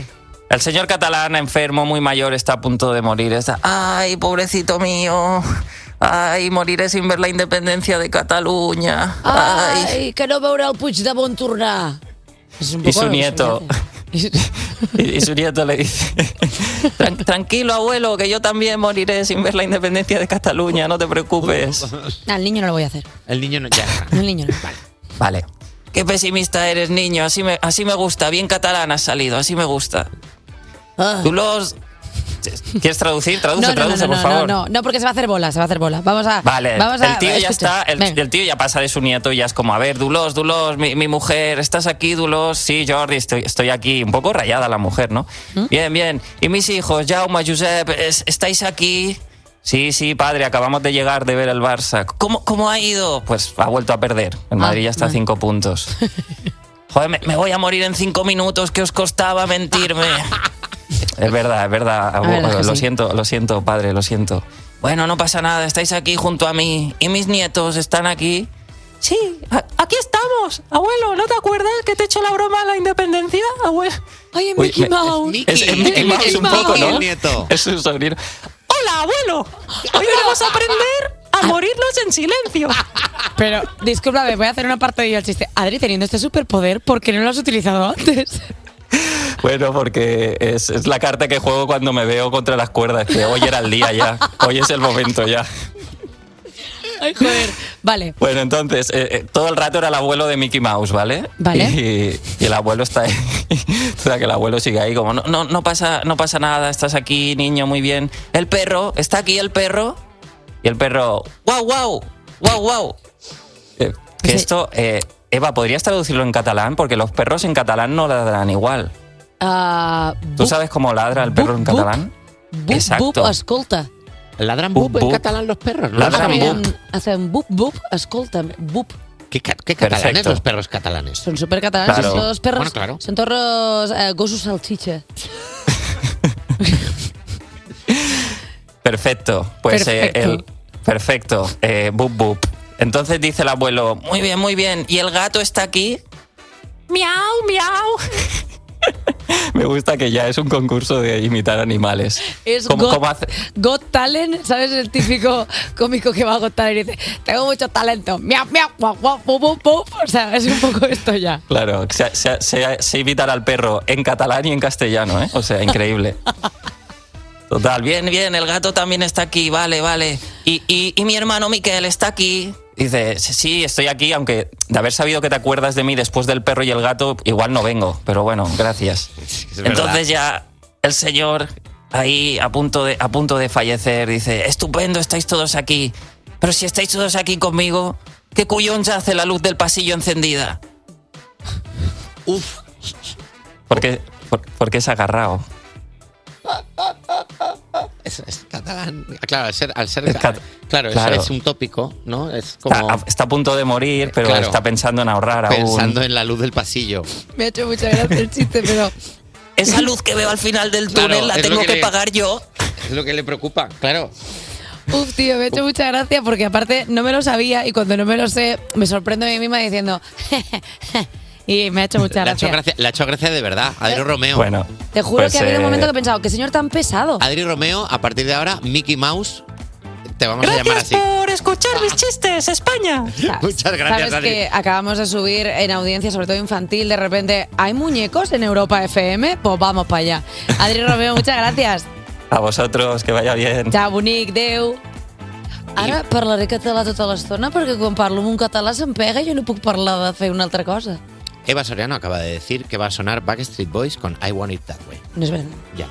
Speaker 20: El señor catalán, enfermo, muy mayor, está a punto de morir. Está, ay, pobrecito mío. Ay, moriré sin ver la independencia de Cataluña.
Speaker 3: Ah, Ay, que no veuré el Puig de Bonturna.
Speaker 20: Y su nieto. y, y su nieto le dice: "Tran- Tranquilo, abuelo, que yo también moriré sin ver la independencia de Cataluña, no te preocupes.
Speaker 3: Al niño no lo voy a hacer.
Speaker 20: El niño no ya.
Speaker 3: Al niño no.
Speaker 20: Vale. Qué pesimista eres, niño. Así me, así me gusta. Bien catalán has salido. Así me gusta. Tú los. ¿Quieres traducir? Traduce,
Speaker 3: Ah. no, no,
Speaker 20: traduce,
Speaker 3: no,
Speaker 20: por
Speaker 3: no,
Speaker 20: favor.
Speaker 3: no, no, no, porque se va a hacer bola, se va a hacer bola. Vamos a.
Speaker 20: Vale,
Speaker 3: vamos a,
Speaker 20: el tío ya
Speaker 3: escucha,
Speaker 20: está, el,
Speaker 3: venga.
Speaker 20: el tío ya pasa de su nieto y ya es como, a ver, Dulos, Dulos, mi, mi mujer, ¿estás aquí, Dulos? Sí, Jordi, estoy, estoy aquí. Un poco rayada la mujer, ¿no?
Speaker 3: ¿Mm?
Speaker 20: Bien, bien. ¿Y mis hijos, Jaume, Josep, es- estáis aquí? Sí, sí, padre, acabamos de llegar de ver el
Speaker 3: Ah,
Speaker 20: Barça. ¿Cómo, cómo ha ido? Pues ha vuelto a perder. El Madrid ya está a cinco puntos. joder, me, me voy a morir en cinco minutos, que os costaba mentirme. es verdad, es verdad.
Speaker 21: verdad
Speaker 20: Bueno,
Speaker 21: que
Speaker 20: lo
Speaker 21: sí.
Speaker 20: siento, lo siento, padre, lo siento. Bueno, no pasa nada, estáis aquí junto a mí y mis nietos están aquí. Sí, a- aquí estamos. Abuelo, ¿no te acuerdas que te he hecho la broma a la independencia, abuelo?
Speaker 3: Oye,
Speaker 20: Uy,
Speaker 3: Mickey
Speaker 20: me-
Speaker 3: Mouse.
Speaker 20: Es, es Mickey Mouse un poco, ¿no?
Speaker 4: el nieto.
Speaker 20: Es su sobrino. ¡Hola, abuelo! Hoy vamos a aprender
Speaker 3: Ah.
Speaker 20: a morirnos en silencio.
Speaker 22: Pero, discúlpame, voy a hacer una parte de yo al chiste. Adri, teniendo este superpoder, ¿por qué no lo has utilizado antes?
Speaker 20: Bueno, porque es, es la carta que juego cuando me veo contra las cuerdas, que hoy era el día ya, hoy es el momento ya.
Speaker 22: Ay, joder. Vale.
Speaker 20: Bueno, entonces, eh, eh, todo el rato era el abuelo de Mickey Mouse, ¿vale?
Speaker 22: Vale.
Speaker 20: Y, y el abuelo está ahí, o sea, que el abuelo sigue ahí como, no, no, no, pasa, no pasa nada, estás aquí, niño, muy bien. El perro, está aquí el perro. Y el perro, guau, guau, guau, guau. Eh, que esto, eh, Eva, ¿podrías traducirlo en catalán? Porque los perros en catalán no ladran igual.
Speaker 3: Ah,
Speaker 20: ¿Tú sabes cómo ladra el perro en catalán?
Speaker 3: bup,
Speaker 20: Exacto.
Speaker 3: escolta.
Speaker 4: Ladran
Speaker 20: Bup,
Speaker 22: Pues
Speaker 20: bup.
Speaker 4: los perros.
Speaker 20: Ladran
Speaker 3: Hacen,
Speaker 20: bup.
Speaker 3: hacen bup, bup, escolta'm, bup.
Speaker 4: ¿Qué, ca- qué catalanes
Speaker 20: Perfecto.
Speaker 4: los perros catalanes?
Speaker 3: Son súper catalanes,
Speaker 4: Claro.
Speaker 3: son todos perros.
Speaker 4: Bueno, claro.
Speaker 3: Son todos eh, gossos salchicha.
Speaker 20: Perfecto. Pues eh,
Speaker 3: Perfecto.
Speaker 20: el. Perfecto. Eh, bup, bup. Entonces dice el abuelo, muy bien, muy bien. ¿Y el gato está aquí?
Speaker 13: Miau, miau.
Speaker 20: Me gusta que ya es un concurso de imitar animales.
Speaker 22: Es
Speaker 20: ¿Cómo-
Speaker 22: got-
Speaker 20: cómo hace-
Speaker 22: Got Talent, ¿sabes? El típico cómico que va a Got Talent y dice, tengo mucho talento. Miau, miau, guau, guau, pu, pu, pu. O sea, es un poco esto ya.
Speaker 20: Claro, se, se, se- se imitar al perro en catalán y en castellano, ¿eh? O sea, increíble. Total, bien, bien, el gato también está aquí, vale, vale. Y, y- y mi hermano Miquel está aquí. Dice, sí, sí, estoy aquí, aunque de haber sabido que te acuerdas de mí después del perro y el gato, igual no vengo, pero bueno, gracias.
Speaker 4: verdad.
Speaker 20: Entonces ya el señor ahí a punto, de, a punto de fallecer dice, estupendo, estáis todos aquí, pero si estáis todos aquí conmigo, ¿qué cuyón ya hace la luz del pasillo encendida?
Speaker 4: Uf.
Speaker 20: Porque, por- porque es agarrado.
Speaker 4: Es, es catalán. Claro, al ser, al ser ca- claro, eso
Speaker 20: claro.
Speaker 4: es un tópico, ¿no? Es como Eh,
Speaker 20: Está, está a punto de morir, pero
Speaker 4: Claro.
Speaker 20: está pensando en ahorrar
Speaker 4: Pensando
Speaker 20: aún.
Speaker 4: en la luz del pasillo.
Speaker 22: Me ha hecho mucha gracia el chiste, pero...
Speaker 20: Esa luz que veo al final del
Speaker 4: Claro, túnel la es lo tengo que que le- pagar
Speaker 20: yo.
Speaker 4: Es lo que le preocupa, claro.
Speaker 22: Uf, tío, me ha hecho mucha gracia porque aparte no me lo sabía y cuando no me lo sé me sorprendo de mí misma diciendo... y me ha hecho mucha
Speaker 4: Le ha, hecho
Speaker 22: gracia.
Speaker 4: gracia, Pues, le ha hecho gracia de verdad. Adri Romeo.
Speaker 20: Bueno.
Speaker 3: Te juro que ha habido un
Speaker 4: eh,
Speaker 3: momento que he pensado, qué señor tan pesado.
Speaker 4: Adri Romeo, a partir de ahora, Mickey Mouse, te vamos a llamar así.
Speaker 20: por escuchar mis chistes, España.
Speaker 4: Muchas gracias,
Speaker 22: Sabes
Speaker 4: Adri.
Speaker 22: que acabamos de subir en audiencia, sobre todo infantil, de repente, ¿hay muñecos en Europa FM? Pues vamos para allá. Adri Romeo, muchas gracias.
Speaker 20: A vosotros, que vaya bien.
Speaker 22: Chao, bonic, adeu.
Speaker 3: Ara parlaré català tota l'estona perquè quan parlo amb un català se'm pega i jo no puc parlar de fer una altra cosa.
Speaker 4: Eva Soriano acaba de decir que va a sonar Backstreet Boys con I Want It That Way.
Speaker 3: No es verdad.
Speaker 4: Ya.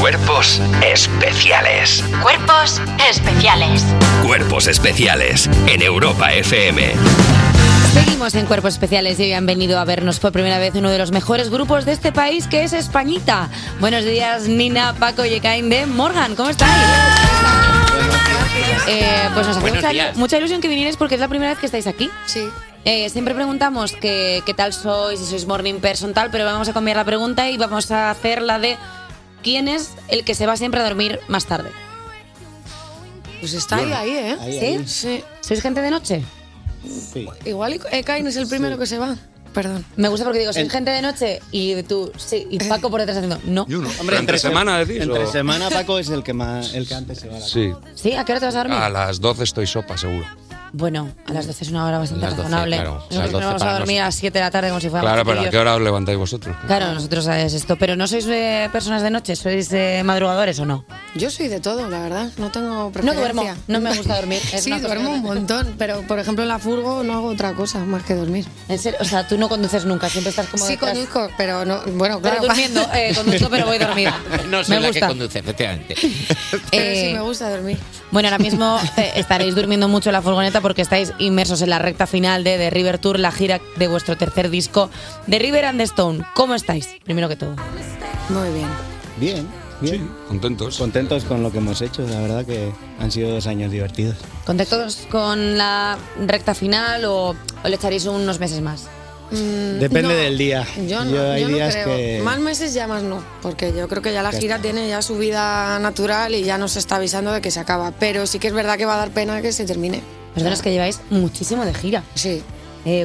Speaker 1: Cuerpos especiales.
Speaker 2: Cuerpos especiales.
Speaker 1: Cuerpos especiales en Europa FM.
Speaker 3: Seguimos en Cuerpos Especiales y hoy han venido a vernos por primera vez uno de los mejores grupos de este país que es Españita. Buenos días Nina, Paco y Ekain de Morgan, ¿cómo estáis? Eh, pues nos hace
Speaker 22: Buenos
Speaker 3: mucha,
Speaker 22: días.
Speaker 3: mucha ilusión que vinierais porque es la primera vez que estáis aquí. Sí. siempre preguntamos que- qué tal sois, si sois morning person tal, pero vamos a cambiar la pregunta y vamos a hacer la de ¿quién es el que se va siempre a dormir más tarde?
Speaker 21: Pues está ahí, ahí, ¿eh?
Speaker 3: ¿Sí? ¿Sois gente de noche?
Speaker 21: Sí. Igual
Speaker 3: eh,
Speaker 21: Ekain es el primero que se va. Perdón.
Speaker 3: Me gusta porque digo, soy
Speaker 21: El-
Speaker 3: gente de noche y tú, sí,
Speaker 23: Eh.
Speaker 3: y Paco por detrás haciendo, no.
Speaker 24: Hombre, entre, semana,
Speaker 23: decís,
Speaker 24: Entre
Speaker 23: o-
Speaker 24: semana, Paco es el que, más, el que antes se va. a la
Speaker 23: Sí.
Speaker 3: ¿Sí? ¿A qué hora te vas a dormir?
Speaker 23: A las 12 estoy sopa, seguro.
Speaker 3: Bueno, a las 12 es una hora bastante
Speaker 23: Las 12,
Speaker 3: razonable.
Speaker 23: claro.
Speaker 3: Nosotros
Speaker 23: Las 12
Speaker 3: no vamos a
Speaker 23: para
Speaker 3: dormir a las 7 de la tarde como si fuéramos
Speaker 23: Claro, pero ¿a
Speaker 3: chiquillos.
Speaker 23: qué hora os levantáis vosotros?
Speaker 3: Claro, nosotros es esto, pero ¿no sois eh, personas de noche? ¿Sois eh, madrugadores o no?
Speaker 21: Yo soy de todo, la verdad. No tengo
Speaker 3: No
Speaker 21: preferencia.
Speaker 3: duermo, no me gusta dormir. Es
Speaker 21: sí,
Speaker 3: una cosa
Speaker 21: duermo
Speaker 3: que-
Speaker 21: un montón, pero por ejemplo en la furgo no hago otra cosa más que dormir.
Speaker 3: En serio, o sea, tú no conduces nunca, siempre estás como
Speaker 21: Sí,
Speaker 3: detrás.
Speaker 21: conduzco, pero no, bueno, claro.
Speaker 3: Pero durmiendo, eh, conduzco, pero voy dormida.
Speaker 4: No soy
Speaker 3: Me
Speaker 4: la que
Speaker 3: gusta.
Speaker 4: conduce, efectivamente.
Speaker 21: Pero sí
Speaker 3: Eh,
Speaker 21: me gusta dormir.
Speaker 3: Bueno, ahora mismo eh, estaréis durmiendo mucho en la furgoneta porque estáis inmersos en la recta final de The River Tour, la gira de vuestro tercer disco, The River and the Stone. ¿Cómo estáis? Primero que todo.
Speaker 21: Muy bien.
Speaker 24: Bien, bien. contentos. Contentos con lo que hemos hecho, la verdad que han sido dos años divertidos.
Speaker 3: ¿Contactos con la recta final o, o le echaréis unos meses más?
Speaker 24: Depende
Speaker 21: no.
Speaker 24: del día.
Speaker 21: Yo no, yo
Speaker 24: hay
Speaker 21: no
Speaker 24: días
Speaker 21: creo.
Speaker 24: que.
Speaker 21: Más meses ya más no, porque yo creo que ya la
Speaker 24: Ya
Speaker 21: gira tiene ya su vida natural y ya nos está avisando de que se acaba. Pero sí que es verdad que va a dar pena que se termine.
Speaker 3: Perdona, es que lleváis muchísimo de gira. Eh,
Speaker 21: Sí.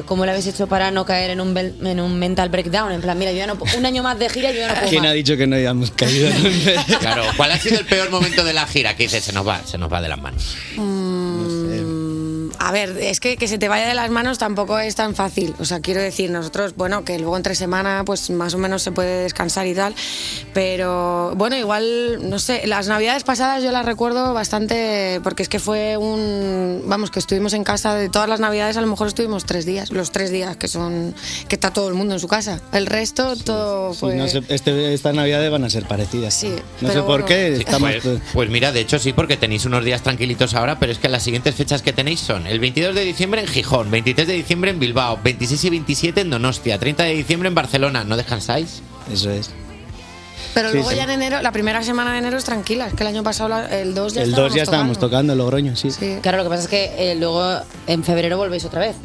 Speaker 3: ¿Cómo lo habéis hecho para no caer en un, bel- en un mental breakdown? En plan, mira, yo ya no pu- un año más de gira y yo ya no puedo
Speaker 24: ¿Quién
Speaker 3: más.
Speaker 24: ha dicho que no hayamos caído?
Speaker 4: Claro, ¿cuál ha sido el peor momento de la gira? Que dice, se nos va, se nos va de las manos.
Speaker 21: Mm, a ver, es que que se te vaya de las manos tampoco es tan fácil. O sea, quiero decir, nosotros, bueno, que luego entre semana, pues más o menos se puede descansar y tal. Pero bueno, igual, no sé, las navidades pasadas yo las recuerdo bastante, porque es que fue un. Vamos, que estuvimos en casa de todas las navidades, a lo mejor estuvimos tres días, los tres días que son. que está todo el mundo en su casa. El resto, todo
Speaker 24: Sí,
Speaker 21: fue.
Speaker 24: no sé, este- estas navidades van a ser parecidas.
Speaker 21: Pues Sí,
Speaker 24: No sé
Speaker 21: pero
Speaker 24: por
Speaker 21: bueno.
Speaker 24: qué. Estamos...
Speaker 4: Pues, pues mira, de hecho sí, porque tenéis unos días tranquilitos ahora, pero es que las siguientes fechas que tenéis son el 22 de diciembre en Gijón, 23 de diciembre en Bilbao, 26 y 27 en Donostia, 30 de diciembre en Barcelona. ¿No descansáis?
Speaker 24: Eso es.
Speaker 21: Pero
Speaker 24: Sí,
Speaker 21: luego
Speaker 24: sí.
Speaker 21: ya en enero, la primera semana de enero es tranquila, es que el año pasado, la- el 2 ya
Speaker 24: El 2 ya estábamos tocando, en Logroño, sí.
Speaker 21: Claro,
Speaker 3: lo que pasa es que eh, luego en febrero volvéis otra vez.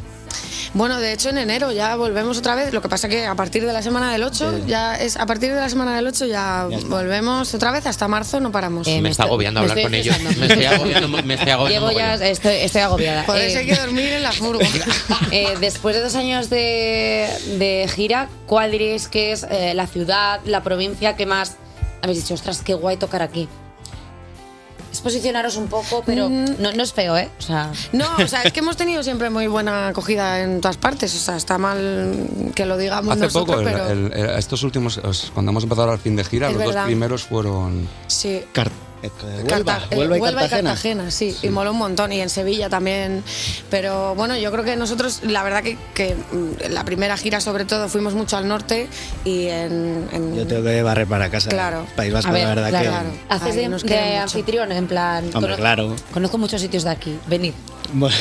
Speaker 21: Bueno, de hecho en enero ya volvemos otra vez. Lo que pasa que a partir de la semana del 8 ya es a partir de la semana del 8 ya, volvemos otra vez hasta marzo no paramos.
Speaker 3: Eh,
Speaker 4: me está agobiando hablar con ellos. Me estoy agobiando, me estoy agobiando.
Speaker 3: Llevo ya, estoy, estoy agobiada. Eh,
Speaker 21: Por eso hay que
Speaker 3: dormir
Speaker 21: en la furgo.
Speaker 3: Eh, después de dos años de, de gira, ¿cuál diréis que es eh, la ciudad, la provincia que más habéis dicho, ostras, qué guay tocar aquí? Es posicionaros un poco, pero no, no es feo, ¿eh? O sea,
Speaker 21: Mm. No, o sea, es que hemos tenido siempre muy buena acogida en todas partes, o sea, está mal que lo digamos
Speaker 14: Hace
Speaker 21: nosotros,
Speaker 14: poco,
Speaker 21: pero
Speaker 23: El- el- estos últimos, os- cuando hemos empezado la fin de gira,
Speaker 21: Es
Speaker 14: los
Speaker 21: los dos verdad.
Speaker 23: los primeros fueron.
Speaker 21: sí.
Speaker 24: Huelva,
Speaker 21: Carta- eh,
Speaker 24: Huelva y
Speaker 21: Cartagena.
Speaker 24: Cartagena.
Speaker 21: sí, y mola un montón, y en Sevilla también. Pero bueno, yo creo que nosotros, la verdad que, que, mm, la primera gira sobre todo fuimos mucho al norte y en... en-
Speaker 24: Yo tengo que barrer para casa.
Speaker 21: Claro.
Speaker 24: País Vasco,
Speaker 21: A ver,
Speaker 24: la verdad
Speaker 21: claro,
Speaker 24: que.
Speaker 21: claro.
Speaker 3: haces
Speaker 21: Ay,
Speaker 3: de,
Speaker 21: nos
Speaker 3: de
Speaker 21: queda mucho.
Speaker 3: anfitrión, en plan.
Speaker 24: Hombre,
Speaker 3: cono-
Speaker 24: claro.
Speaker 3: Conozco muchos sitios de aquí, venid.
Speaker 24: Bueno,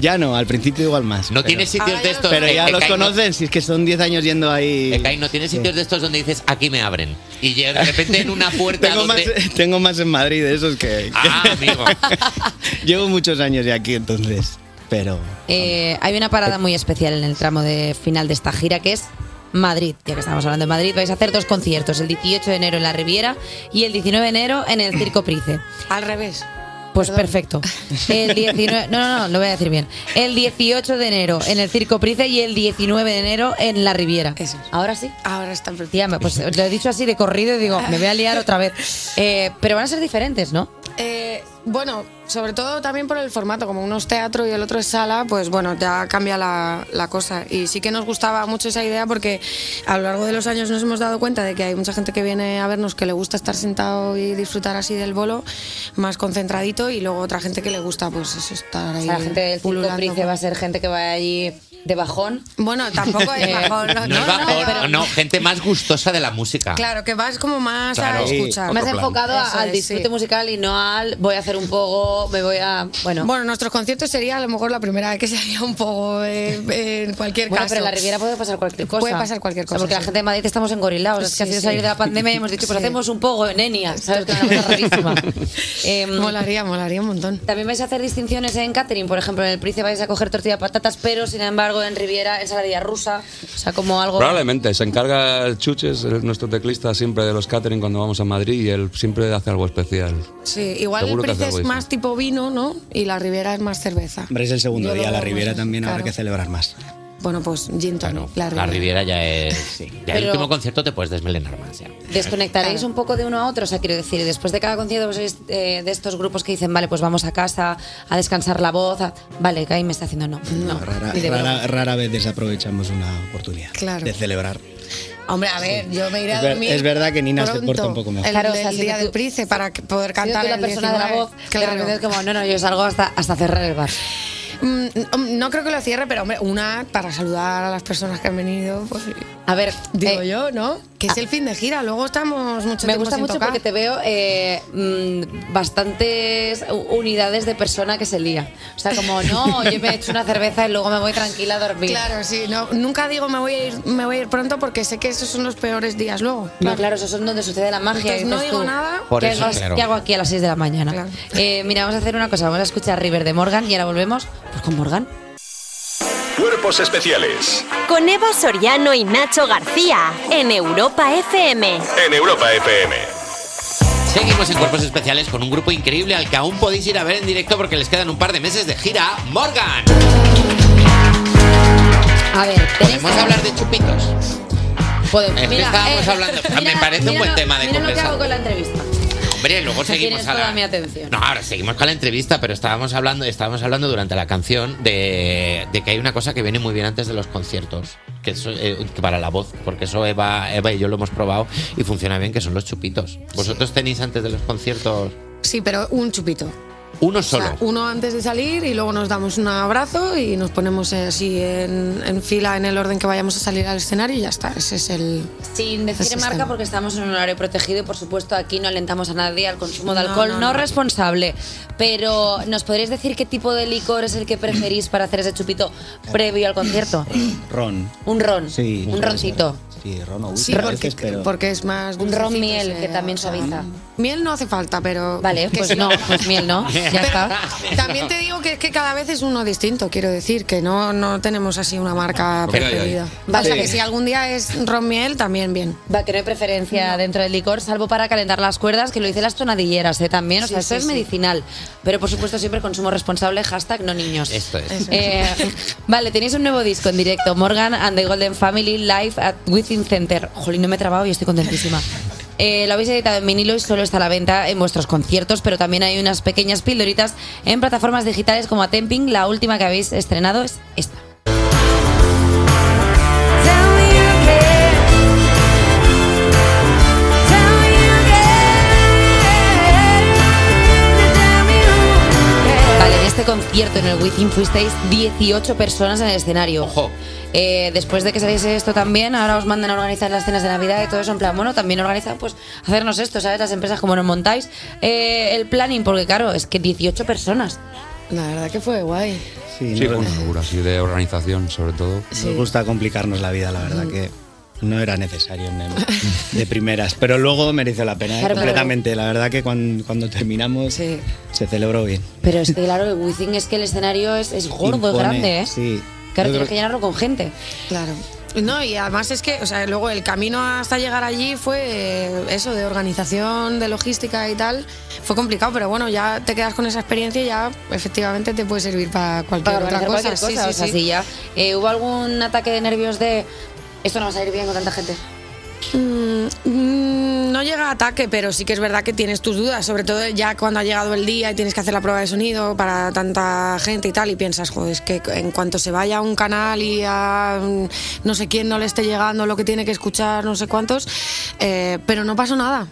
Speaker 24: ya no, al principio igual más.
Speaker 4: No tiene sitios Ahora ya
Speaker 21: Ah,
Speaker 4: de los- estos,
Speaker 24: Pero
Speaker 4: eh,
Speaker 24: ya
Speaker 4: eh,
Speaker 24: los
Speaker 4: que hay-
Speaker 24: conocen, si es que son 10 años yendo ahí.
Speaker 4: Ecai, ¿no tienes sitios de estos donde dices, aquí me abren? Y de repente en una puerta
Speaker 24: Tengo más, eh,
Speaker 4: donde...
Speaker 24: tengo más en Madrid de esos que.
Speaker 4: Ah, amigo.
Speaker 24: Llevo muchos años ya aquí entonces. Pero.
Speaker 3: Eh, hay una parada muy especial en el tramo de final de esta gira que es Madrid. Ya que estamos hablando de Madrid, vais a hacer dos conciertos, el 18 de enero en la Riviera y el 19 de enero en el Circo Price.
Speaker 21: Al revés.
Speaker 3: Pues perfecto. El 19, no, no, no, lo voy a decir bien. El 18 de enero en el Circo Price y el 19 de enero en la Riviera. Ahora sí.
Speaker 21: Ahora está perfecto.
Speaker 3: pues lo he dicho así de corrido y digo, me voy a liar otra vez. Eh, pero van a ser diferentes, ¿no?
Speaker 21: Eh, bueno, sobre todo también por el formato, como uno es teatro y el otro es sala, pues bueno, ya cambia la, la cosa. Y sí que nos gustaba mucho esa idea porque a lo largo de los años nos hemos dado cuenta de que hay mucha gente que viene a vernos que le gusta estar sentado y disfrutar así del bolo, más concentradito, y luego otra gente que le gusta pues eso, estar ahí.
Speaker 3: O sea, la gente del Circo
Speaker 21: pululando
Speaker 3: Price va a ser gente que va allí de bajón.
Speaker 21: Bueno, tampoco es bajón, no,
Speaker 4: No, es
Speaker 21: no,
Speaker 4: bajón,
Speaker 21: pero-
Speaker 4: no, gente más gustosa de la música.
Speaker 21: Claro, que vas como más
Speaker 4: Claro.
Speaker 21: a escuchar.
Speaker 4: Sí,
Speaker 3: Más
Speaker 4: otro plan.
Speaker 3: enfocado a-
Speaker 21: Eso
Speaker 3: al
Speaker 21: es,
Speaker 3: disfrute
Speaker 21: sí.
Speaker 3: musical y no al voy a hacer un poco, me voy a. Ah, Bueno,
Speaker 21: Bueno, nuestros conciertos sería a lo mejor la primera vez que se haría un poco eh, en cualquier
Speaker 3: Bueno,
Speaker 21: caso.
Speaker 3: pero en la Riviera puede pasar cualquier cosa.
Speaker 21: Puede pasar cualquier
Speaker 3: O sea,
Speaker 21: cosa,
Speaker 3: porque la
Speaker 21: sí.
Speaker 3: gente de Madrid estamos engorilados. Es que ha
Speaker 21: Sí,
Speaker 3: sido
Speaker 21: sí.
Speaker 3: salir de la pandemia y hemos dicho, pues
Speaker 21: Sí.
Speaker 3: hacemos un poco en Enia. ¿Sabes? Que es una cosa rarísima. molaría,
Speaker 21: molaría un montón.
Speaker 3: También vais a hacer distinciones en catering. Por ejemplo, en el Price vais a coger tortilla de patatas, pero sin embargo en Riviera ensaladilla rusa. O sea, como algo.
Speaker 23: Probablemente, se encarga el Chuches, el- nuestro teclista, siempre de los catering cuando vamos a Madrid y él siempre hace algo especial.
Speaker 21: Sí, igual
Speaker 23: Seguro que
Speaker 21: el
Speaker 23: hace
Speaker 21: Price
Speaker 23: algo
Speaker 21: es más tipo vino, ¿no? Y la Riviera es más cerveza.
Speaker 24: Hombre, es el segundo
Speaker 21: Yo lo
Speaker 24: día,
Speaker 21: veo
Speaker 24: la
Speaker 21: más
Speaker 24: Riviera
Speaker 21: así,
Speaker 24: también
Speaker 21: claro.
Speaker 24: habrá que celebrar más.
Speaker 21: Bueno, pues gin tonic, la
Speaker 4: La
Speaker 21: Riviera.
Speaker 4: Riviera ya es... Ya el
Speaker 3: Pero-
Speaker 4: último concierto te puedes desmelenar más. ya.
Speaker 3: ¿Desconectaréis un poco de uno a otro? O sea, quiero decir, después de cada concierto pues, sois, eh, de estos grupos que dicen, vale, pues vamos a casa a descansar la voz. a- Vale, que ahí me está haciendo no. No,
Speaker 24: Rara,
Speaker 3: ni de broma.
Speaker 24: rara- rara vez desaprovechamos una oportunidad
Speaker 3: Claro.
Speaker 24: de celebrar.
Speaker 21: Hombre, a ver, yo me iré a
Speaker 24: Es ver-
Speaker 21: dormir.
Speaker 24: es verdad que Nina se
Speaker 21: pronto,
Speaker 24: porta un poco mejor.
Speaker 21: El,
Speaker 3: Claro, o
Speaker 21: del
Speaker 3: sea, si
Speaker 21: día
Speaker 3: tú-
Speaker 21: del Price para que- poder
Speaker 3: Siendo
Speaker 21: cantar
Speaker 3: tú la
Speaker 21: el
Speaker 3: persona de la
Speaker 21: 19.
Speaker 3: voz, claro. de repente es como, no, no, yo salgo hasta, hasta cerrar el bar.
Speaker 21: Mm, mm, No creo que lo cierre, pero hombre, una para saludar a las personas que han venido. Pues,
Speaker 3: a ver, eh, ah.
Speaker 21: digo yo, ¿no? Que es el fin de gira. Luego estamos mucho
Speaker 3: Me
Speaker 21: tiempo
Speaker 3: gusta
Speaker 21: sin
Speaker 3: mucho
Speaker 21: tocar.
Speaker 3: porque te veo eh, mm, bastantes u- unidades de persona que se lía. O sea, como, no, yo me he hecho una cerveza y luego me voy tranquila a dormir.
Speaker 21: Claro, sí. No, nunca digo me voy a ir, me voy a ir pronto porque sé que esos son los peores días luego.
Speaker 3: No, claro, esos son donde sucede la magia.
Speaker 21: Entonces, no
Speaker 3: dices
Speaker 21: digo
Speaker 3: tú,
Speaker 21: nada.
Speaker 4: Por
Speaker 3: ¿qué,
Speaker 4: eso,
Speaker 3: hago,
Speaker 4: claro.
Speaker 3: qué hago aquí a las 6 de la mañana? Eh, mira, vamos a hacer una cosa. Vamos a escuchar River de Morgan y ahora volvemos pues, con Morgan.
Speaker 8: Cuerpos especiales
Speaker 2: Con Eva Soriano y Nacho García en Europa FM.
Speaker 8: en Europa FM.
Speaker 4: Seguimos en Cuerpos Especiales con un grupo increíble al que aún podéis ir a ver en directo porque les quedan un par de meses de gira. ¡Morgan!
Speaker 3: A ver,
Speaker 4: ¿Podemos hablar de chupitos?
Speaker 3: Podemos.
Speaker 4: Es que estábamos hablando. me parece un buen tema de
Speaker 3: eh, mira lo que
Speaker 4: conversación.
Speaker 3: hago con la entrevista.
Speaker 4: Hombre, luego
Speaker 3: Tienes
Speaker 4: seguimos a
Speaker 3: toda
Speaker 4: la...
Speaker 3: mi atención.
Speaker 4: No, ahora seguimos con la entrevista, pero estábamos hablando, estábamos hablando durante la canción de, de que hay una cosa que viene muy bien antes de los conciertos, que, eso, eh, que para la voz, porque eso Eva, Eva y yo lo hemos probado y funciona bien, que son los chupitos. ¿Vosotros tenéis antes de los conciertos
Speaker 21: Sí, pero un chupito.
Speaker 4: uno
Speaker 21: O
Speaker 4: solo?
Speaker 21: sea, uno antes de salir y luego nos damos un abrazo y nos ponemos eh, así en, en fila en el orden que vayamos a salir al escenario y ya está. Ese es el.
Speaker 3: Sin decir
Speaker 21: Ese es
Speaker 3: marca
Speaker 21: tema.
Speaker 3: porque estamos en un horario protegido y por supuesto aquí no alentamos a nadie al consumo de
Speaker 21: No,
Speaker 3: alcohol no,
Speaker 21: no, no.
Speaker 3: responsable. Pero ¿nos podríais decir qué tipo de licor es el que preferís para hacer ese chupito previo al concierto?
Speaker 24: Ron.
Speaker 3: Un ron.
Speaker 24: Sí.
Speaker 3: Un roncito.
Speaker 24: Sí, ron o whisky.
Speaker 21: Sí,
Speaker 24: a
Speaker 21: porque,
Speaker 24: veces, pero-
Speaker 21: porque es más.
Speaker 3: Un ron
Speaker 21: dulcecito
Speaker 3: miel
Speaker 21: ese,
Speaker 3: que también
Speaker 21: o sea,
Speaker 3: suaviza.
Speaker 21: Miel no hace falta, pero.
Speaker 3: Vale,
Speaker 21: que
Speaker 3: pues
Speaker 21: sí.
Speaker 3: no, pues miel no. Ya está.
Speaker 21: También te digo que es que cada vez es uno distinto, quiero decir, que no, no tenemos así una marca
Speaker 3: Pero,
Speaker 21: preferida.
Speaker 3: ay, ay.
Speaker 21: O sea,
Speaker 3: Sí.
Speaker 21: que si algún día es ron miel, también bien.
Speaker 3: Va, que no hay preferencia dentro del licor, salvo para calentar las cuerdas, que lo hice las tonadilleras ¿eh? también. O sea,
Speaker 21: Sí,
Speaker 3: esto
Speaker 21: sí,
Speaker 3: es
Speaker 21: sí.
Speaker 3: medicinal. Pero por supuesto, siempre consumo responsable, hashtag no niños.
Speaker 4: Esto es.
Speaker 21: Eso.
Speaker 3: Eh, vale, tenéis un nuevo disco en directo, Morgan and the Golden Family Live at Within Center. Jolín, no me he trabado y estoy contentísima. Eh, lo habéis editado en vinilo y solo está a la venta en vuestros conciertos, pero también hay unas pequeñas pildoritas en plataformas digitales como Temping. La última que habéis estrenado es esta. Vale, en este concierto en el Within fuisteis 18 personas en el escenario. Ojo. después de que sabéis esto también, ahora os mandan a organizar las cenas de Navidad y todo eso. En plan, bueno, también organizan, pues, hacernos esto, ¿sabes? Las empresas, como nos montáis eh, el planning, porque claro, es que 18 personas.
Speaker 21: La verdad que fue guay.
Speaker 24: Sí,
Speaker 23: Sí,
Speaker 24: no-
Speaker 23: fue una locura, así de organización, sobre todo.
Speaker 24: Nos gusta complicarnos la vida, la verdad que no era necesario en el- de primeras, pero luego mereció la pena ¿eh?
Speaker 3: Claro, claro.
Speaker 24: completamente. La verdad que cuan- cuando, terminamos se celebró bien.
Speaker 3: Pero es que, claro, el Within es que el escenario es, es gordo, es
Speaker 24: Impone,
Speaker 3: grande, ¿eh?
Speaker 24: Sí.
Speaker 3: Claro,
Speaker 24: Yo
Speaker 3: tienes
Speaker 24: creo-
Speaker 3: que llenarlo con gente.
Speaker 21: Claro. No, y además es que, o sea, luego el camino hasta llegar allí fue eh, eso, de organización, de logística y tal, fue complicado, pero bueno, ya te quedas con esa experiencia y ya efectivamente te puede servir para cualquier
Speaker 3: para
Speaker 21: otra
Speaker 3: organizar
Speaker 21: cosa.
Speaker 3: cualquier cosa.
Speaker 21: Sí, sí,
Speaker 3: o sea,
Speaker 21: sí.
Speaker 3: si ya. eh, ¿Hubo algún ataque de nervios de esto no va a salir bien con tanta gente?
Speaker 21: Mm, mm, No llega a ataque, pero sí que es verdad que tienes tus dudas, sobre todo ya cuando ha llegado el día y tienes que hacer la prueba de sonido para tanta gente y tal, y piensas, joder, es que en cuanto se vaya a un canal y a mm, no sé quién no le esté llegando lo que tiene que escuchar, no sé cuántos, eh, pero no pasó nada.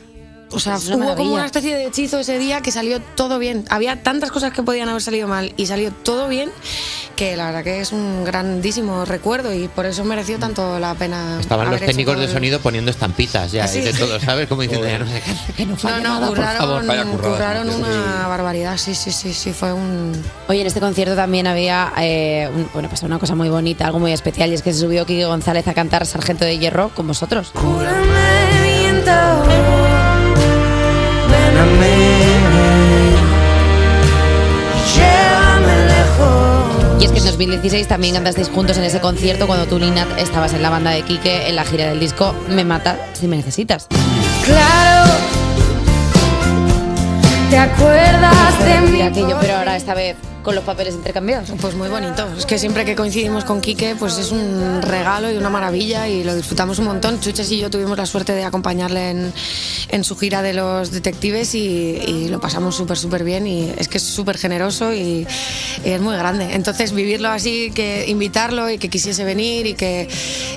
Speaker 21: O sea,
Speaker 3: Es una
Speaker 21: hubo como
Speaker 3: maravilla.
Speaker 21: una especie de hechizo ese día que salió todo bien. Había tantas cosas que podían haber salido mal y salió todo bien que la verdad que es un grandísimo recuerdo y por eso mereció tanto la pena.
Speaker 4: Estaban
Speaker 21: haber
Speaker 4: los
Speaker 21: hecho
Speaker 4: técnicos
Speaker 21: todo
Speaker 4: de
Speaker 21: el-
Speaker 4: sonido poniendo estampitas ya
Speaker 21: Sí.
Speaker 4: y de todo, ¿sabes? Como diciendo, ya no sé qué.
Speaker 21: No, no, curraron,
Speaker 4: Vaya curradas,
Speaker 21: curraron
Speaker 4: ¿no?
Speaker 21: una barbaridad, sí, sí, sí, sí, fue un...
Speaker 3: Oye, en este concierto también había, eh, un- bueno, pasó una cosa muy bonita, algo muy especial, y es que se subió Kike González a cantar Sargento de Hierro con vosotros. Y es que en 2016 también cantasteis juntos en ese concierto cuando tú, Linat, estabas en la banda de Quique en la gira del disco Me Mata si me necesitas.
Speaker 6: Claro, ¿te acuerdas de mí?
Speaker 3: Mira aquello, pero ahora esta vez con los papeles intercambiados.
Speaker 21: Pues muy bonito, es que siempre que coincidimos con Quique, pues es un regalo y una maravilla y lo disfrutamos un montón. Chuches y yo tuvimos la suerte de acompañarle en, en su gira de los detectives y, y lo pasamos súper, súper bien y es que es súper generoso y, y es muy grande. Entonces vivirlo así, que invitarlo y que quisiese venir y que,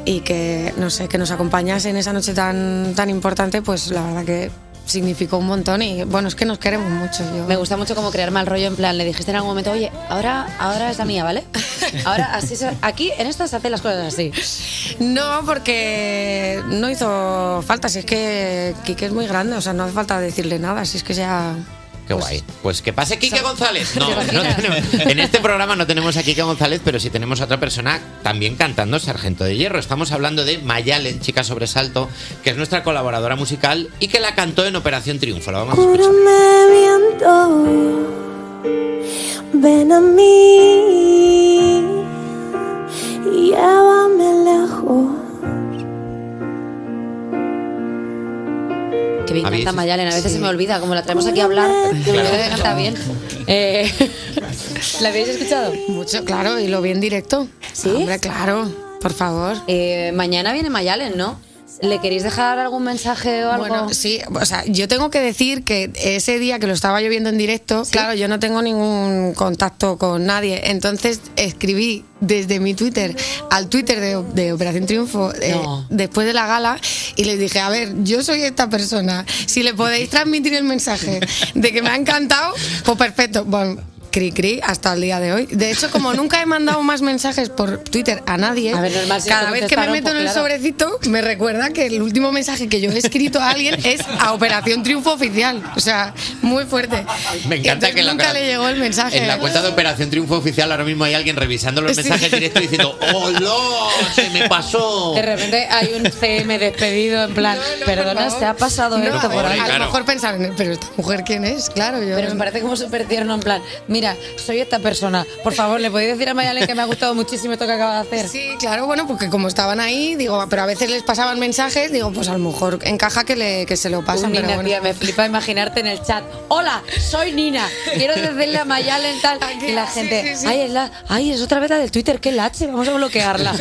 Speaker 21: y que no sé, que nos acompañase en esa noche tan, tan importante, pues la verdad que significó un montón y bueno, es que nos queremos mucho. Yo.
Speaker 3: Me gusta mucho como crear mal rollo, en plan, le dijiste en algún momento, oye, ahora, ahora es la mía, ¿vale? Ahora, así se- aquí, en esto se hacen las cosas así.
Speaker 21: No, porque no hizo falta. Si es que Quique es muy grande, o sea, no hace falta decirle nada. Si es que ya.
Speaker 4: Qué guay. Pues que pase Quique González. No, no tenemos- en este programa no tenemos a Quique González, pero sí tenemos a otra persona también cantando Sargento de Hierro. Estamos hablando de Mayalen, chica sobresalto, que es nuestra colaboradora musical y que la cantó en Operación Triunfo. La vamos a escuchar.
Speaker 6: Cúrame viento, ven a mí. Llévame lejos.
Speaker 3: Que me
Speaker 6: Habéis-
Speaker 3: encanta Mayalen, a veces se me olvida, como la traemos aquí a hablar, me
Speaker 21: Claro.
Speaker 3: me canta bien. Eh, ¿La habéis escuchado?
Speaker 21: Mucho, claro, y lo vi en directo.
Speaker 3: Sí. Eh,
Speaker 21: Hombre, claro, por favor.
Speaker 3: mañana viene Mayalen, ¿no? ¿Le queréis dejar algún mensaje o algo?
Speaker 21: Bueno, sí, o sea, yo tengo que decir que ese día que lo estaba yo viendo en directo, claro, yo no tengo ningún contacto con nadie, entonces escribí desde mi Twitter al Twitter de, de Operación Triunfo eh,
Speaker 3: No.
Speaker 21: después de la gala y les dije, a ver, yo soy esta persona, si le podéis transmitir el mensaje de que me ha encantado, pues perfecto. Bueno, Cri cri hasta el día de hoy. De hecho, como nunca he mandado más mensajes por Twitter a nadie,
Speaker 3: A ver, normal, si
Speaker 21: cada
Speaker 3: no
Speaker 21: vez que me
Speaker 3: contestaron,
Speaker 21: meto en
Speaker 3: pues
Speaker 21: el
Speaker 3: claro.
Speaker 21: sobre Pobrecito, me recuerda que el último mensaje que yo he escrito a alguien es a Operación Triunfo Oficial. O sea, muy fuerte.
Speaker 4: Me encanta
Speaker 21: Entonces
Speaker 4: que en la
Speaker 21: nunca
Speaker 4: cara-
Speaker 21: le llegó el mensaje. ¿eh?
Speaker 4: En la cuenta de Operación Triunfo Oficial ahora mismo hay alguien revisando los
Speaker 21: Sí.
Speaker 4: mensajes directos diciendo ¡Oh, no! ¡Se me pasó!
Speaker 3: De repente hay un CM despedido en plan, perdona, se ha pasado
Speaker 21: No,
Speaker 3: esto
Speaker 21: a,
Speaker 3: por
Speaker 21: ver,
Speaker 3: ahí.
Speaker 21: a lo mejor pensaron, pero esta mujer quién es, claro. Yo
Speaker 3: Pero me parece como súper tierno, en plan, mira, soy esta persona, por favor, ¿le podéis decir a Mayalen que me ha gustado muchísimo esto que acaba de hacer?
Speaker 21: Sí, claro, bueno, porque como estaban ahí, digo, pero a veces les pasaban mensajes, digo, pues a lo mejor encaja que, le, que se lo pasan.
Speaker 3: Uy,
Speaker 21: pero
Speaker 3: Nina,
Speaker 21: bueno.
Speaker 3: tía, me flipa imaginarte en el chat. Hola, soy Nina. Quiero decirle a Mayalen tal. Y la gente, Ay, es la, ay, es otra vez la del Twitter, qué lache, vamos a bloquearla.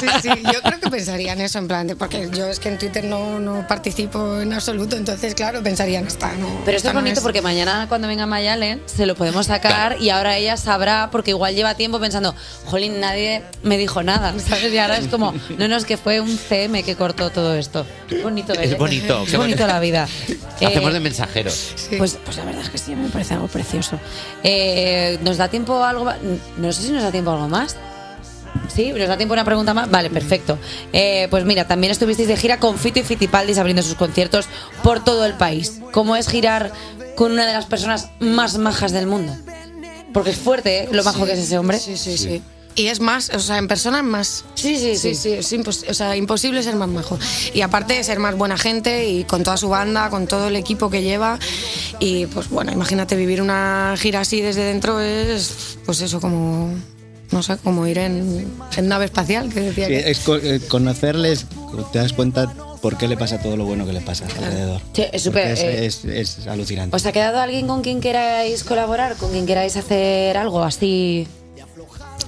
Speaker 21: Sí, sí, yo creo que pensarían eso en plan de, porque yo es que en Twitter no, no participo en absoluto, entonces claro, pensarían esta no.
Speaker 3: Pero esto
Speaker 21: esta
Speaker 3: es
Speaker 21: no
Speaker 3: bonito porque mañana cuando venga Mayalen se lo podemos sacar y ahora ella sabrá, porque igual lleva tiempo pensando, jolín, nadie me dijo nada, ¿sabes? Y ahora es como, no, no, es que fue un CM que cortó todo esto. Qué bonito
Speaker 4: Es
Speaker 3: ¿eh?
Speaker 4: bonito,
Speaker 3: Es
Speaker 4: qué
Speaker 3: bonito
Speaker 4: bonito.
Speaker 3: la vida.
Speaker 4: Hacemos
Speaker 3: Eh,
Speaker 4: de mensajeros.
Speaker 3: Pues, pues la verdad es que sí, me parece algo precioso. Eh, ¿Nos da tiempo a algo más? No sé si nos da tiempo a algo más. Sí, nos da tiempo a una pregunta más. Vale, perfecto. Eh, pues mira, también estuvisteis de gira con Fito y Fitipaldis abriendo sus conciertos por todo el país. ¿Cómo es girar con una de las personas más majas del mundo? Porque es fuerte, ¿eh? Lo majo
Speaker 21: Sí,
Speaker 3: que es ese hombre.
Speaker 21: Sí, sí, sí. Y es más, o sea, en persona es más.
Speaker 3: Sí, sí,
Speaker 21: sí. sí, es impos- o sea, imposible ser más majo. Y aparte de ser más buena gente y con toda su banda, con todo el equipo que lleva. Y pues bueno, imagínate vivir una gira así desde dentro es, pues eso, como, no sé, como ir en, en nave espacial, que decía
Speaker 24: Sí,
Speaker 21: que.
Speaker 24: es co- eh, conocerles, te das cuenta por qué le pasa todo lo bueno que le pasa alrededor.
Speaker 3: Sí, es súper,
Speaker 24: Porque
Speaker 3: eh,
Speaker 24: es, eh, es- es alucinante.
Speaker 3: ¿Os ha quedado alguien con quien queráis colaborar? ¿Con quien queráis hacer algo así?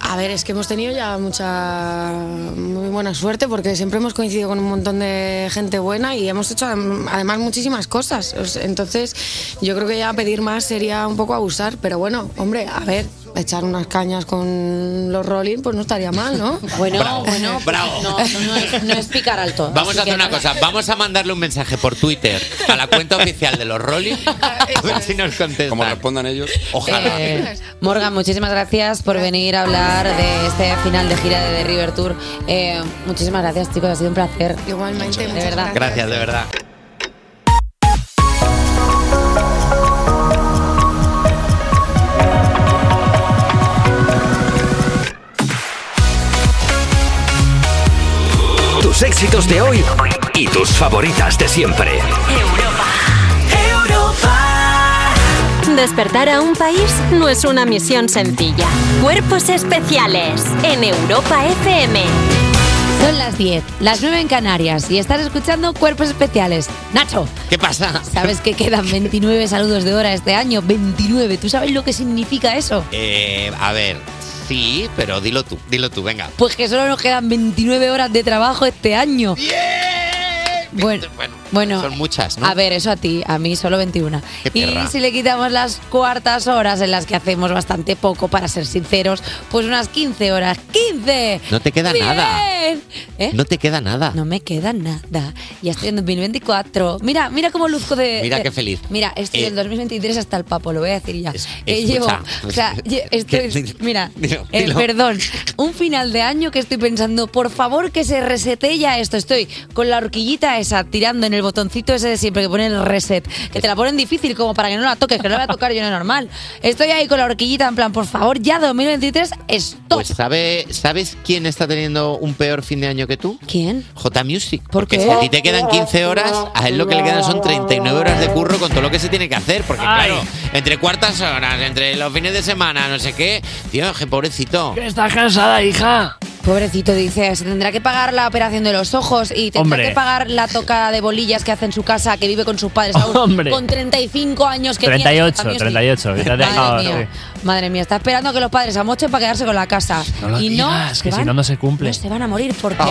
Speaker 21: A ver, es que hemos tenido ya mucha muy buena suerte porque siempre hemos coincidido con un montón de gente buena y hemos hecho adem- además muchísimas cosas. O sea, Entonces, yo creo que ya pedir más sería un poco abusar, pero bueno, hombre, a ver, echar unas cañas con los Rolling pues no estaría mal, ¿no?
Speaker 3: Bueno,
Speaker 4: Bravo,
Speaker 3: bueno, pues
Speaker 4: bravo.
Speaker 3: No, no, no es, no es picar alto.
Speaker 4: Vamos
Speaker 3: así
Speaker 4: a hacer
Speaker 3: que
Speaker 4: una
Speaker 3: nada.
Speaker 4: cosa, vamos a mandarle un mensaje por Twitter a la cuenta oficial de los Rolling a ver si nos contestan. Como respondan ellos. Ojalá.
Speaker 3: Eh, Morgan, muchísimas gracias por venir a hablar de este final de gira de The River Tour. Eh, muchísimas gracias, chicos, ha sido un placer.
Speaker 21: Igualmente,
Speaker 3: de verdad.
Speaker 4: Gracias, de verdad.
Speaker 1: Tus éxitos de hoy y tus favoritas de siempre.
Speaker 2: Despertar a un país no es una misión sencilla. Cuerpos especiales en Europa FM.
Speaker 3: Son las 10, las 9 en Canarias y estás escuchando Cuerpos Especiales. Nacho,
Speaker 4: ¿Qué pasa?
Speaker 3: ¿sabes que quedan 29 saludos de hora este año? 29, ¿tú sabes lo que significa eso?
Speaker 4: Eh, a ver, sí, pero dilo tú, dilo tú, venga.
Speaker 3: Pues que solo nos quedan 29 horas de trabajo este año. Bueno, bueno,
Speaker 4: Son muchas, ¿no?
Speaker 3: A ver, eso a ti, a mí solo 21.
Speaker 4: Qué
Speaker 3: Y
Speaker 4: perra.
Speaker 3: si le quitamos las cuartas horas en las que hacemos bastante poco, para ser sinceros, pues unas 15 horas. ¡15!
Speaker 4: No te queda
Speaker 3: ¡Bien!
Speaker 4: nada.
Speaker 3: ¿Eh?
Speaker 4: No te queda nada.
Speaker 3: No me queda nada. Ya estoy en 2024. Mira, mira cómo luzco de.
Speaker 4: Mira
Speaker 3: de-
Speaker 4: qué feliz.
Speaker 3: Mira, estoy
Speaker 4: Eh,
Speaker 3: en 2023 hasta el papo, lo voy a decir ya. Eh,
Speaker 4: escucha.
Speaker 3: llevo, o sea, lle- estoy-
Speaker 4: ¿Qué?
Speaker 3: mira,
Speaker 4: Dilo,
Speaker 3: eh,
Speaker 4: dilo.
Speaker 3: perdón, un final de año que estoy pensando, por favor que se resete ya esto. Estoy con la horquillita esa tirando en el botoncito ese de siempre que pone el reset, que te la ponen difícil como para que no la toques, que no la voy a tocar yo no es normal. Estoy ahí con la horquillita en plan, por favor, ya 2023 es
Speaker 4: Pues sabe, ¿sabes quién está teniendo un peor fin de año que tú?
Speaker 3: ¿Quién?
Speaker 4: J Music. Porque
Speaker 3: qué?
Speaker 4: si a ti te quedan 15 horas, a él lo que le quedan son 39 horas de curro con todo lo que se tiene que hacer. Porque
Speaker 14: Ay.
Speaker 4: claro, entre cuartas horas, entre los fines de semana, no sé qué. Tío, qué pobrecito.
Speaker 14: Estás cansada, hija.
Speaker 3: Pobrecito, dice, se tendrá que pagar la operación de los ojos y tendrá
Speaker 4: Hombre.
Speaker 3: que pagar la tocada de bolillas que hace en su casa, que vive con sus padres aún,
Speaker 14: Hombre.
Speaker 3: con 35 años que tiene.
Speaker 14: 38,
Speaker 3: Dios mío,
Speaker 14: 38. que te has
Speaker 3: Madre
Speaker 14: dejado,
Speaker 3: mía.
Speaker 14: sí.
Speaker 3: Madre mía, está esperando a que los padres amochen para quedarse con la casa.
Speaker 14: No lo
Speaker 3: y no,
Speaker 14: digas,
Speaker 3: se
Speaker 14: que si
Speaker 3: van-
Speaker 14: no, no se cumple.
Speaker 3: no se van a morir porque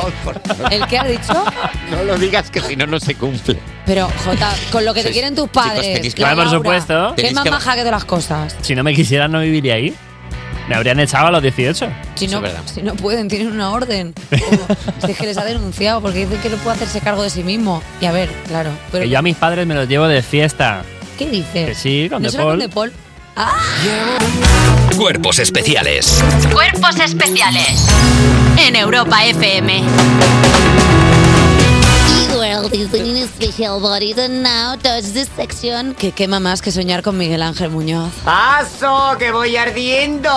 Speaker 3: el que ha dicho,
Speaker 4: No lo digas que si no, no se cumple.
Speaker 3: pero Jota, con lo que te
Speaker 4: Sí,
Speaker 3: quieren tus
Speaker 4: chicos,
Speaker 3: padres.
Speaker 4: tenéis que-
Speaker 3: la
Speaker 14: Claro, por
Speaker 3: Laura,
Speaker 14: supuesto.
Speaker 3: Que es
Speaker 14: Tenéis
Speaker 3: más
Speaker 14: que-
Speaker 3: maja que todas las cosas.
Speaker 14: Si no me quisieran, no viviría ahí. Me habrían echado a los 18.
Speaker 3: Si no, si no pueden, tienen una orden. O, si es que les ha denunciado porque dicen que no puede hacerse cargo de sí mismo. Y a ver, claro. Pero,
Speaker 14: Que yo a mis padres me los llevo de fiesta.
Speaker 3: ¿Qué dices?
Speaker 14: Que sí, con
Speaker 3: ¿No
Speaker 14: De
Speaker 3: será
Speaker 14: Paul.
Speaker 3: con De Paul?
Speaker 1: Cuerpos especiales
Speaker 2: Cuerpos especiales en Europa FM.
Speaker 3: World is in special body and now touch this section. Que quema más que soñar con Miguel Ángel Muñoz.
Speaker 4: Ah,
Speaker 5: ¡Paso, que voy ardiendo!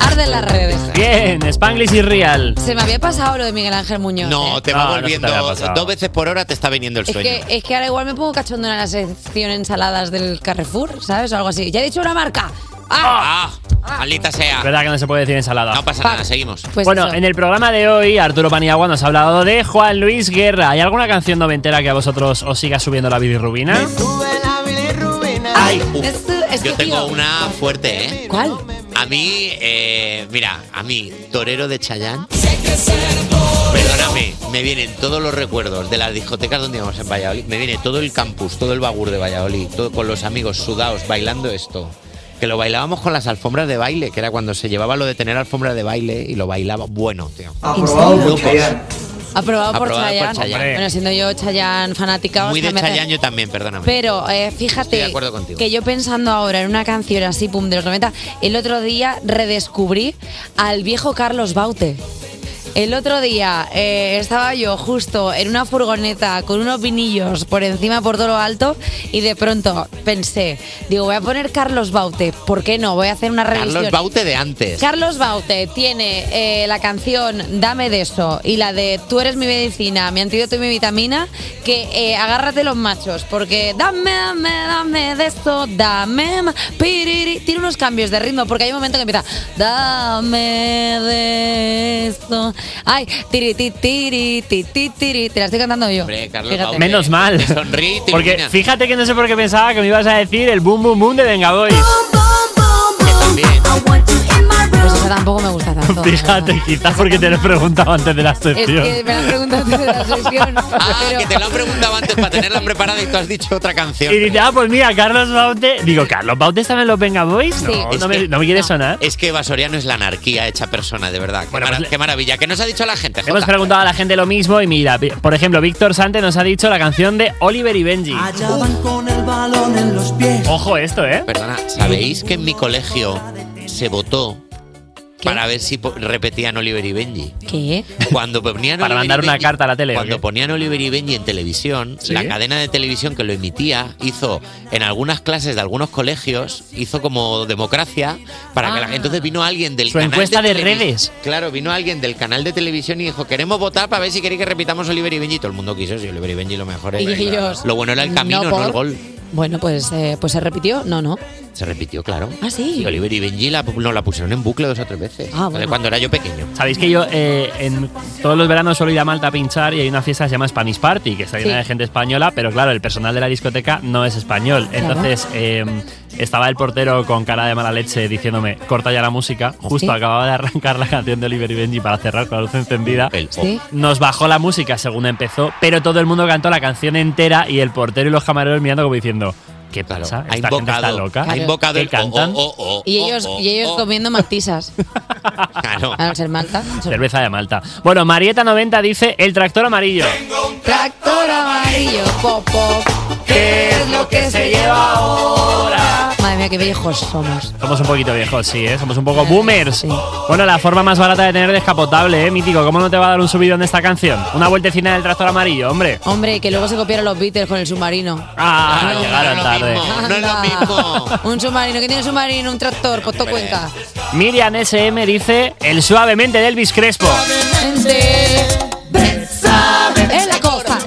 Speaker 3: Arden las redes.
Speaker 14: Bien, Spanglish y Real.
Speaker 3: Se me había pasado lo de Miguel Ángel Muñoz. ¿eh?
Speaker 4: No, te
Speaker 14: No,
Speaker 4: va
Speaker 14: no se te
Speaker 4: volviendo.
Speaker 14: había pasado.
Speaker 4: dos veces por hora te está viniendo el
Speaker 3: Es
Speaker 4: sueño.
Speaker 3: que, es que ahora igual me pongo cachondona en la sección ensaladas del Carrefour, ¿sabes? O algo así. Ya he dicho una marca.
Speaker 4: ¡Ah! Maldita sea.
Speaker 14: verdad que no se puede decir ensalada.
Speaker 4: No pasa nada, seguimos.
Speaker 3: Pues
Speaker 14: bueno, en el programa de hoy, Arturo Paniagua nos ha hablado de Juan Luis Guerra. ¿Hay alguna canción noventera que a vosotros os siga subiendo la bilirrubina?
Speaker 4: Ay, uf,
Speaker 3: Es tu- es
Speaker 4: yo
Speaker 3: que,
Speaker 4: tengo
Speaker 3: tío,
Speaker 4: una fuerte, ¿eh?
Speaker 3: ¿Cuál?
Speaker 4: A mí, eh, mira, a mí, Torero de Chayán. Perdóname, me vienen todos los recuerdos de las discotecas donde íbamos en Valladolid. Me viene todo el campus, todo el bagur de Valladolid, todo con los amigos sudados bailando esto. Que lo bailábamos con las alfombras de baile, que era cuando se llevaba lo de tener alfombra de baile y lo bailaba. Bueno, tío.
Speaker 5: Aprobado por
Speaker 4: Locos.
Speaker 5: Chayanne.
Speaker 3: Aprobado por
Speaker 4: Aprobado por
Speaker 3: Chayanne.
Speaker 4: Chayanne.
Speaker 3: Bueno, siendo yo Chayanne fanática,
Speaker 4: Muy
Speaker 3: o sea,
Speaker 4: de
Speaker 3: me hace-
Speaker 4: Chayán yo también, perdóname.
Speaker 3: Pero eh,
Speaker 4: Estoy de
Speaker 3: fíjate
Speaker 4: acuerdo contigo.
Speaker 3: que yo pensando ahora en una canción así, pum, de los 90, el otro día redescubrí al viejo Carlos Baute. El otro día eh, estaba yo justo en una furgoneta con unos vinillos por encima, por todo lo alto, y de pronto pensé, digo, voy a poner Carlos Baute, ¿por qué no? Voy a hacer una revisión.
Speaker 4: Carlos Baute de antes.
Speaker 3: Carlos Baute tiene eh, la canción Dame de eso y la de Tú eres mi medicina, mi antídoto y mi vitamina, que eh, agárrate los machos, porque dame, dame, dame de eso, dame, ma- piriri. Tiene unos cambios de ritmo, porque hay un momento que empieza, dame de eso. Ay, tiri, ti, tiri, ti, ti, tiri. Te la estoy cantando yo. Fíjate.
Speaker 14: Menos mal.
Speaker 4: Sonríe,
Speaker 14: Porque
Speaker 4: ilumina.
Speaker 14: fíjate que no sé por qué pensaba que me ibas a decir el boom boom boom de Venga Boys.
Speaker 3: Pues eso tampoco me gusta tanto.
Speaker 14: Fíjate, quizás porque te lo he preguntado antes de la
Speaker 3: Es
Speaker 14: sección.
Speaker 3: que me la preguntas de la sesión. pero-
Speaker 4: Ah, Te lo han preguntado antes para tenerla preparada y tú has dicho otra canción.
Speaker 14: Y dice, ah, pues mira, Carlos Baute. Digo, ¿Carlos Baute estaba en los Venga Boys?
Speaker 4: Sí.
Speaker 14: No,
Speaker 4: Es
Speaker 14: no, me,
Speaker 4: que-
Speaker 14: no me quiere sonar.
Speaker 4: Es que Vasoriano es la anarquía hecha persona, de verdad. Qué, mara- qué maravilla. ¿Qué nos ha dicho la gente?
Speaker 14: pues Hemos
Speaker 4: Jota?
Speaker 14: preguntado a la gente lo mismo y mira, vi- por ejemplo, Víctor Sante nos ha dicho la canción de Oliver y Benji.
Speaker 5: con el balón en los pies.
Speaker 14: Ojo esto, ¿eh?
Speaker 4: Perdona, ¿sabéis que en mi colegio se votó para ver si po- repetían Oliver y Benji?
Speaker 3: ¿Qué?
Speaker 4: Cuando ponían
Speaker 14: Para
Speaker 4: Oliver y
Speaker 14: mandar una
Speaker 4: Benji-
Speaker 14: carta a la tele. ¿o
Speaker 4: Cuando
Speaker 14: qué?
Speaker 4: ponían Oliver y Benji en televisión,
Speaker 14: ¿Sí?
Speaker 4: la cadena de televisión que lo emitía hizo en algunas clases de algunos colegios hizo como democracia para que la
Speaker 14: Ah.
Speaker 4: gente entonces vino alguien del
Speaker 14: Su
Speaker 4: canal
Speaker 14: encuesta de
Speaker 4: televis-
Speaker 14: redes.
Speaker 4: Claro, vino alguien del canal de televisión y dijo, "Queremos votar para ver si queréis que repitamos Oliver y Benji." Todo el mundo quiso, si Oliver y Benji lo mejor
Speaker 3: Y
Speaker 4: era.
Speaker 3: ellos,
Speaker 4: lo bueno era el camino,
Speaker 3: no
Speaker 4: no,
Speaker 3: por-
Speaker 4: el gol.
Speaker 3: Bueno, pues, eh, pues se repitió. No, no.
Speaker 4: Se repitió, claro.
Speaker 3: Ah, sí.
Speaker 4: Y Oliver y Benji la, no, la pusieron en bucle dos o tres veces.
Speaker 3: Ah, bueno.
Speaker 4: De Cuando era yo pequeño.
Speaker 14: Sabéis que yo eh, en todos los veranos suelo ir a Malta a pinchar y hay una fiesta que se llama Spanish Party, que está llena
Speaker 4: Sí.
Speaker 14: de gente española, pero claro, el personal de la discoteca no es español.
Speaker 4: Claro.
Speaker 14: Entonces eh, estaba el portero con cara de mala leche diciéndome, corta ya la música.
Speaker 4: Sí.
Speaker 14: Justo acababa de arrancar la canción de Oliver y Benji para cerrar con la luz encendida.
Speaker 4: Sí.
Speaker 14: Nos bajó la música según empezó, pero todo el mundo cantó la canción entera y el portero y los camareros mirando como diciendo, ¿qué
Speaker 4: ha
Speaker 14: pasa? ¿Esta gente está
Speaker 4: invocado-
Speaker 14: loca?
Speaker 4: ha invocado
Speaker 14: ¿Qué
Speaker 4: el o,
Speaker 14: cantan?
Speaker 4: o, o,
Speaker 3: Y ellos, y ellos comiendo matizas.
Speaker 4: Claro.
Speaker 3: A no ser Malta.
Speaker 14: Ah, Cerveza de Malta. Bueno, Marieta90 dice el tractor amarillo.
Speaker 3: Tractor amarillo, popo.
Speaker 5: ¿Qué es lo que se lleva ahora?
Speaker 25: Madre mía, qué viejos somos.
Speaker 14: Somos un poquito viejos, sí, ¿eh? Somos un poco boomers. Bueno, la forma más barata de tener descapotable, ¿eh? Mítico, ¿cómo no te va a dar un subidón de esta canción? Una vueltecina del tractor amarillo, hombre.
Speaker 25: Hombre, que luego se copiaron los Beatles con el submarino.
Speaker 14: Ah, llegaron tarde.
Speaker 25: no es lo mismo. Un submarino, ¿qué tiene un submarino? Un tractor,
Speaker 3: pues
Speaker 25: costó cuenca.
Speaker 14: Miriam SM dice el suavemente de Elvis Crespo.
Speaker 3: En la costa.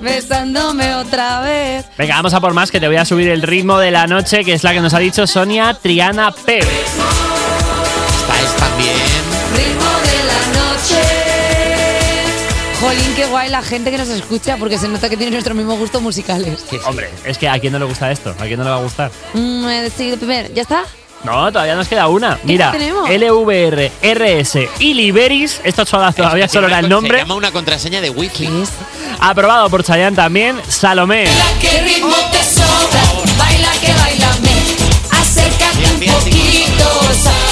Speaker 3: Besándome otra vez.
Speaker 14: Venga, vamos a por más, que te voy a subir el ritmo de la noche, que es la que nos ha dicho Sonia Triana P.
Speaker 4: Estáis también.
Speaker 3: Ritmo de la noche. Jolín, qué guay la gente que nos escucha porque se nota que tiene nuestros mismos gustos musicales.
Speaker 14: Hombre, es que a quién no le gusta esto, a quién no le va a gustar.
Speaker 3: Mm, eh, sí, primero, ¿ya está?
Speaker 14: No, todavía nos queda una. Mira,
Speaker 3: tenemos?
Speaker 14: LVR, RS y Liberis. Esto solo- todavía solo era el nombre.
Speaker 4: Se llama una contraseña de wiki.
Speaker 14: Aprobado por Chayanne también, Salomé.
Speaker 5: ¿Qué ritmo te sobra? Baila que bailame. Acércate un poquito.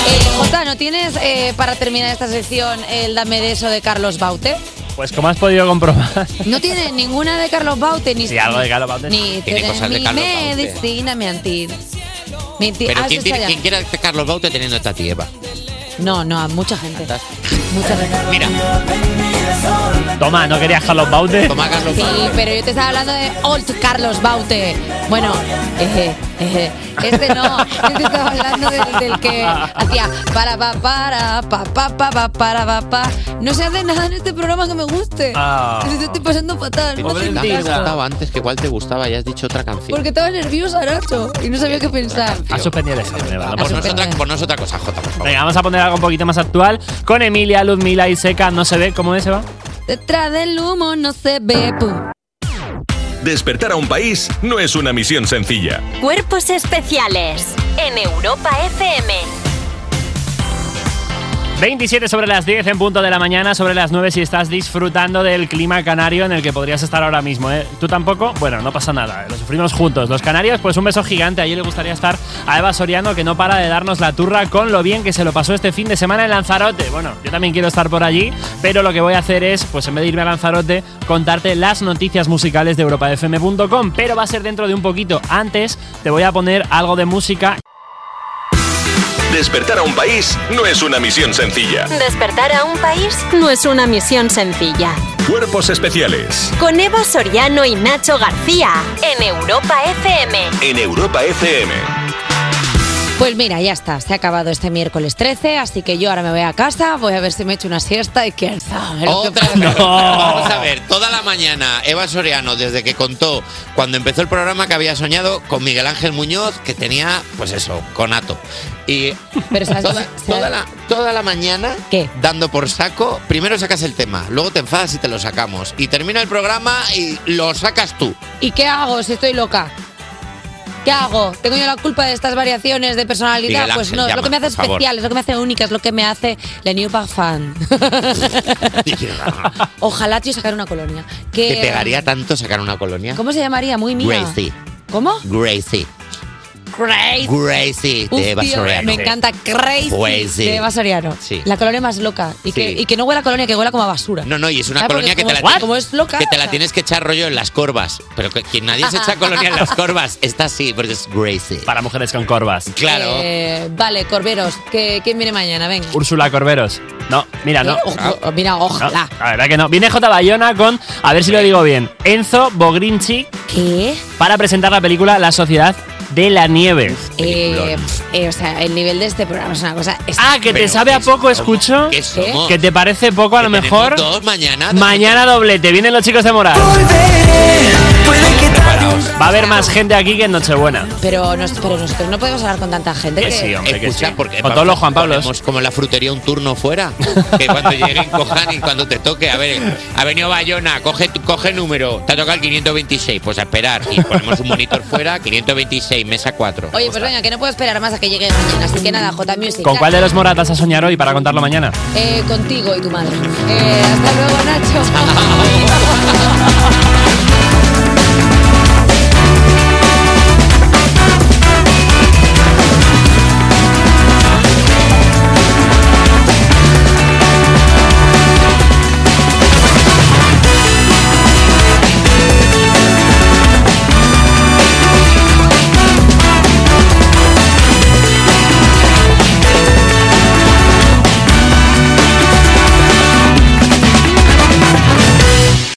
Speaker 3: Eh, Jota, ¿no tienes eh, para terminar esta sección el dame de eso de Carlos Baute?
Speaker 14: Pues como has podido comprobar.
Speaker 3: No tienes ninguna de Carlos Baute ni.
Speaker 14: Sí, algo de Carlos Baute.
Speaker 3: Ni
Speaker 4: Tiene
Speaker 3: te-
Speaker 4: cosas de
Speaker 3: mi
Speaker 4: Carlos Baute.
Speaker 3: medicina, mi anti. Mi anti-
Speaker 4: Pero
Speaker 3: Ah,
Speaker 4: ¿quién,
Speaker 3: eso
Speaker 4: tiene,
Speaker 3: está
Speaker 4: ¿quién
Speaker 3: ya.
Speaker 4: quiere a Carlos Baute teniendo esta tieva?
Speaker 3: No, no, a mucha gente. Mucha gente.
Speaker 4: Mira.
Speaker 14: Toma, ¿no querías Carlos Baute?
Speaker 4: Toma Carlos
Speaker 3: Sí, pero yo te estaba hablando de Old Carlos Baute. Bueno, eje, eje. este no, yo te estaba hablando del, del que hacía para pa para pa pa pa pa para pa pa. No se hace nada en este programa que me guste.
Speaker 4: Ah.
Speaker 3: Te estoy pasando fatal. No
Speaker 4: Pobre
Speaker 3: haces
Speaker 4: Nacho,
Speaker 3: caso.
Speaker 4: gustaba antes, que igual te gustaba y has dicho otra canción.
Speaker 3: Porque estaba nerviosa, Nacho, y no sabía qué pensar.
Speaker 14: Ha suspendido el examen, ¿vale?
Speaker 4: Ponnos Pues otra, ponnos otra cosa, Jota, por favor.
Speaker 14: Venga, vamos a poner algo un poquito más actual. Con Emilia, Luzmila y Seca, no se ve cómo es, Eva.
Speaker 3: Detrás del humo no se ve. pum.
Speaker 8: Despertar a un país no es una misión sencilla.
Speaker 2: Cuerpos especiales en Europa FM.
Speaker 14: 27 sobre las 10 en punto de la mañana, sobre las 9 si estás disfrutando del clima canario en el que podrías estar ahora mismo. ¿eh? ¿Tú tampoco? Bueno, no pasa nada, ¿eh? lo sufrimos juntos. Los canarios, pues un beso gigante. Allí le gustaría estar a Eva Soriano que no para de darnos la turra con lo bien que se lo pasó este fin de semana en Lanzarote. Bueno, yo también quiero estar por allí, pero lo que voy a hacer es, pues en vez de irme a Lanzarote, contarte las noticias musicales de europafm.com, pero va a ser dentro de un poquito. Antes te voy a poner algo de música.
Speaker 8: Despertar a un país no es una misión sencilla.
Speaker 2: Despertar a un país no es una misión sencilla.
Speaker 8: Cuerpos especiales
Speaker 2: Con Eva Soriano y Nacho García en Europa FM.
Speaker 8: en Europa FM.
Speaker 25: Pues mira, ya está, se ha acabado este miércoles 13, así que yo ahora me voy a casa, voy a ver si me echo una siesta y quién sabe lo que
Speaker 4: Otra vez. Vamos a ver, toda la mañana Eva Soriano, desde que contó cuando empezó el programa que había soñado con Miguel Ángel Muñoz, que tenía, pues eso, conato. Y
Speaker 25: Pero ¿sabes?
Speaker 4: toda, toda la, toda la mañana dando por saco, primero sacas el tema, luego te enfadas y te lo sacamos. Y termina el programa y lo sacas tú.
Speaker 25: ¿Y qué hago si estoy loca?
Speaker 3: ¿Qué hago? ¿Tengo yo la culpa de estas variaciones de personalidad?
Speaker 4: Miguel
Speaker 3: pues
Speaker 4: Ángel,
Speaker 3: no, es
Speaker 4: llama,
Speaker 3: lo que me hace
Speaker 4: por favor.
Speaker 3: especial, es lo que me hace única, es lo que me hace la New Pack Fan. Ojalá, tío, sacar una colonia. Que, um,
Speaker 4: Te "Ah, pegaría tanto sacar una colonia.
Speaker 3: Eh, ¿Cómo se llamaría? Muy mía.
Speaker 4: Gracie.
Speaker 3: ¿Cómo?
Speaker 4: Gracie.
Speaker 3: Crazy.
Speaker 4: Gracie
Speaker 3: Uf,
Speaker 4: de Eva
Speaker 3: tío,
Speaker 4: Soriano.
Speaker 3: Me encanta Crazy,
Speaker 4: Crazy.
Speaker 3: de Eva Soriano.
Speaker 4: Sí.
Speaker 3: La colonia más loca. Y, que,
Speaker 4: Sí.
Speaker 3: y que no huela a colonia, que huela como a basura.
Speaker 4: No, no, y es una
Speaker 3: Ah, porque
Speaker 4: colonia que te,
Speaker 3: como
Speaker 4: la,
Speaker 3: es-
Speaker 4: ti-
Speaker 3: como es loca,
Speaker 4: que te la
Speaker 3: o sea.
Speaker 4: tienes que echar rollo en las corvas. Pero que, que nadie se echa colonia en las corvas. Está sí, porque es Gracie.
Speaker 14: Para mujeres con corvas.
Speaker 4: Claro.
Speaker 3: Eh, vale, Corberos, que, ¿quién viene mañana? Venga.
Speaker 14: Úrsula Corberos. No, mira, no.
Speaker 3: Eh,
Speaker 14: Ah.
Speaker 3: Ojo, oh, mira, ojalá.
Speaker 14: No, la verdad que no. Viene J. Bayona con, a ver si lo digo bien, Enzo Bogrinchi.
Speaker 3: ¿Qué?
Speaker 14: Para presentar la película La Sociedad de la Nieve.
Speaker 3: Eh, eh, o sea, el nivel de este programa es una cosa.
Speaker 14: Ah, que te sabe a poco, escucho.
Speaker 4: somos?
Speaker 14: Que te parece poco, a lo mejor.
Speaker 4: dos mañana.
Speaker 14: Mañana doblete. Vienen los chicos de Moral. Preparaos. Va a haber más gente aquí que en Nochebuena.
Speaker 3: Pero, nos- pero nosotros no podemos hablar con tanta gente. Que
Speaker 4: Escucha, porque
Speaker 14: Con todos los Juan Pablos.
Speaker 4: ponemos como en la frutería un turno fuera. Que cuando lleguen cojan y cuando te toque, a ver, ha venido Bayona, coge, tu- coge número, te ha tocado el 526, pues a esperar. Y ponemos un monitor fuera, 526, mesa 4.
Speaker 3: Oye, pues venga, que no puedo esperar más a que llegue mañana. Así que nada, J Music.
Speaker 14: ¿Con cuál de los Morat vas a soñar hoy para contarlo mañana?
Speaker 3: Eh, contigo y tu madre. Eh, hasta luego, Nacho.